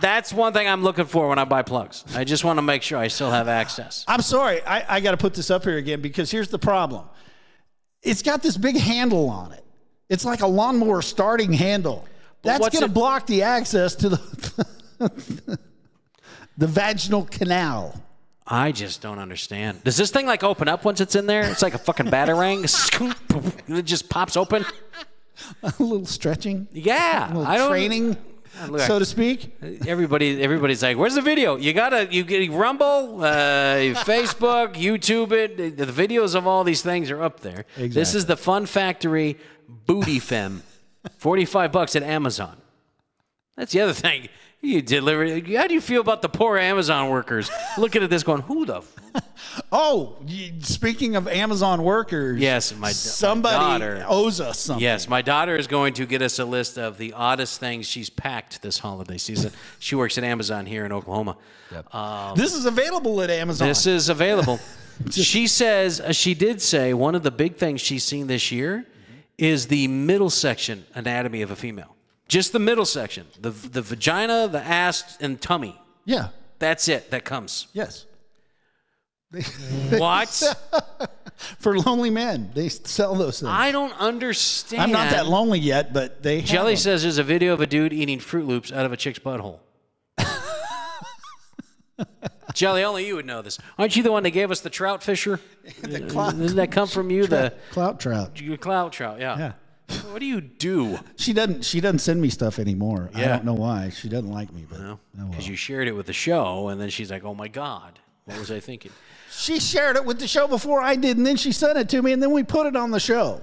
Speaker 1: That's one thing I'm looking for when I buy plugs. I just want to make sure I still have access.
Speaker 2: I'm sorry, I, I got to put this up here again because here's the problem. It's got this big handle on it. It's like a lawnmower starting handle. That's
Speaker 1: what's
Speaker 2: going to
Speaker 1: it-
Speaker 2: block the access to the [LAUGHS] the vaginal canal. [LAUGHS]
Speaker 1: I just don't understand. Does this thing like open up once it's in there? It's like a fucking batarang. [LAUGHS] Scoop, poof, and it just pops open.
Speaker 2: a little stretching,
Speaker 1: Yeah,
Speaker 2: a little
Speaker 1: I don't.
Speaker 2: training,
Speaker 1: Look,
Speaker 2: so to speak.
Speaker 1: Everybody, everybody's like, "Where's the video?" You gotta, you get Rumble, uh, [LAUGHS] Facebook, YouTube. It. The videos of all these things are up there. This
Speaker 2: Exactly.
Speaker 1: is the Fun Factory Booty Fem, forty-five bucks at Amazon. That's the other thing. You deliver. How do you feel about the poor Amazon workers looking at this, going, "Who the f-
Speaker 2: Oh, y- speaking of Amazon workers,
Speaker 1: Yes, my- my
Speaker 2: somebody
Speaker 1: daughter.
Speaker 2: owes us something.
Speaker 1: Yes, my daughter is going to get us a list of the oddest things she's packed this holiday season. she works at Amazon here in Oklahoma.
Speaker 2: this is available at Amazon.
Speaker 1: This is
Speaker 2: [LAUGHS]
Speaker 1: available. she says uh, she did say one of the big things she's seen this year is the middle section anatomy of a female. Just the middle section, the the vagina, the ass, and tummy.
Speaker 2: yeah,
Speaker 1: That's it. That comes.
Speaker 2: yes,
Speaker 1: What?
Speaker 2: for lonely men, they sell those things.
Speaker 1: I don't understand.
Speaker 2: I'm not that lonely yet, but they have
Speaker 1: Jelly
Speaker 2: them.
Speaker 1: says there's a video of a dude eating Fruit Loops out of a chick's
Speaker 2: [LAUGHS]
Speaker 1: butthole. Jelly, only you would know this. Aren't you the one that gave us the trout fisher?
Speaker 2: the clout,
Speaker 1: Doesn't that come from you, the
Speaker 2: clout trout.
Speaker 1: your clout trout? Yeah.
Speaker 2: Yeah,
Speaker 1: [LAUGHS] What do you do?
Speaker 2: she doesn't. She doesn't send me stuff anymore. I
Speaker 1: Yeah.
Speaker 2: don't know why. She doesn't like me, but
Speaker 1: Because
Speaker 2: oh well.
Speaker 1: you shared it with the show, and then she's like, "Oh my God, what was I thinking?"
Speaker 2: she shared it with the show before I did, and then she sent it to me, and then we put it on the show.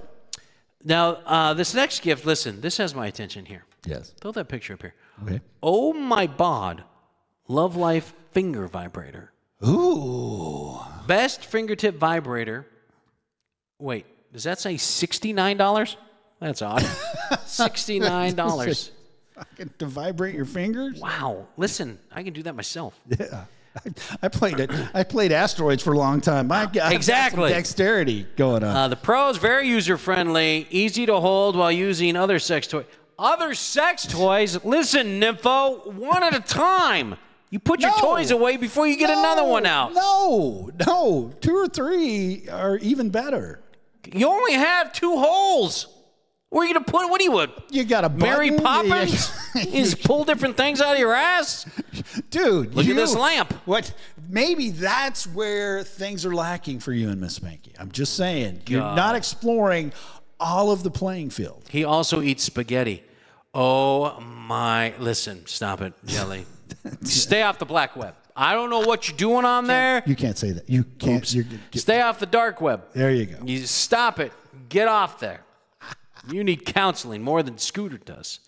Speaker 1: Now, uh, this next gift, listen, this has my attention here.
Speaker 2: Yes.
Speaker 1: Throw that picture up here.
Speaker 2: Okay.
Speaker 1: Oh my bod, Love Life finger vibrator.
Speaker 2: [LAUGHS] Ooh.
Speaker 1: Best fingertip vibrator. Wait, does that say sixty-nine dollars? That's
Speaker 2: [LAUGHS]
Speaker 1: odd. Sixty-nine dollars.
Speaker 2: Fucking to vibrate your fingers.
Speaker 1: Wow. Listen, I can do that myself.
Speaker 2: Yeah. I, [LAUGHS] I played it. I played asteroids for a long time. My God,
Speaker 1: Exactly.
Speaker 2: dexterity going on.
Speaker 1: Uh, the Pro is very user friendly, easy to hold while using other sex toys. Other sex toys? Listen, Nympho, one at a time. You put your
Speaker 2: No.
Speaker 1: toys away before you get another
Speaker 2: No,
Speaker 1: one out.
Speaker 2: No, no, two or three are even better.
Speaker 1: You only have two holes. Where are you going to put? What are you, a
Speaker 2: You got a [LAUGHS]
Speaker 1: Mary
Speaker 2: button,
Speaker 1: Poppins?
Speaker 2: [LAUGHS] you-
Speaker 1: You just pull different things out of your ass?
Speaker 2: dude.
Speaker 1: Look at
Speaker 2: you-
Speaker 1: this lamp.
Speaker 2: What? Maybe that's where things are lacking for you and Miss Spanky. I'm just saying, you're not exploring all of the playing field.
Speaker 1: He also eats spaghetti. Oh my! Listen, stop it, Jelly. Stay off the black web. I don't know what you're doing on there.
Speaker 2: You can't say that. You can't. You're, get-
Speaker 1: Stay off the dark web.
Speaker 2: there you go.
Speaker 1: You stop it. Get off there. You need counseling more than Scooter does.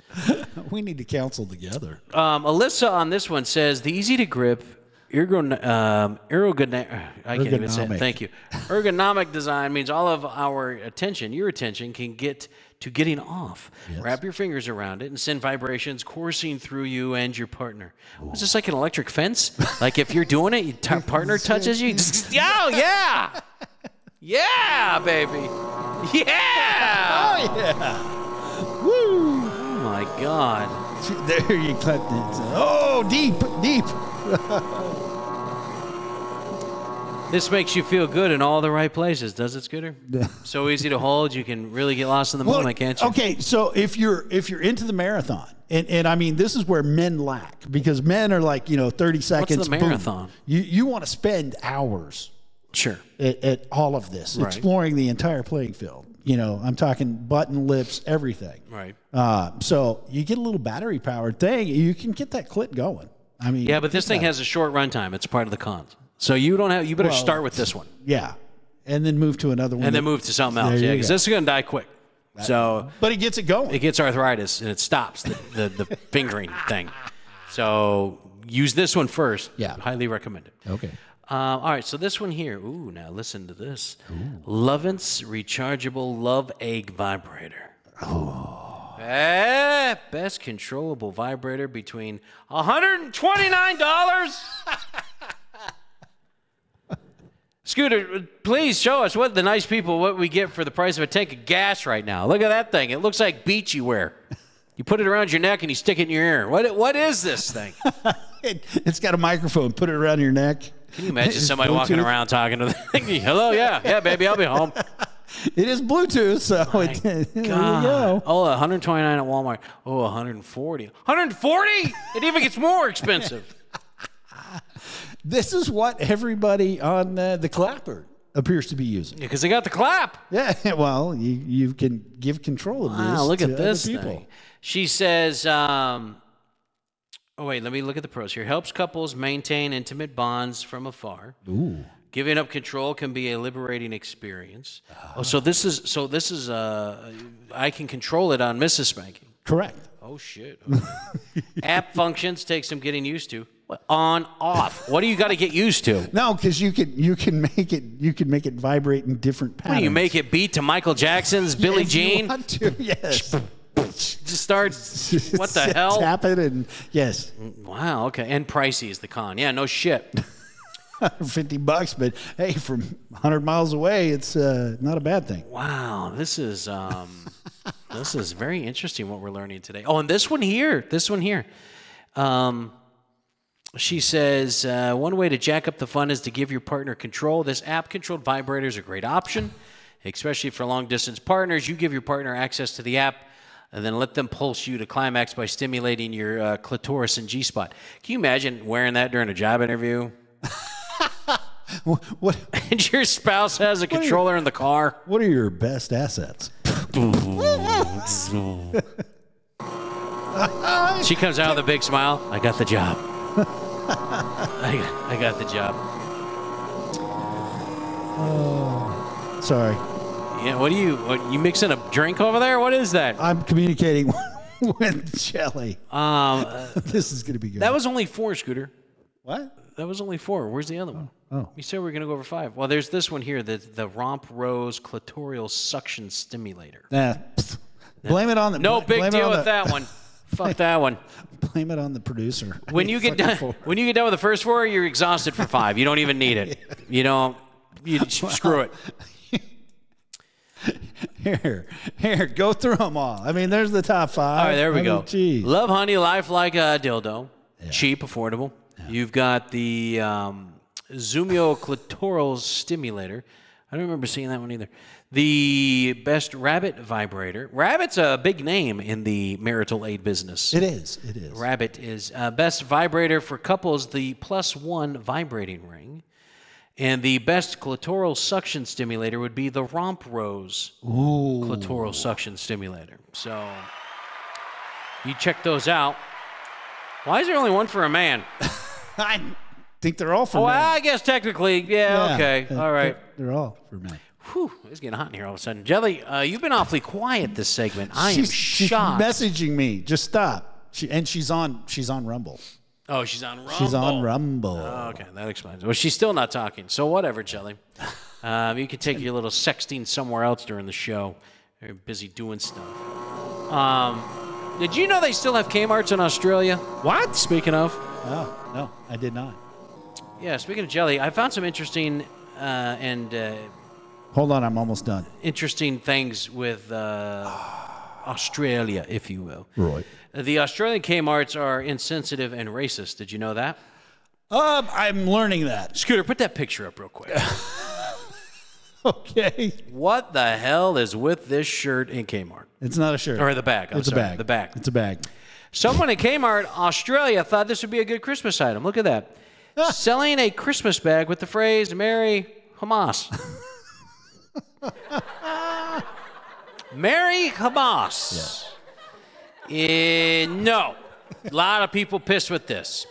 Speaker 2: We need to counsel together.
Speaker 1: Um, Alyssa on this one says the easy to grip, ergon- um, ergonomic. I can't even say
Speaker 2: Ergonomic.
Speaker 1: it. Thank you. Ergonomic design means all of our attention, your attention, can get to getting off. Wrap your fingers around it and send vibrations coursing through you and your partner. Is this like an electric fence? like if you're doing it, your t- partner touches you. just- [LAUGHS] oh yeah, yeah, baby, yeah.
Speaker 2: Oh yeah. [LAUGHS] Woo.
Speaker 1: Oh my God.
Speaker 2: [LAUGHS] There you cut it. Oh, deep, deep.
Speaker 1: This makes you feel good in all the right places, does it, Scooter? so easy to hold. You can really get lost in the
Speaker 2: Well,
Speaker 1: moment, can't you?
Speaker 2: Okay, so if you're if you're into the marathon, and, and I mean this is where men lack because men are like you know thirty seconds.
Speaker 1: the
Speaker 2: boom.
Speaker 1: marathon?
Speaker 2: You you want to spend hours.
Speaker 1: Sure.
Speaker 2: at, at all of this,
Speaker 1: Right.
Speaker 2: exploring the entire playing field. You know, I'm talking button lips, everything.
Speaker 1: Right.
Speaker 2: Uh, so you get a little battery powered thing, you can get that clit going. I mean,
Speaker 1: Yeah, but this thing has a short runtime. It's part of the cons. So you don't have. You better start with this one
Speaker 2: yeah, and then move to another one,
Speaker 1: and then
Speaker 2: that-
Speaker 1: move to something else.
Speaker 2: There
Speaker 1: Yeah,
Speaker 2: you
Speaker 1: because
Speaker 2: go.
Speaker 1: this is going to die quick. So
Speaker 2: But it gets it going.
Speaker 1: it gets arthritis and it stops the, the, the fingering thing. So use this one first.
Speaker 2: Yeah.
Speaker 1: Highly recommend it.
Speaker 2: okay.
Speaker 1: Um, all right, so this one here. Ooh, now listen to this. Lovence rechargeable love egg vibrator.
Speaker 2: Oh.
Speaker 1: Eh, best controllable vibrator between $129. Scooter, please show us what the nice people what we get for the price of a tank of gas right now. Look at that thing. It looks like beachy wear. You put it around your neck and you stick it in your ear. What what is this
Speaker 2: [LAUGHS]
Speaker 1: thing?
Speaker 2: It, it's got a microphone. Put it around your neck.
Speaker 1: Can you imagine
Speaker 2: It's
Speaker 1: somebody walking
Speaker 2: Bluetooth.
Speaker 1: around talking to the [LAUGHS] thing? Hello, yeah, yeah, baby, I'll be
Speaker 2: [LAUGHS]
Speaker 1: home.
Speaker 2: It is Bluetooth, so it, [LAUGHS] there you go.
Speaker 1: Oh, 129 at Walmart. Oh, 140. 140? It even gets more expensive.
Speaker 2: [LAUGHS] This is what everybody on uh, the clapper appears to be using. [LAUGHS]
Speaker 1: Because they got the clap.
Speaker 2: Yeah, well, you, you can give control of this.
Speaker 1: Wow, Ah, look
Speaker 2: to
Speaker 1: at
Speaker 2: other
Speaker 1: this
Speaker 2: people.
Speaker 1: thing. She says, um, oh, wait, let me look at the pros here. Helps couples maintain intimate bonds from afar.
Speaker 2: Ooh.
Speaker 1: Giving up control can be a liberating experience. Oh, so this is so this is uh, I can control it on Mrs. Spanking.
Speaker 2: Correct.
Speaker 1: Oh shit.
Speaker 2: [LAUGHS]
Speaker 1: Okay. App functions take some getting used to. What? On off. What do you got to get used to?
Speaker 2: No, because you can you can make it you can make it vibrate in different patterns.
Speaker 1: When you make it beat to Michael Jackson's Billie
Speaker 2: If you
Speaker 1: Jean,
Speaker 2: want to, [LAUGHS] yes.
Speaker 1: just
Speaker 2: [LAUGHS]
Speaker 1: start. [LAUGHS] What the
Speaker 2: Just
Speaker 1: hell?
Speaker 2: Tap it and yes, [LAUGHS]
Speaker 1: Wow. Okay. And pricey is the con. Yeah. No shit.
Speaker 2: fifty bucks. But hey, from hundred miles away, it's uh, not a bad thing.
Speaker 1: Wow. This is um, this is very interesting what we're learning today. Oh, and this one here. This one here. Um, She says, uh, one way to jack up the fun is to give your partner control. This app controlled vibrator is a great option, especially for long distance partners. You give your partner access to the app and then let them pulse you to climax by stimulating your uh, clitoris and G spot. Can you imagine wearing that during a job interview?
Speaker 2: What
Speaker 1: [LAUGHS] And your spouse has a controller in the car.
Speaker 2: what are your best assets?
Speaker 1: She comes out with a big smile. I got the [LAUGHS] job. I, I got the job.
Speaker 2: Sorry,
Speaker 1: Yeah, what do you, what, you mixing a drink over there? What is that?
Speaker 2: I'm communicating [LAUGHS] with Shelly.
Speaker 1: Um, uh,
Speaker 2: [LAUGHS] This is gonna be good.
Speaker 1: that was only four, Scooter.
Speaker 2: what?
Speaker 1: That was only four. Where's the other one?
Speaker 2: Oh.
Speaker 1: You said we were going to go over five. Well, there's this one here the, the Romp Rose Clitoral Suction Stimulator.
Speaker 2: Nah, pfft. blame it on the
Speaker 1: No
Speaker 2: bl-
Speaker 1: big
Speaker 2: blame it
Speaker 1: deal
Speaker 2: on
Speaker 1: with
Speaker 2: the-
Speaker 1: that
Speaker 2: [LAUGHS]
Speaker 1: one. Fuck that one.
Speaker 2: Blame it on the producer. I
Speaker 1: When
Speaker 2: need
Speaker 1: you get
Speaker 2: fucking
Speaker 1: done,
Speaker 2: four.
Speaker 1: when you get done with the first four, you're exhausted for five. You don't even need
Speaker 2: [LAUGHS]
Speaker 1: it. You don't. You s- screw it.
Speaker 2: Here, here, go through them all. I mean, there's the top five.
Speaker 1: All right, there we
Speaker 2: I mean,
Speaker 1: go.
Speaker 2: geez.
Speaker 1: Love Honey, life like a dildo, cheap, affordable. You've got the um, Zoomio clitoral stimulator. I don't remember seeing that one either. The best rabbit vibrator. Rabbit's a big name in the marital aid business.
Speaker 2: It is. It is.
Speaker 1: Rabbit is uh, best vibrator for couples. The plus one vibrating ring. And the best clitoral suction stimulator would be the Romp Rose clitoral suction stimulator. So you check those out. Why is there only one for a
Speaker 2: [LAUGHS]
Speaker 1: man?
Speaker 2: I think they're all for
Speaker 1: Well,
Speaker 2: men.
Speaker 1: I guess technically, Oh, ah, yeah,
Speaker 2: Yeah, Uh,
Speaker 1: okay,
Speaker 2: they're-
Speaker 1: all right.
Speaker 2: They're all for men.
Speaker 1: Whew, it's getting hot in here all of a sudden. Jelly, uh, you've been awfully quiet this segment. I am
Speaker 2: she's, she's
Speaker 1: shocked.
Speaker 2: messaging me. Just stop. She and she's on. She's on Rumble.
Speaker 1: oh, she's on Rumble.
Speaker 2: She's on Rumble.
Speaker 1: Oh, okay, that explains. it. Well, she's still not talking, so whatever, Jelly. [LAUGHS] Um, you can take your little sexting somewhere else during the show. You're busy doing stuff. Um, did you know they still have Kmart's in Australia? What? Speaking of.
Speaker 2: Oh no, I did not.
Speaker 1: Yeah, speaking of jelly, I found some interesting uh, and uh,
Speaker 2: Hold on, I'm almost done.
Speaker 1: interesting things with uh, Australia, if you will.
Speaker 2: Roy.
Speaker 1: The Australian Kmart's are insensitive and racist. Did you know that?
Speaker 2: Um, I'm learning that.
Speaker 1: Scooter, put that picture up real quick.
Speaker 2: [LAUGHS] Okay.
Speaker 1: what the hell is with this shirt in Kmart?
Speaker 2: It's not a shirt.
Speaker 1: Or the back. I'm
Speaker 2: it's
Speaker 1: sorry.
Speaker 2: a bag.
Speaker 1: The back.
Speaker 2: It's a bag. [LAUGHS]
Speaker 1: Someone at Kmart Australia thought this would be a good Christmas item. Look at that. Selling a Christmas bag with the phrase "Merry Hamas. Marry Hamas. Eh, no. A lot of people pissed with this.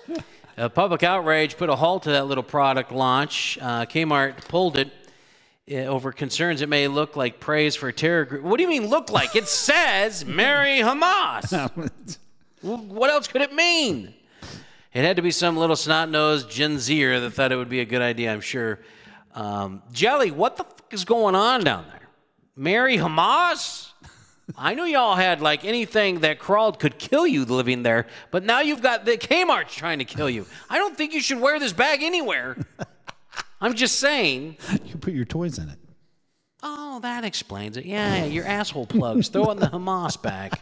Speaker 1: Uh, public outrage put a halt to that little product launch. Uh, Kmart pulled it eh, over concerns it may look like praise for a terror group. What do you mean look like? It says marry Hamas. What else could it mean? It had to be some little snot nosed Gen Zer that thought it would be a good idea, I'm sure. Um, Jelly, what the fuck is going on down there? Marry Hamas? I knew y'all had like anything that crawled could kill you living there, but now you've got the Kmart trying to kill you. I don't think you should wear this bag anywhere. I'm just saying.
Speaker 2: You put your toys in it.
Speaker 1: Oh, that explains it. Yeah, yeah, your asshole plugs. Throw in the Hamas bag.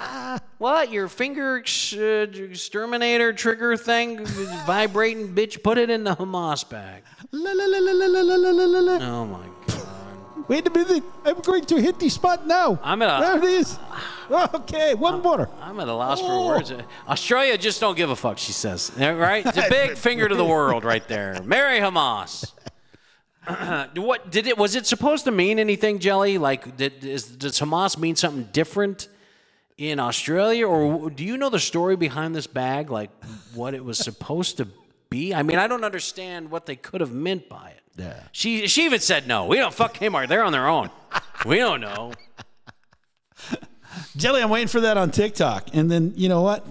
Speaker 1: [LAUGHS] what? Your finger ex- uh, exterminator trigger thing is vibrating, bitch? Put it in the Hamas bag.
Speaker 2: La, la, la, la, la, la, la, la, la, la.
Speaker 1: Oh my god.
Speaker 2: Wait a minute. I'm going to hit the spot now.
Speaker 1: I'm at a-
Speaker 2: There it is. Okay, one more. Oh.
Speaker 1: I'm at a loss for words. Australia just don't give a fuck, she says. Right?
Speaker 2: [LAUGHS]
Speaker 1: It's a big finger to the world right there. Marry Hamas. [CLEARS THROAT] what did it was it supposed to mean anything, Jelly? Like did is, does Hamas mean something different in Australia or do you know the story behind this bag like what it was supposed to be? I mean, I don't understand what they could have meant by it.
Speaker 2: Yeah.
Speaker 1: She she even said no. We don't fuck Kmart. They're on their own. We don't know.
Speaker 2: Jelly, I'm waiting for that on TikTok. And then, you know what?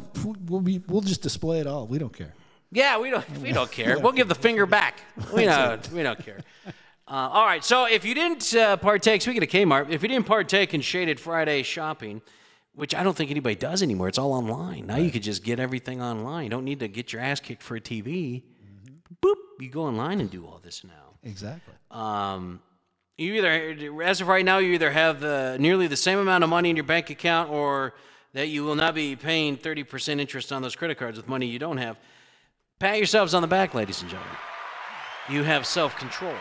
Speaker 2: We'll, be, we'll just display it all. We don't care.
Speaker 1: Yeah, we don't we don't care. We'll give the finger back. We don't we don't care. Uh, all right. So if you didn't uh, partake, speaking of Kmart, if you didn't partake in Shaded Friday shopping, which I don't think anybody does anymore, it's all online. Now you could just get everything online. You don't need to get your ass kicked for a TV. Boop. You go online and do all this now
Speaker 2: Exactly.
Speaker 1: you either as of right now you either have uh, nearly the same amount of money in your bank account or that you will not be paying 30% interest on those credit cards with money you don't have pat yourselves on the back ladies and gentlemen you have self-control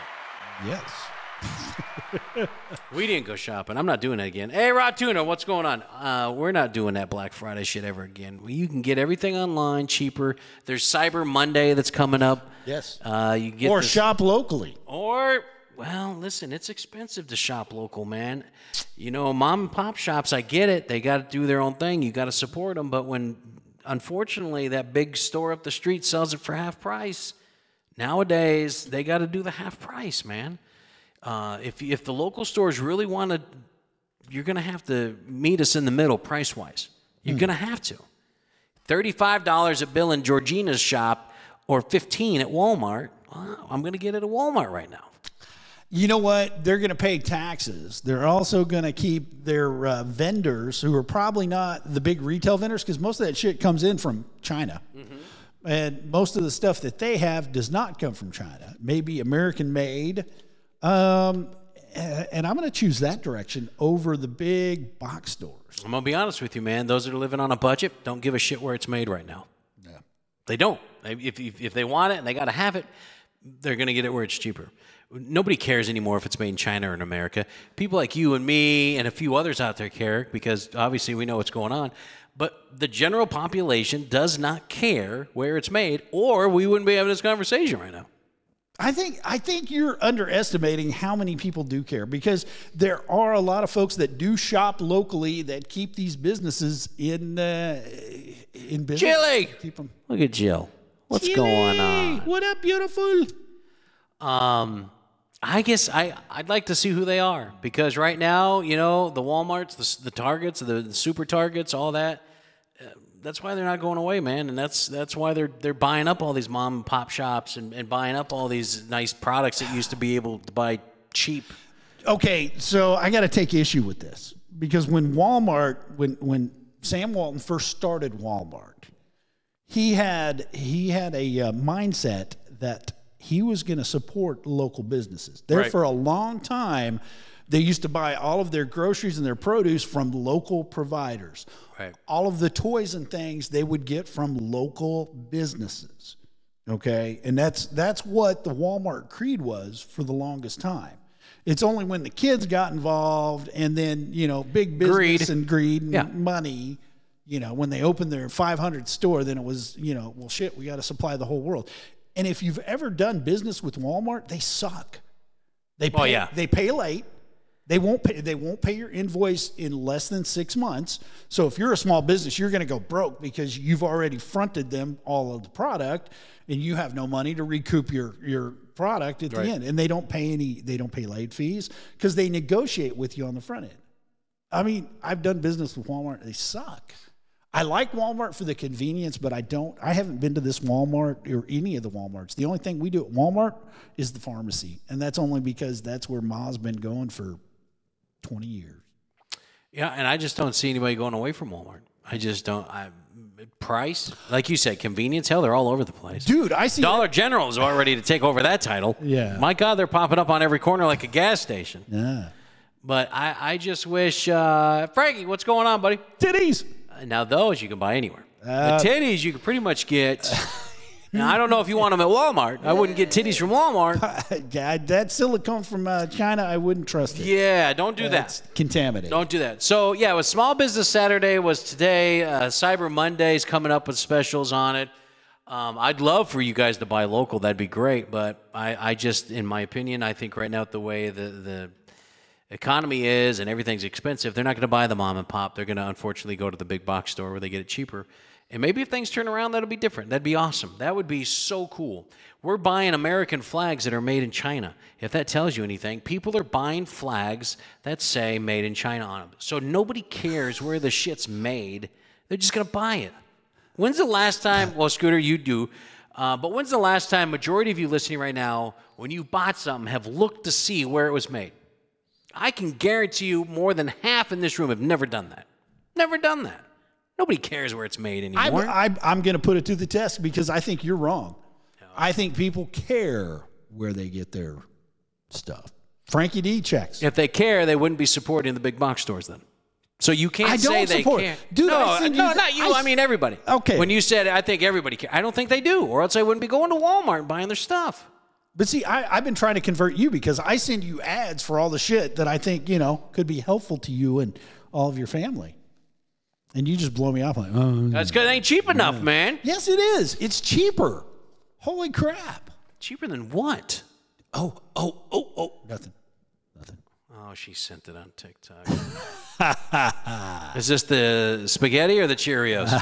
Speaker 2: Yes.
Speaker 1: we didn't go shopping i'm not doing that again hey ratuna what's going on uh, we're not doing that black friday shit ever again you can get everything online cheaper there's cyber monday that's coming up
Speaker 2: Yes.
Speaker 1: uh, you get
Speaker 2: or
Speaker 1: this-
Speaker 2: shop locally.
Speaker 1: Or, well, listen, it's expensive to shop local, man. You know, mom and pop shops, I get it. They got to do their own thing. You got to support them. But when, unfortunately, that big store up the street sells it for half price, nowadays, they got to do the half price, man. Uh, if, if the local stores really want to, you're going to have to meet us in the middle price wise. You're going to have to. $35 at Bill and Georgina's shop or 15 at Walmart. Wow, I'm going to get it at Walmart right now.
Speaker 2: You know what? They're going to pay taxes. They're also going to keep their uh, vendors, who are probably not the big retail vendors, because most of that shit comes in from China. And most of the stuff that they have does not come from China, maybe American made. Um, a- and I'm going to choose that direction over the big box stores.
Speaker 1: I'm going to be honest with you, man. Those that are living on a budget don't give a shit where it's made right now. They don't. They- If, if, if they want it and they got to have it, they're going to get it where it's cheaper. Nobody cares anymore if it's made in China or in America. People like you and me and a few others out there care because obviously we know what's going on. But the general population does not care where it's made, or we wouldn't be having this conversation right now.
Speaker 2: I think I think you're underestimating how many people do care because there are a lot of folks that do shop locally that keep these businesses in uh, in business.
Speaker 1: Chili!
Speaker 2: keep them.
Speaker 1: Look at Jill. What's going on?
Speaker 2: What up, beautiful?
Speaker 1: Um, I guess I I'd like to see who they are because right now you know the WalMarts, the s- the Targets, the, the Super Targets, all that. uh, That's why they're not going away, man, and that's that's why they're they're buying up all these mom and pop shops and, and buying up all these nice products that used to be able to buy cheap.
Speaker 2: Okay, so I got to take issue with this because when Walmart, when when Sam Walton first started Walmart, he had he had a uh, mindset that he was going to support local businesses. There for a long time, they used to buy all of their groceries and their produce from local providers.
Speaker 1: Right.
Speaker 2: All of the toys and things they would get from local businesses. Okay, and that's that's what the Walmart creed was for the longest time. It's only when the kids got involved, and then you know, big business
Speaker 1: Greed.
Speaker 2: and greed and
Speaker 1: Yeah.
Speaker 2: money. You know, when they opened their 500 store, then it was, you know, well, shit, we got to supply the whole world. And if you've ever done business with Walmart, they suck. They pay,
Speaker 1: Well, Oh, yeah.
Speaker 2: they pay late. They won't pay they won't pay your invoice in less than 6 months. So if you're a small business, you're going to go broke because you've already fronted them all of the product and you have no money to recoup your your product at
Speaker 1: Right.
Speaker 2: the end. And they don't pay any they don't pay late fees cuz they negotiate with you on the front end. I mean, I've done business with Walmart. They suck. I like Walmart for the convenience, but I don't. I haven't been to this Walmart or any of the WalMarts. The only thing we do at Walmart is the pharmacy, and that's only because that's where Ma's been going for twenty years.
Speaker 1: Yeah, and I just don't see anybody going away from Walmart. I just don't. I price, like you said, convenience. Hell, they're all over the place.
Speaker 2: Dude, I
Speaker 1: [LAUGHS]
Speaker 2: see.
Speaker 1: Dollar General is all ready to take over that title.
Speaker 2: Yeah.
Speaker 1: My God, they're popping up on every corner like a gas station.
Speaker 2: Yeah.
Speaker 1: But I, I just wish, uh, Frankie, what's going on, buddy?
Speaker 2: Titties.
Speaker 1: Uh, Now those you can buy anywhere.
Speaker 2: Uh,
Speaker 1: the titties you can pretty much
Speaker 2: [LAUGHS]
Speaker 1: get. now I don't know if you want them at Walmart. I wouldn't get titties from Walmart.
Speaker 2: [LAUGHS] God, that silicone from uh, China, I wouldn't trust it.
Speaker 1: Yeah, don't do that.
Speaker 2: It's contaminated.
Speaker 1: Don't do that. So yeah, it was Small Business Saturday was today. Uh, Cyber Monday's coming up with specials on it. Um, I'd love for you guys to buy local. That'd be great. But I, I just, in my opinion, I think right now the way the the economy is and everything's expensive, they're not going to buy the mom and pop. They're going to unfortunately go to the big box store where they get it cheaper. And maybe if things turn around, that'll be different. That'd be awesome. That would be so cool. We're buying American flags that are made in China. If that tells you anything, people are buying flags that say made in China on them. So nobody cares where the shit's made. They're just going to buy it. When's the last time? Well, Scooter, you do. Uh, but when's the last time majority of you listening right now, when you bought something, have looked to see where it was made? I can guarantee you more than half in this room have never done that. Never done that. Nobody cares where it's made
Speaker 2: I'm,
Speaker 1: anymore.
Speaker 2: I'm, I'm going to put it to the test because I think you're wrong. I think people care where they get their stuff. Frankie D checks.
Speaker 1: if they care, they wouldn't be supporting the big box stores then. So you can't
Speaker 2: I
Speaker 1: say
Speaker 2: don't
Speaker 1: they
Speaker 2: support-
Speaker 1: care.
Speaker 2: Dude,
Speaker 1: no,
Speaker 2: I send you
Speaker 1: no,
Speaker 2: the-
Speaker 1: not you.
Speaker 2: I
Speaker 1: I,
Speaker 2: s-
Speaker 1: mean everybody.
Speaker 2: Okay.
Speaker 1: When you said I think everybody cares, I don't think they do, or else they wouldn't be going to Walmart and buying their stuff.
Speaker 2: But see, I, I've been trying to convert you because I send you ads for all the shit that I think, you know, could be helpful to you and all of your family. And you just blow me off like, oh.
Speaker 1: That's because it ain't cheap enough, man.
Speaker 2: Yes, it is. It's cheaper. Holy crap.
Speaker 1: Cheaper than what?
Speaker 2: Oh, oh, oh, oh. Nothing. [LAUGHS] Nothing.
Speaker 1: Oh, she sent it on TikTok. [LAUGHS] Is this the spaghetti or the Cheerios?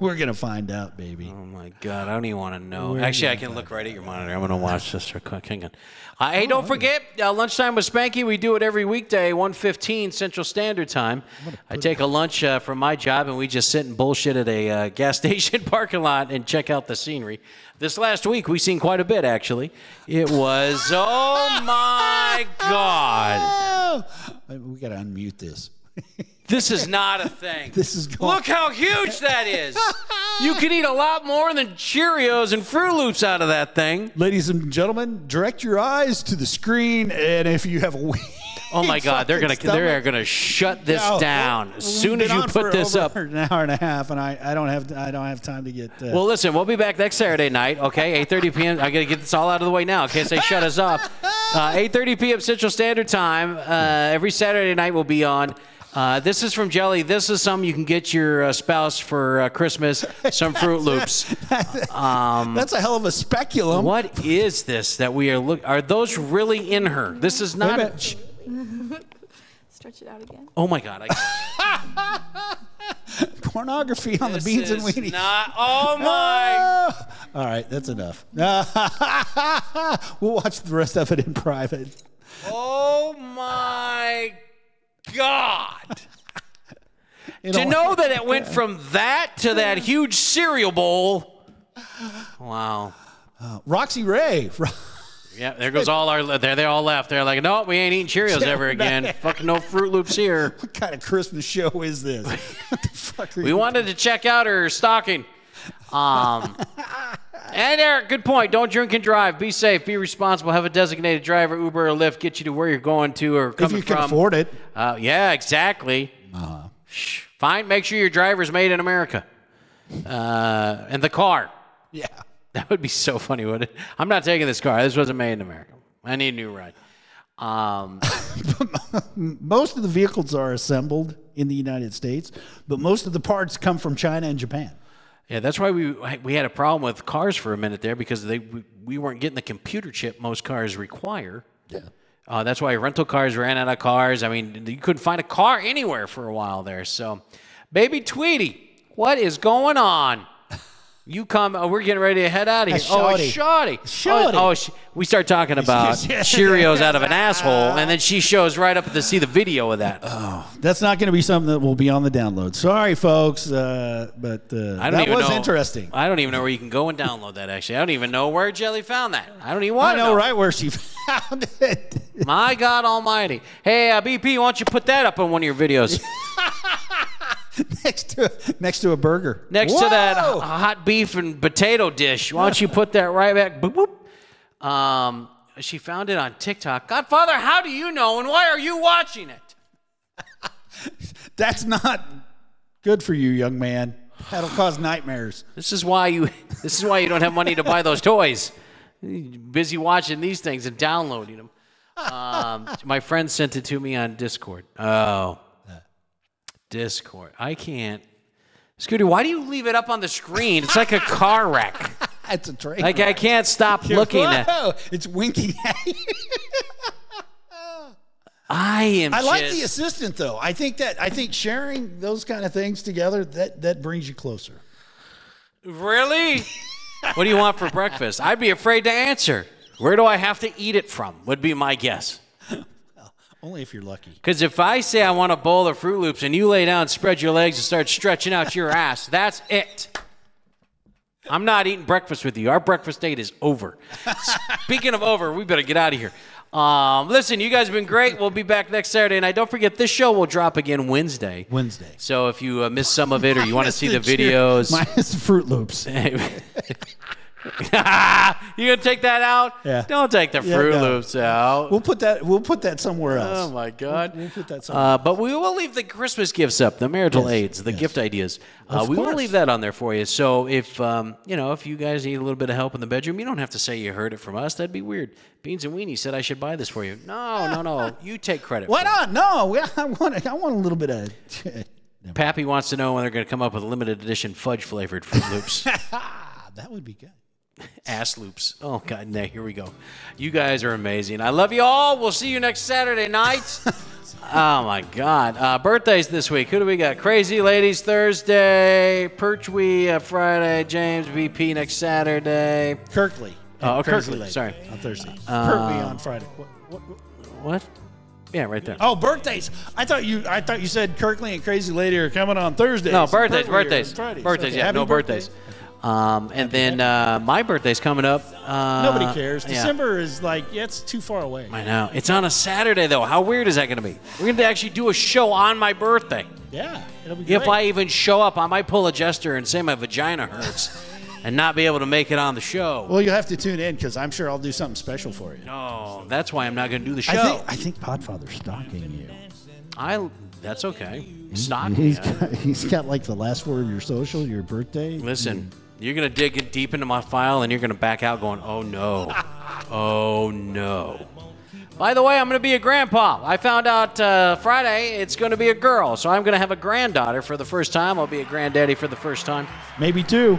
Speaker 2: We're going to find out, baby.
Speaker 1: Oh my god, I don't even want to know. Actually, I can look right at your monitor. I'm gonna watch this real quick. Hang on. Uh, hey, don't forget uh, lunchtime with Spanky. We do it every weekday, 1:15 Central Standard Time. I take a lunch uh, from my job, and we just sit and bullshit at a uh, gas [LAUGHS] station parking lot and check out the scenery. This last week, we seen quite a bit. Actually, it was oh my god.
Speaker 2: Oh, we got to unmute this.
Speaker 1: This is not a [LAUGHS] thing.
Speaker 2: This is going.
Speaker 1: Look how huge that is. You could eat a lot more than Cheerios and Fruit Loops out of that thing.
Speaker 2: Ladies and gentlemen, direct your eyes to the screen. And if you have a weak.
Speaker 1: [LAUGHS] Oh my God, they're gonna
Speaker 2: fucking
Speaker 1: they are
Speaker 2: stomach-
Speaker 1: gonna shut this
Speaker 2: No,
Speaker 1: down as
Speaker 2: we've
Speaker 1: soon as
Speaker 2: been
Speaker 1: you
Speaker 2: on for
Speaker 1: put this
Speaker 2: over
Speaker 1: up.
Speaker 2: An hour and a half, and I, I don't have I don't have time to get. Uh,
Speaker 1: Well, listen, we'll be back next Saturday night, okay? [LAUGHS] 8:30 p.m. I gotta get this all out of the way now in case they shut us off. Uh, 8:30 p.m. Central Standard Time. Uh, every Saturday night we'll be on. Uh, this is from Jelly. This is something you can get your uh, spouse for uh, Christmas.
Speaker 2: [LAUGHS]
Speaker 1: Some Fruit Loops.
Speaker 2: that's a hell of a speculum.
Speaker 1: What is this that we are look? Are those really in her? This is
Speaker 2: Wait a
Speaker 1: not. a-
Speaker 2: minute.
Speaker 8: Stretch it out again.
Speaker 1: oh my God! I,
Speaker 2: Pornography on
Speaker 1: this
Speaker 2: [LAUGHS] the beans and
Speaker 1: is
Speaker 2: weenies.
Speaker 1: Not. Oh my.
Speaker 2: Oh! All right, that's enough. [LAUGHS] we'll watch the rest of it in private.
Speaker 1: Oh my
Speaker 2: [LAUGHS]
Speaker 1: God.
Speaker 2: It'll-
Speaker 1: to know that it went from that to that huge cereal bowl. Wow.
Speaker 2: Roxy Ray. [LAUGHS] Ro-
Speaker 1: Yeah, there goes all our. There they all left. They're like, no, we ain't eating
Speaker 2: [LAUGHS]
Speaker 1: Cheerios ever again. Fucking no Fruit Loops here.
Speaker 2: What kind of Christmas show is this? [LAUGHS] what the fuck are
Speaker 1: We
Speaker 2: you-
Speaker 1: wanted to check out her stocking. Um, and Eric, good point. Don't drink and drive. Be safe. Be responsible. Have a designated driver, Uber or Lyft, get you to where you're going to or
Speaker 2: if
Speaker 1: coming
Speaker 2: you can
Speaker 1: from.
Speaker 2: afford Uh-huh. it.
Speaker 1: Uh, yeah, exactly. Shh, Fine. Make sure your driver's made in America. Uh, and the car. [LAUGHS]
Speaker 2: Yeah.
Speaker 1: That would be so funny, would it? I'm not taking this car. This wasn't made in America. I need a new ride. Um,
Speaker 2: Most of the vehicles are assembled in the United States, but most of the parts come from China and Japan.
Speaker 1: yeah, that's why we we had a problem with cars for a minute there because they we, we weren't getting the computer chip most cars require. Yeah. Uh, that's why rental cars ran out of cars. I mean, you couldn't find a car anywhere for a while there. So, baby Tweety, what is going
Speaker 2: [LAUGHS]
Speaker 1: on? You come. Oh, we're getting ready to head out of here.
Speaker 2: That's
Speaker 1: Oh,
Speaker 2: Shawty.
Speaker 1: it's Shawty.
Speaker 2: Shawty.
Speaker 1: Oh, oh, sh- we start
Speaker 2: [LAUGHS]
Speaker 1: talking about Cheerios out of an asshole, and then she shows right up to see the video of that.
Speaker 2: That's not going to be something that will be on the download. Sorry, folks, uh, but uh,
Speaker 1: I don't
Speaker 2: that
Speaker 1: even
Speaker 2: was
Speaker 1: know-
Speaker 2: interesting.
Speaker 1: I don't even know where you can go and download that. Actually, I don't even know where Jelly found that. I don't even
Speaker 2: I
Speaker 1: want to
Speaker 2: know right where she [LAUGHS] found it. [LAUGHS]
Speaker 1: My God Almighty! Hey, uh, BP, why don't you put that up on one of your
Speaker 2: [LAUGHS]
Speaker 1: videos
Speaker 2: next to next to a burger.
Speaker 1: next to that uh,
Speaker 2: Whoa!
Speaker 1: h- hot beef and potato dish? Why don't you put that right back? Boop, boop. Um, she found it on TikTok. Godfather, how do you know, and why are you watching it?
Speaker 2: That's not good for you, young man. That'll cause nightmares.
Speaker 1: This is why you. [LAUGHS] This is why you don't have money to buy those toys. You're busy watching these things and downloading them. Um, my friend sent it to me on Discord. Oh, Discord. I can't. Scooter, why do you leave it up on the screen? It's like a car wreck.
Speaker 2: That's a train.
Speaker 1: Like I can't stop looking at.
Speaker 2: Whoa, it's winking at you.
Speaker 1: I am.
Speaker 2: I like the
Speaker 1: just-
Speaker 2: assistant though. I think that I think sharing those kind of things together that that brings you closer.
Speaker 1: Really? what do you want for breakfast? I'd be afraid to answer. Where do I have to eat it from? Would be my guess.
Speaker 2: Only if you're lucky.
Speaker 1: Because if I say I want a bowl of Fruit Loops and you lay down, spread your legs, and start stretching out your ass, that's it. I'm not eating breakfast with you. Our breakfast date is over. Speaking of over, we better get out of here. Um, listen, you guys have been great. We'll be back next Saturday night. Don't forget, this show will drop again Wednesday.
Speaker 2: Wednesday.
Speaker 1: So if you uh, miss some of it or you
Speaker 2: [LAUGHS]
Speaker 1: want to see the
Speaker 2: cheer-
Speaker 1: videos, [LAUGHS]
Speaker 2: minus the Fruit Loops.
Speaker 1: you gonna take that out?
Speaker 2: Yeah.
Speaker 1: Don't take the
Speaker 2: Yeah,
Speaker 1: Fruit
Speaker 2: no.
Speaker 1: Loops out.
Speaker 2: We'll put that we'll put that somewhere
Speaker 1: Oh
Speaker 2: else.
Speaker 1: my God!
Speaker 2: We'll put that somewhere.
Speaker 1: uh, but we will leave the Christmas gifts up, the marital
Speaker 2: Yes,
Speaker 1: aids, the
Speaker 2: yes.
Speaker 1: gift ideas. Uh,
Speaker 2: Of
Speaker 1: we will
Speaker 2: course.
Speaker 1: leave that on there for you. So if um, you know, if you guys need a little bit of help in the bedroom, you don't have to say you heard it from us. That'd be weird. Beans and Weenie said I should buy this for you. No, no,
Speaker 2: [LAUGHS]
Speaker 1: no. You take credit.
Speaker 2: Why
Speaker 1: for it.
Speaker 2: not? No, we- [LAUGHS] I want I want a little bit of. [LAUGHS]
Speaker 1: Pappy wants to know when they're going to come up with limited edition fudge flavored Fruit
Speaker 2: [LAUGHS]
Speaker 1: Loops,
Speaker 2: Ah, that would be good.
Speaker 1: ass loops. Oh God, no, here we go. You guys are amazing. I love you all. We'll see you next Saturday
Speaker 2: [LAUGHS]
Speaker 1: night. Oh my God! Uh, birthdays this week. Who do we got? Crazy Ladies Thursday, Perchwee uh, Friday, James BP next Saturday.
Speaker 2: Kirkley.
Speaker 1: Oh,
Speaker 2: and Crazy
Speaker 1: Kirkley,
Speaker 2: Lake
Speaker 1: sorry. Um,
Speaker 2: On Thursday. Kirkley on Friday. What, what, what-
Speaker 1: What? Yeah, right there.
Speaker 2: Oh, birthdays! I thought you, I thought you said Kirkley and Crazy Lady are coming on Thursday.
Speaker 1: no, birthdays, birthdays, birthdays. yeah, no birthdays. Um, and then uh, my birthday's coming up. Uh,
Speaker 2: Nobody cares.
Speaker 1: yeah.
Speaker 2: December is like, yeah, it's too far away.
Speaker 1: I know. It's on a Saturday though. How weird is that going to be? We're going to actually do a show on my birthday.
Speaker 2: Yeah, it'll be great.
Speaker 1: If I even show up, I might pull a jester and say my vagina hurts,
Speaker 2: [LAUGHS]
Speaker 1: and not be able to make it on the show.
Speaker 2: well, you'll have to tune in because I'm sure I'll do something special for you.
Speaker 1: Oh, that's why I'm not going to do the show.
Speaker 2: I think, I think Podfather's stalking you. [LAUGHS]
Speaker 1: I that's okay. Stop.
Speaker 2: He's
Speaker 1: yeah.
Speaker 2: got, he's got like the last four of your social, your birthday.
Speaker 1: Listen, you're gonna dig in deep into my file, and you're gonna back out, going, "Oh
Speaker 2: [LAUGHS]
Speaker 1: no, oh no." By the way, I'm gonna be a grandpa. I found out uh, Friday it's gonna be a girl, so I'm gonna have a granddaughter for the first time. I'll be a granddaddy for the first time.
Speaker 2: Maybe two.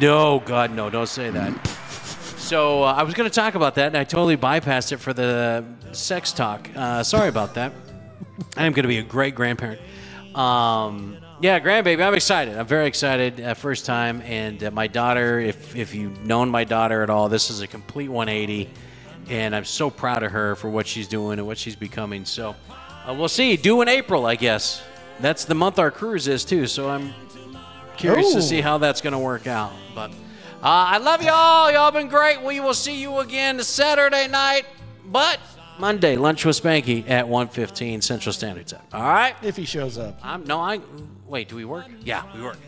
Speaker 1: No, God, no, don't say that. So uh, I was gonna talk about that, and I totally bypassed it for the sex talk. Uh, sorry about that. I am going to be a great grandparent. Um, yeah, grandbaby, I'm excited. I'm very excited. Uh, first time, and uh, my daughter. If if you've known my daughter at all, this is a complete 180, and I'm so proud of her for what she's doing and what she's becoming. So uh, we'll see. Due in April, I guess. That's the month our cruise is too. So I'm curious
Speaker 2: Ooh.
Speaker 1: to see how that's going to work out. But uh, I love y'all. Y'all been great. We will see you again Saturday night, but Monday lunch with Spanky at 1:15 Central Standard Time. All right.
Speaker 2: If he shows up.
Speaker 1: I'm no. I wait. Do we work? Yeah, we work.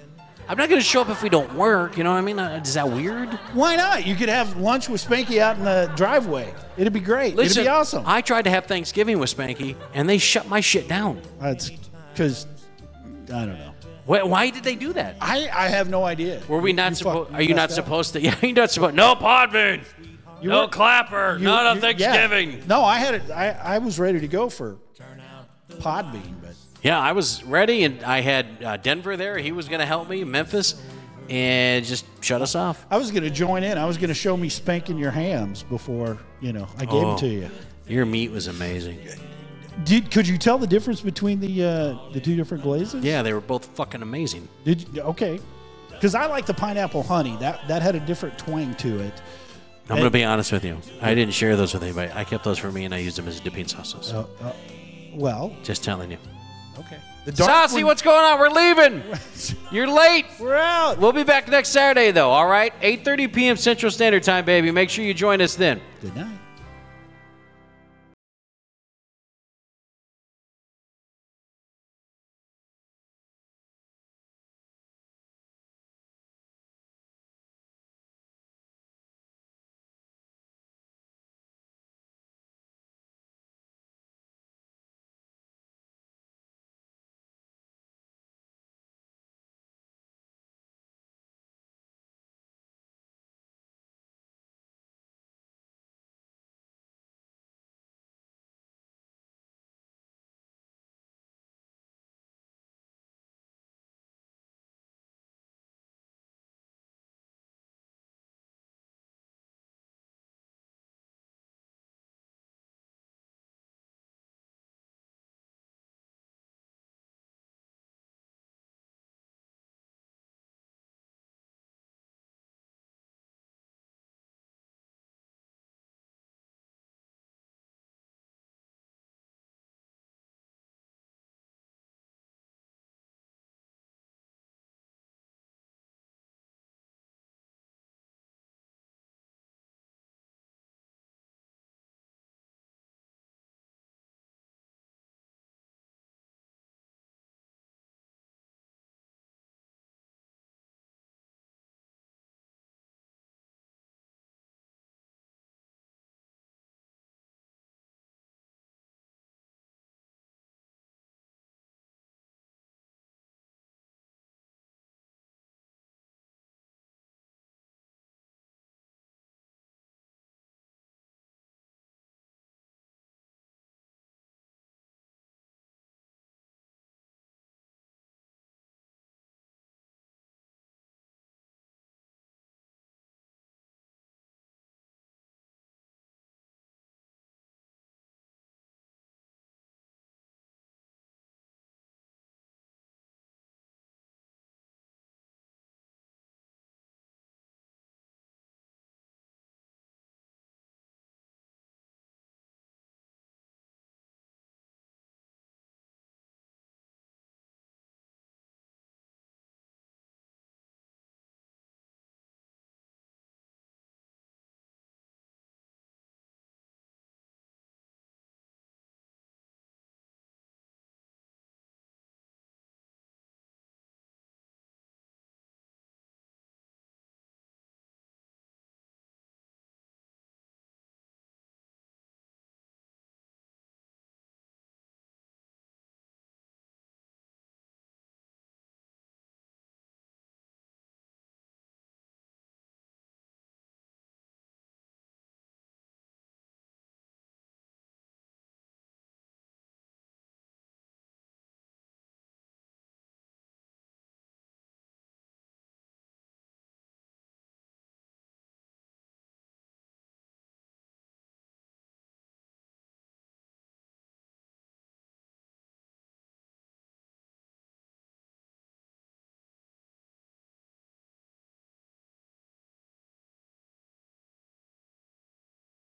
Speaker 1: I'm not going to show up if we don't work. You know what I mean? Uh, Is that weird?
Speaker 2: Why not? You could have lunch with Spanky out in the driveway. It'd be great. It'd be awesome.
Speaker 1: I tried to have Thanksgiving with Spanky, and they shut my shit down.
Speaker 2: That's because Uh, I don't know.
Speaker 1: Why, why did they do that?
Speaker 2: I, I have no idea.
Speaker 1: Were we not
Speaker 2: You fuck-
Speaker 1: supposed?
Speaker 2: you
Speaker 1: Are you not
Speaker 2: messed up.
Speaker 1: supposed to? [LAUGHS] Yeah, you're not supposed. No Podbean.
Speaker 2: You
Speaker 1: no
Speaker 2: were-
Speaker 1: Clapper.
Speaker 2: you-
Speaker 1: not on
Speaker 2: you- yeah.
Speaker 1: Thanksgiving. Yeah.
Speaker 2: No, I had it. I, I was ready to go for Podbean, but
Speaker 1: I was ready, and I had uh, Denver there. He was going to help me. Memphis, and just shut us off.
Speaker 2: I was going to join in. I was going to show me spanking your hams before you know I gave
Speaker 1: Oh.
Speaker 2: them to you.
Speaker 1: Your meat was amazing.
Speaker 2: Did could you tell the difference between the uh, the two different glazes?
Speaker 1: Yeah, they were both fucking amazing.
Speaker 2: Did you, okay. Because I like the pineapple honey. That that had a different twang to it.
Speaker 1: I'm gonna be honest with you. I didn't share those with anybody. I kept those for me and I used them as dipping sauces.
Speaker 2: Uh, uh, well,
Speaker 1: Just telling you.
Speaker 2: okay. The
Speaker 1: Saucy,
Speaker 2: one-
Speaker 1: what's going on? We're leaving. You're late.
Speaker 2: [LAUGHS] We're out.
Speaker 1: We'll be back next Saturday though. All right, 8:30 p.m. Central Standard Time, baby. Make sure you join us then.
Speaker 2: Good night.